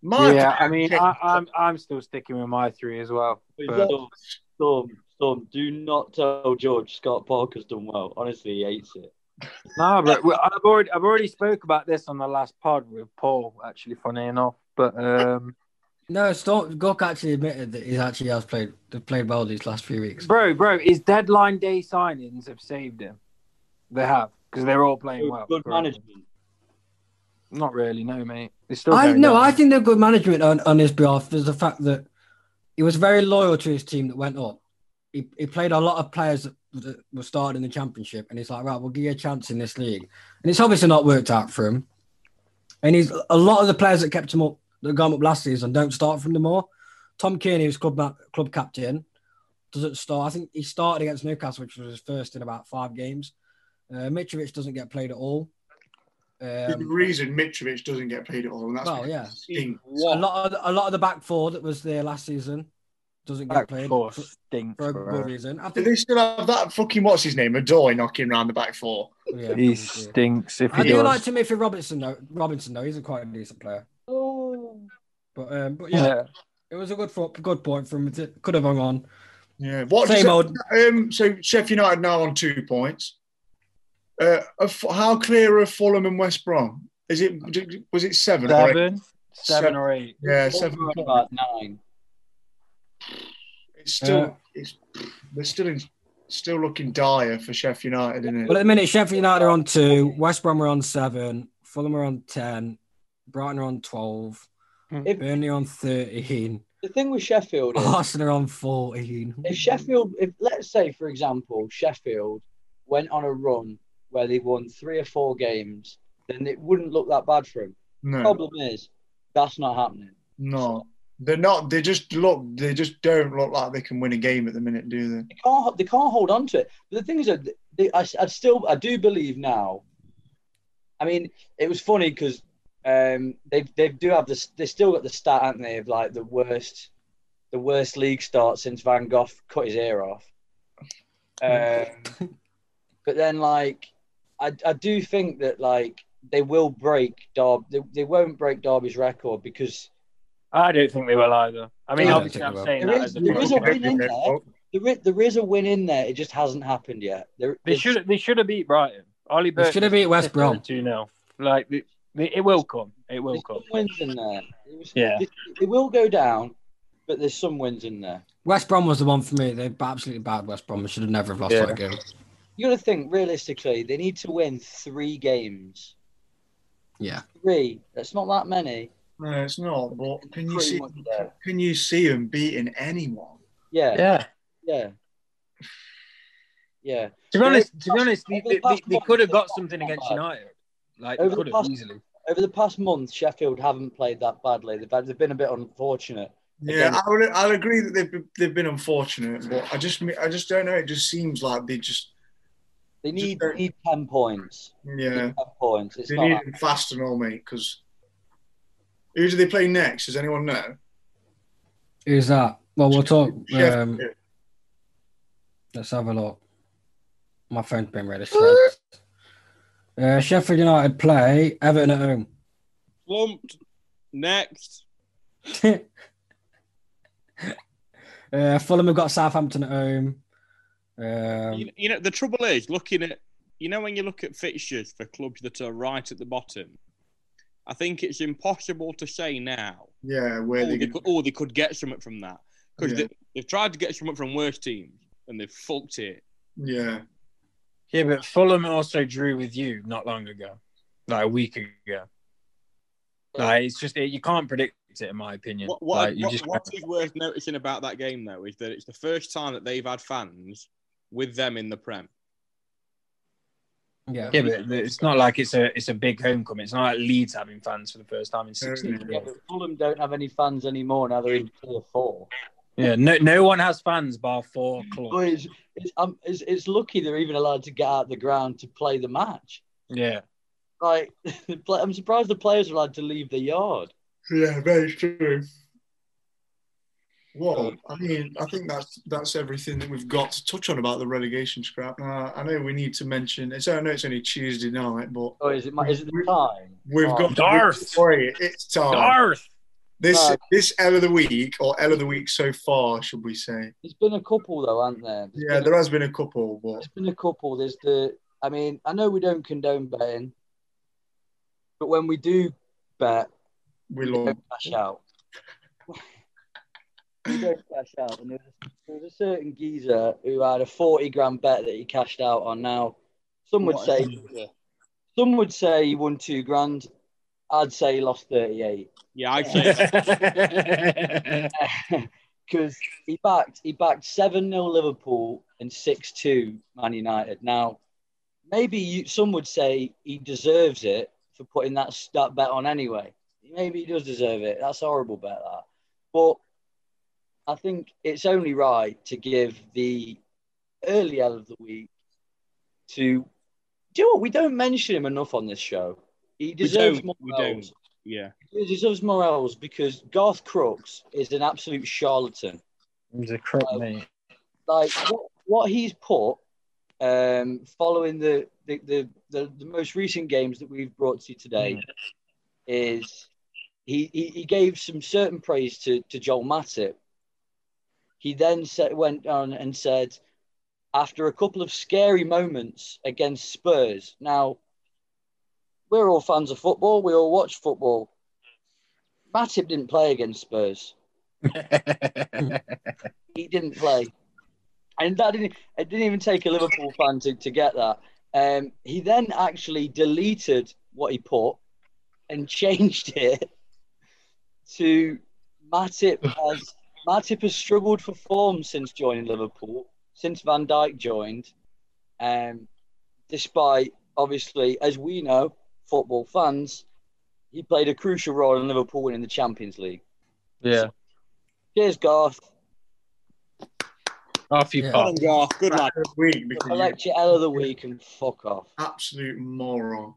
S1: My
S7: yeah,
S1: three
S7: I mean,
S1: change-
S7: I, I'm I'm still sticking with my three as well.
S1: But-
S7: But
S1: Yeah.
S4: Storm, Storm, Storm, do not tell George Scott Parker's done well. Honestly, he hates it.
S7: no, but we- I've already I've already spoke about this on the last pod with Paul. Actually, funny enough, but um,
S3: No, Storm Gork actually admitted that he actually has played they've played well these last few weeks.
S7: bro, bro, his deadline day signings have saved him. They have because they're all playing well.
S4: Good
S7: Correct.
S4: management.
S7: Not really, no, mate. They're still
S3: I
S7: going
S3: no,
S7: down.
S3: I think they're good management on, on his behalf. There's the fact that he was very loyal to his team that went up. He, he played a lot of players that, that were started in the championship, and he's like, right, we'll give you a chance in this league. And it's obviously not worked out for him. And he's a lot of the players that kept him up, that gone up last season, don't start from the more. Tom Kearney, who's club ma- club captain, doesn't start. I think he started against Newcastle, which was his first in about five games. Uh, Mitrovic doesn't get played at all.
S1: There's
S3: Um,
S1: the reason Mitrovic doesn't get played at all, and that's
S3: Well,
S1: because
S3: yeah.
S1: he stinks.
S3: a lot of the- a lot of the back four that was there last season doesn't get
S7: Back
S3: played
S7: four
S3: for,
S7: stinks,
S3: for a
S7: bro.
S3: good reason. I
S1: Do
S3: think
S1: they still have that fucking what's his name, Adoy knocking round the back four?
S3: yeah,
S7: He
S3: probably.
S7: stinks. If he
S3: I do
S7: does.
S3: like Timothy Robinson though. Robinson though, he's a quite a decent player.
S6: Oh.
S3: But um, but yeah,
S7: yeah.
S3: it was a good fo- good point from it could have hung on.
S1: Yeah. What does
S3: Same
S1: it-
S3: old.
S1: um so Sheffield United now on two points. Uh, are F- how clear are Fulham and West Brom? Is it was it seven? or eight?
S7: Seven, seven or eight.
S1: Yeah,
S6: Seven
S1: seven points.
S6: about nine.
S1: It's still
S3: Yeah.
S1: it's they're still in still looking dire for Sheffield United, isn't it?
S3: Well, at the minute, Sheffield United are on two, West Brom are on seven, Fulham are on ten, Brighton are on twelve,
S6: If-
S3: Burnley on thirteen,
S6: The thing with Sheffield is
S3: Arsenal are on fourteen.
S6: if Sheffield, if let's say for example Sheffield went on a run where they won three or four games, then it wouldn't look that bad for them.
S1: no.
S6: Problem is that's not happening.
S1: No, they're not. They just look. They just don't look like they can win a game at the minute, do they?
S6: They can't they can't hold on to it. But the thing is that they, I, I still I do believe now. I mean, it was funny because um, they they do have this. They still got the stat, haven't they, of like the worst, the worst league start since Van Gogh cut his ear off. Um, but then, like, I I do think that like they will break Derby. They, they won't break Derby's record because
S7: I don't think they will either. I mean,
S3: I don't
S7: obviously,
S3: think
S7: I'm
S3: they will.
S7: saying
S6: There
S7: that as
S6: is-
S7: a
S6: there is a
S7: joke.
S6: win in there. there is, there is a win in there. It just hasn't happened yet. There,
S7: They should. They should have beat Brighton. Ollie
S3: They
S7: Burton
S3: should have beat West Brom.
S7: Two 0 Like the, the, it will come. It will
S6: There's
S7: come.
S6: some wins in there. It was-
S7: Yeah.
S6: It, it will go down, but there's some wins in there.
S3: West Brom was the one for me. They absolutely bad West Brom. They should have never have lost
S7: Yeah.
S3: that game.
S6: You got to think realistically. They need to win three games.
S3: Yeah.
S6: Three. That's not that many.
S1: No, it's not. But can you
S6: Pretty
S1: see?
S6: much there.
S1: Can you see them beating anyone?
S6: Yeah. Yeah.
S7: Yeah.
S6: Yeah.
S7: To be honest, to be honest, they,
S6: Over the
S7: they,
S6: past
S7: they
S6: month,
S7: could have
S6: they've
S7: got
S6: not
S7: something
S6: done
S7: against
S6: bad.
S7: United. Like
S6: Over
S7: they
S6: the
S7: could have
S6: past-
S7: easily.
S6: Over the past month, Sheffield haven't played that badly. They've, had- they've been a bit unfortunate.
S1: Yeah,
S6: Again-
S1: I would. I'd agree that they've been- they've been unfortunate, but I just I just don't know. It just seems like they just
S9: They need
S1: don't-
S9: need ten points.
S1: Yeah,
S9: 10 points. It's
S1: they
S9: not.
S1: need him fast and all, mate. Because who do they play next? Does anyone know?
S3: Who's that? Well, we'll talk. Um,
S1: Sheffield.
S3: let's have a look. My phone's been really slow. Uh, Sheffield United play Everton at home.
S2: Slumped. Next.
S3: uh, Fulham have got Southampton at home. Um,
S2: you, you know, the trouble is looking at, you know, when you look at fixtures for clubs that are right at the bottom, I think it's impossible to say now.
S1: yeah, where
S2: Oh,
S1: they?
S2: they could, oh, they could get something from that because
S1: Yeah.
S2: they, they've tried to get something from worse teams and they've fucked it.
S1: Yeah,
S5: Yeah, but Fulham also drew with you not long ago, like a week ago. Like it's just you can't predict it, in my opinion.
S2: What, what,
S5: Like, you
S2: what-
S5: just-
S2: what is worth noticing about that game though is that it's the first time that they've had fans with them in the prem.
S3: yeah.
S5: yeah, but it's not like it's a it's a big homecoming. It's not like Leeds having fans for the first time in sixteen years.
S1: Yeah.
S6: Yeah, but Fulham don't have any fans anymore now. They're in tier four.
S5: Yeah, no, no one has fans bar four
S6: Well,
S5: clubs.
S6: it's, it's, um, it's, it's lucky they're even allowed to get out the ground to play the match.
S5: Yeah,
S6: Like, the pla- I'm surprised the players are allowed to leave the yard.
S1: yeah, very true. Well, I mean, I think that's that's everything that we've got to touch on about the relegation scrap. Uh, I know we need to mention. It's I know it's only Tuesday night, but
S6: Or is it, my, is it the time?
S1: we've
S6: Oh,
S1: got
S5: Darth.
S1: Sorry, it's
S7: Oh.
S1: time.
S5: Garth.
S1: This
S6: No.
S1: this L of the week or L of the week so far, should we say?
S6: There's been a couple, though, aren't there? There's
S1: Yeah,
S6: been
S1: there has been a couple, but
S6: There's been a couple. There's the. I mean, I know we don't condone betting, but when we do bet,
S1: we
S6: we
S1: lost.
S6: don't cash out. we don't cash out. And there was, there was a certain geezer who had a forty grand bet that he cashed out on. Now, some would
S2: What-
S6: say some would say he won two grand. I'd say he lost thirty eight.
S2: yeah, I'd say
S5: yeah,
S6: because he backed he backed seven 0 Liverpool and six two Man United. Now, maybe you, some would say he deserves it for putting that that bet on anyway. Maybe he does deserve it. That's a horrible bet that, but I think it's only right to give the early L of the week to. Do you know what? We don't mention him enough on this show. He deserves
S2: don't,
S6: more.
S2: we don't.
S6: L's.
S2: yeah.
S6: He deserves more L's because Garth Crooks is an absolute charlatan
S5: he's a crook,
S2: Um,
S5: mate.
S6: like what, what he's put um, following the the, the the the most recent games that we've brought to you today is he, he he gave some certain praise to to Joel Matip. He then said, went on and said, after a couple of scary moments against Spurs. Now, we're all fans of football. We all watch football. Matip didn't play against Spurs he didn't play, and that didn't. It didn't even take a Liverpool fan to, to get that. Um, he then actually deleted what he put and changed it to Matip has Matip has struggled for form since joining Liverpool, since Van Dijk joined, um, despite obviously, as we know, football fans, he played a crucial role in Liverpool winning the Champions League.
S5: Yeah,
S6: Cheers, Garth.
S5: off you
S3: Yeah.
S2: Well
S5: pop.
S2: done, Garth. Good
S1: L
S2: lad.
S1: of the week because you
S6: Collect your L of the week and fuck off.
S1: absolute moron.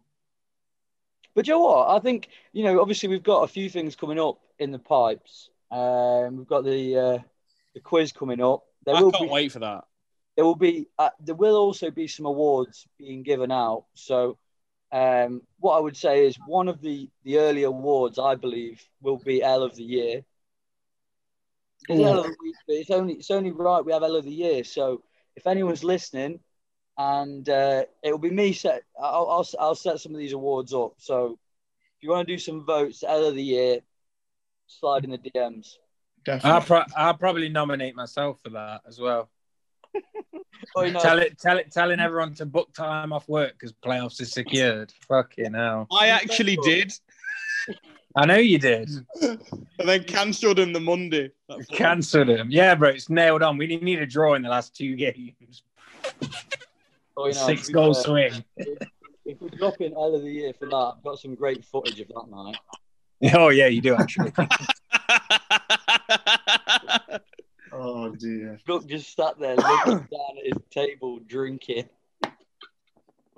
S6: But you know what? I think you know. Obviously, we've got a few things coming up in the pipes. Um, we've got the uh, the quiz coming up. There
S2: I
S6: will
S2: can't
S6: be,
S2: wait for that.
S6: there will be uh, there will also be some awards being given out. So, um, what I would say is one of the the early awards I believe will be L of the Year. It's L of the week, but it's only it's only right we have L of the Year. So if anyone's listening, and uh, it will be me set. I'll, I'll I'll set some of these awards up. So if you want to do some votes, L of the Year, slide in the DMs.
S5: I'll,
S1: Definitely.
S5: pro- I'll probably nominate myself for that as well.
S6: Oh, you know,
S5: Tell it, tell it, telling everyone to book time off work because playoffs is secured. Fucking hell!
S2: I actually did,
S5: I know you did.
S2: and then cancelled him the Monday. That's what-
S5: Cancelled him. Yeah, bro, it's nailed on. We need a draw in the last two games.
S6: oh, you know,
S5: Six
S6: if we,
S5: goal
S6: uh,
S5: swing.
S6: If we drop in L of the Year for that, I've got some great footage of that night.
S5: Oh yeah, you do actually.
S1: Oh dear. Oh,
S6: Brooke just sat there looking down at his table drinking.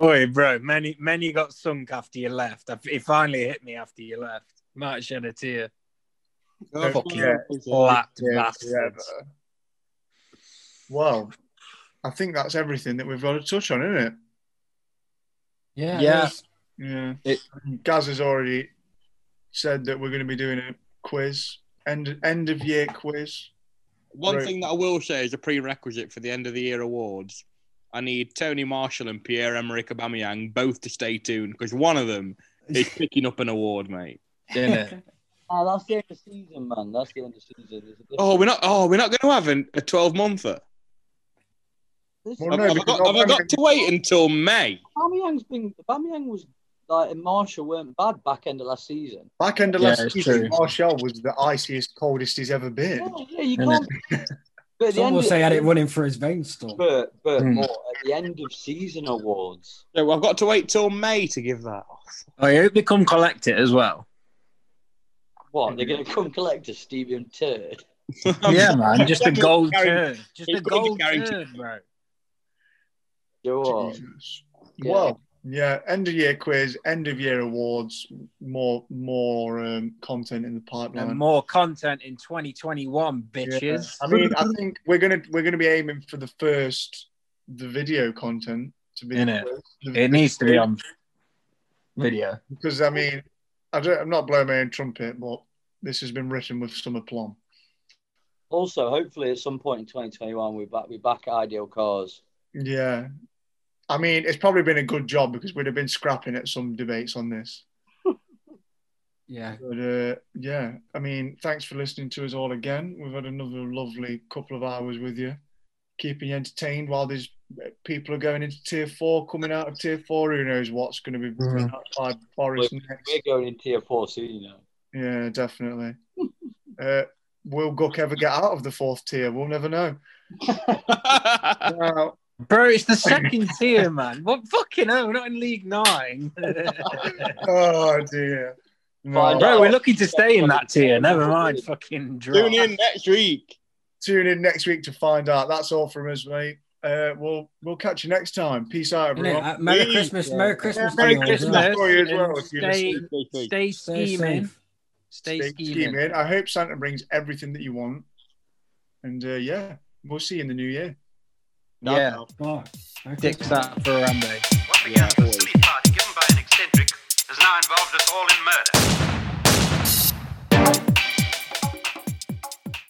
S5: Oi, bro, many many got sunk after you left. I- It finally hit me after you left. Might shed a tear.
S1: Oh, fuck yeah.
S5: Lapped
S1: Yeah,
S5: bastards.
S1: yeah, but- Well, I think that's everything that we've got to touch on, isn't it?
S3: Yeah.
S5: Yeah.
S1: Yeah.
S10: It-
S1: Gaz has already said that we're going to be doing a quiz, end end of year quiz.
S2: One
S1: Right.
S2: thing that I will say is a prerequisite for the end of the year awards. I need Tony Marshall and Pierre Emerick Aubameyang both to stay tuned because one of them is picking up an award, mate.
S5: Didn't
S6: Ah, that's the end of season, man. That's the end of season. There's a bit-
S2: Oh, we're not. Oh, we're not going to have an, a twelve-monther.
S1: Well,
S2: Have,
S1: Oh, no,
S2: have I
S1: because
S2: got, have I got
S1: Aubameyang-
S2: to wait until May?
S6: Aubameyang's been Aubameyang was like and Marshall weren't bad back end of last season.
S1: Back end of
S5: Yeah,
S1: last
S5: it's
S1: season,
S5: true.
S1: Marshall was the iciest, coldest he's ever been.
S6: Yeah, yeah you
S5: Isn't
S6: can't. But at the
S3: Some
S6: end
S3: will
S6: of-
S3: say I had it running through his veins still.
S6: But but
S5: Hmm.
S6: more at the end of season awards.
S2: No, I've got to wait till May to give that.
S5: I hope they come collect it as well.
S6: What they're gonna come collect a Steven turd?
S5: yeah, man. Just a
S2: Definitely
S5: gold
S2: guaranteed.
S5: turd. Just
S2: It's
S5: a
S2: gold
S5: gold
S2: guaranteed.
S5: turd, bro.
S6: You know what?
S1: Jesus.
S6: Oh. Yeah.
S1: Well, yeah, end of year quiz, end of year awards, more more um, content in the pipeline.
S5: And more content in 2021, bitches.
S1: I mean, I think we're gonna we're gonna be aiming for the first the video content to be
S5: Innit?
S1: the-
S5: It needs to be on video.
S1: because I mean I don't, I'm not blowing my own trumpet, but this has been written with some aplomb.
S6: Also, hopefully, at some point in 2021, we're back. We're back at Ideal Cars.
S1: Yeah, I mean it's probably been a good job because we'd have been scrapping at some debates on this.
S3: Yeah.
S1: But uh, yeah, I mean, thanks for listening to us all again. We've had another lovely couple of hours with you, keeping you entertained while these people are going into tier four, coming out of tier four. Who knows what's going to be
S5: Mhm.
S1: out by Forest next?
S6: We're going in tier four soon, you know.
S1: Yeah, definitely. uh, will Guck ever get out of the fourth tier? We'll never know. Now,
S5: Bro, it's the second tier, man. What fucking hell? We're not in League Nine.
S1: oh dear. No.
S6: Fine.
S5: Bro, we're lucky to stay in that tier. Never mind fucking drop.
S2: Tune in next week.
S1: Tune in next week to find out. That's all from us, mate. Uh, we'll we'll catch you next time. Peace out,
S3: Isn't it?
S1: everyone.
S3: Uh, Merry
S2: Yeah.
S3: Christmas. Merry Christmas.
S5: Merry
S3: to you all as well.
S5: Christmas.
S1: Well, you as well,
S5: and
S1: if you
S5: Stay,
S1: listen.
S5: stay
S3: Stay
S5: scheming.
S3: safe.
S5: Stay
S1: Stay
S5: scheming.
S1: scheming. I hope Santa brings everything that you want. And uh, yeah, we'll see you in the new year.
S5: Yeah,
S3: Bye. Merry
S5: dicks out for Rambo.
S11: What began as a street party given by an eccentric has now involved us all in murder.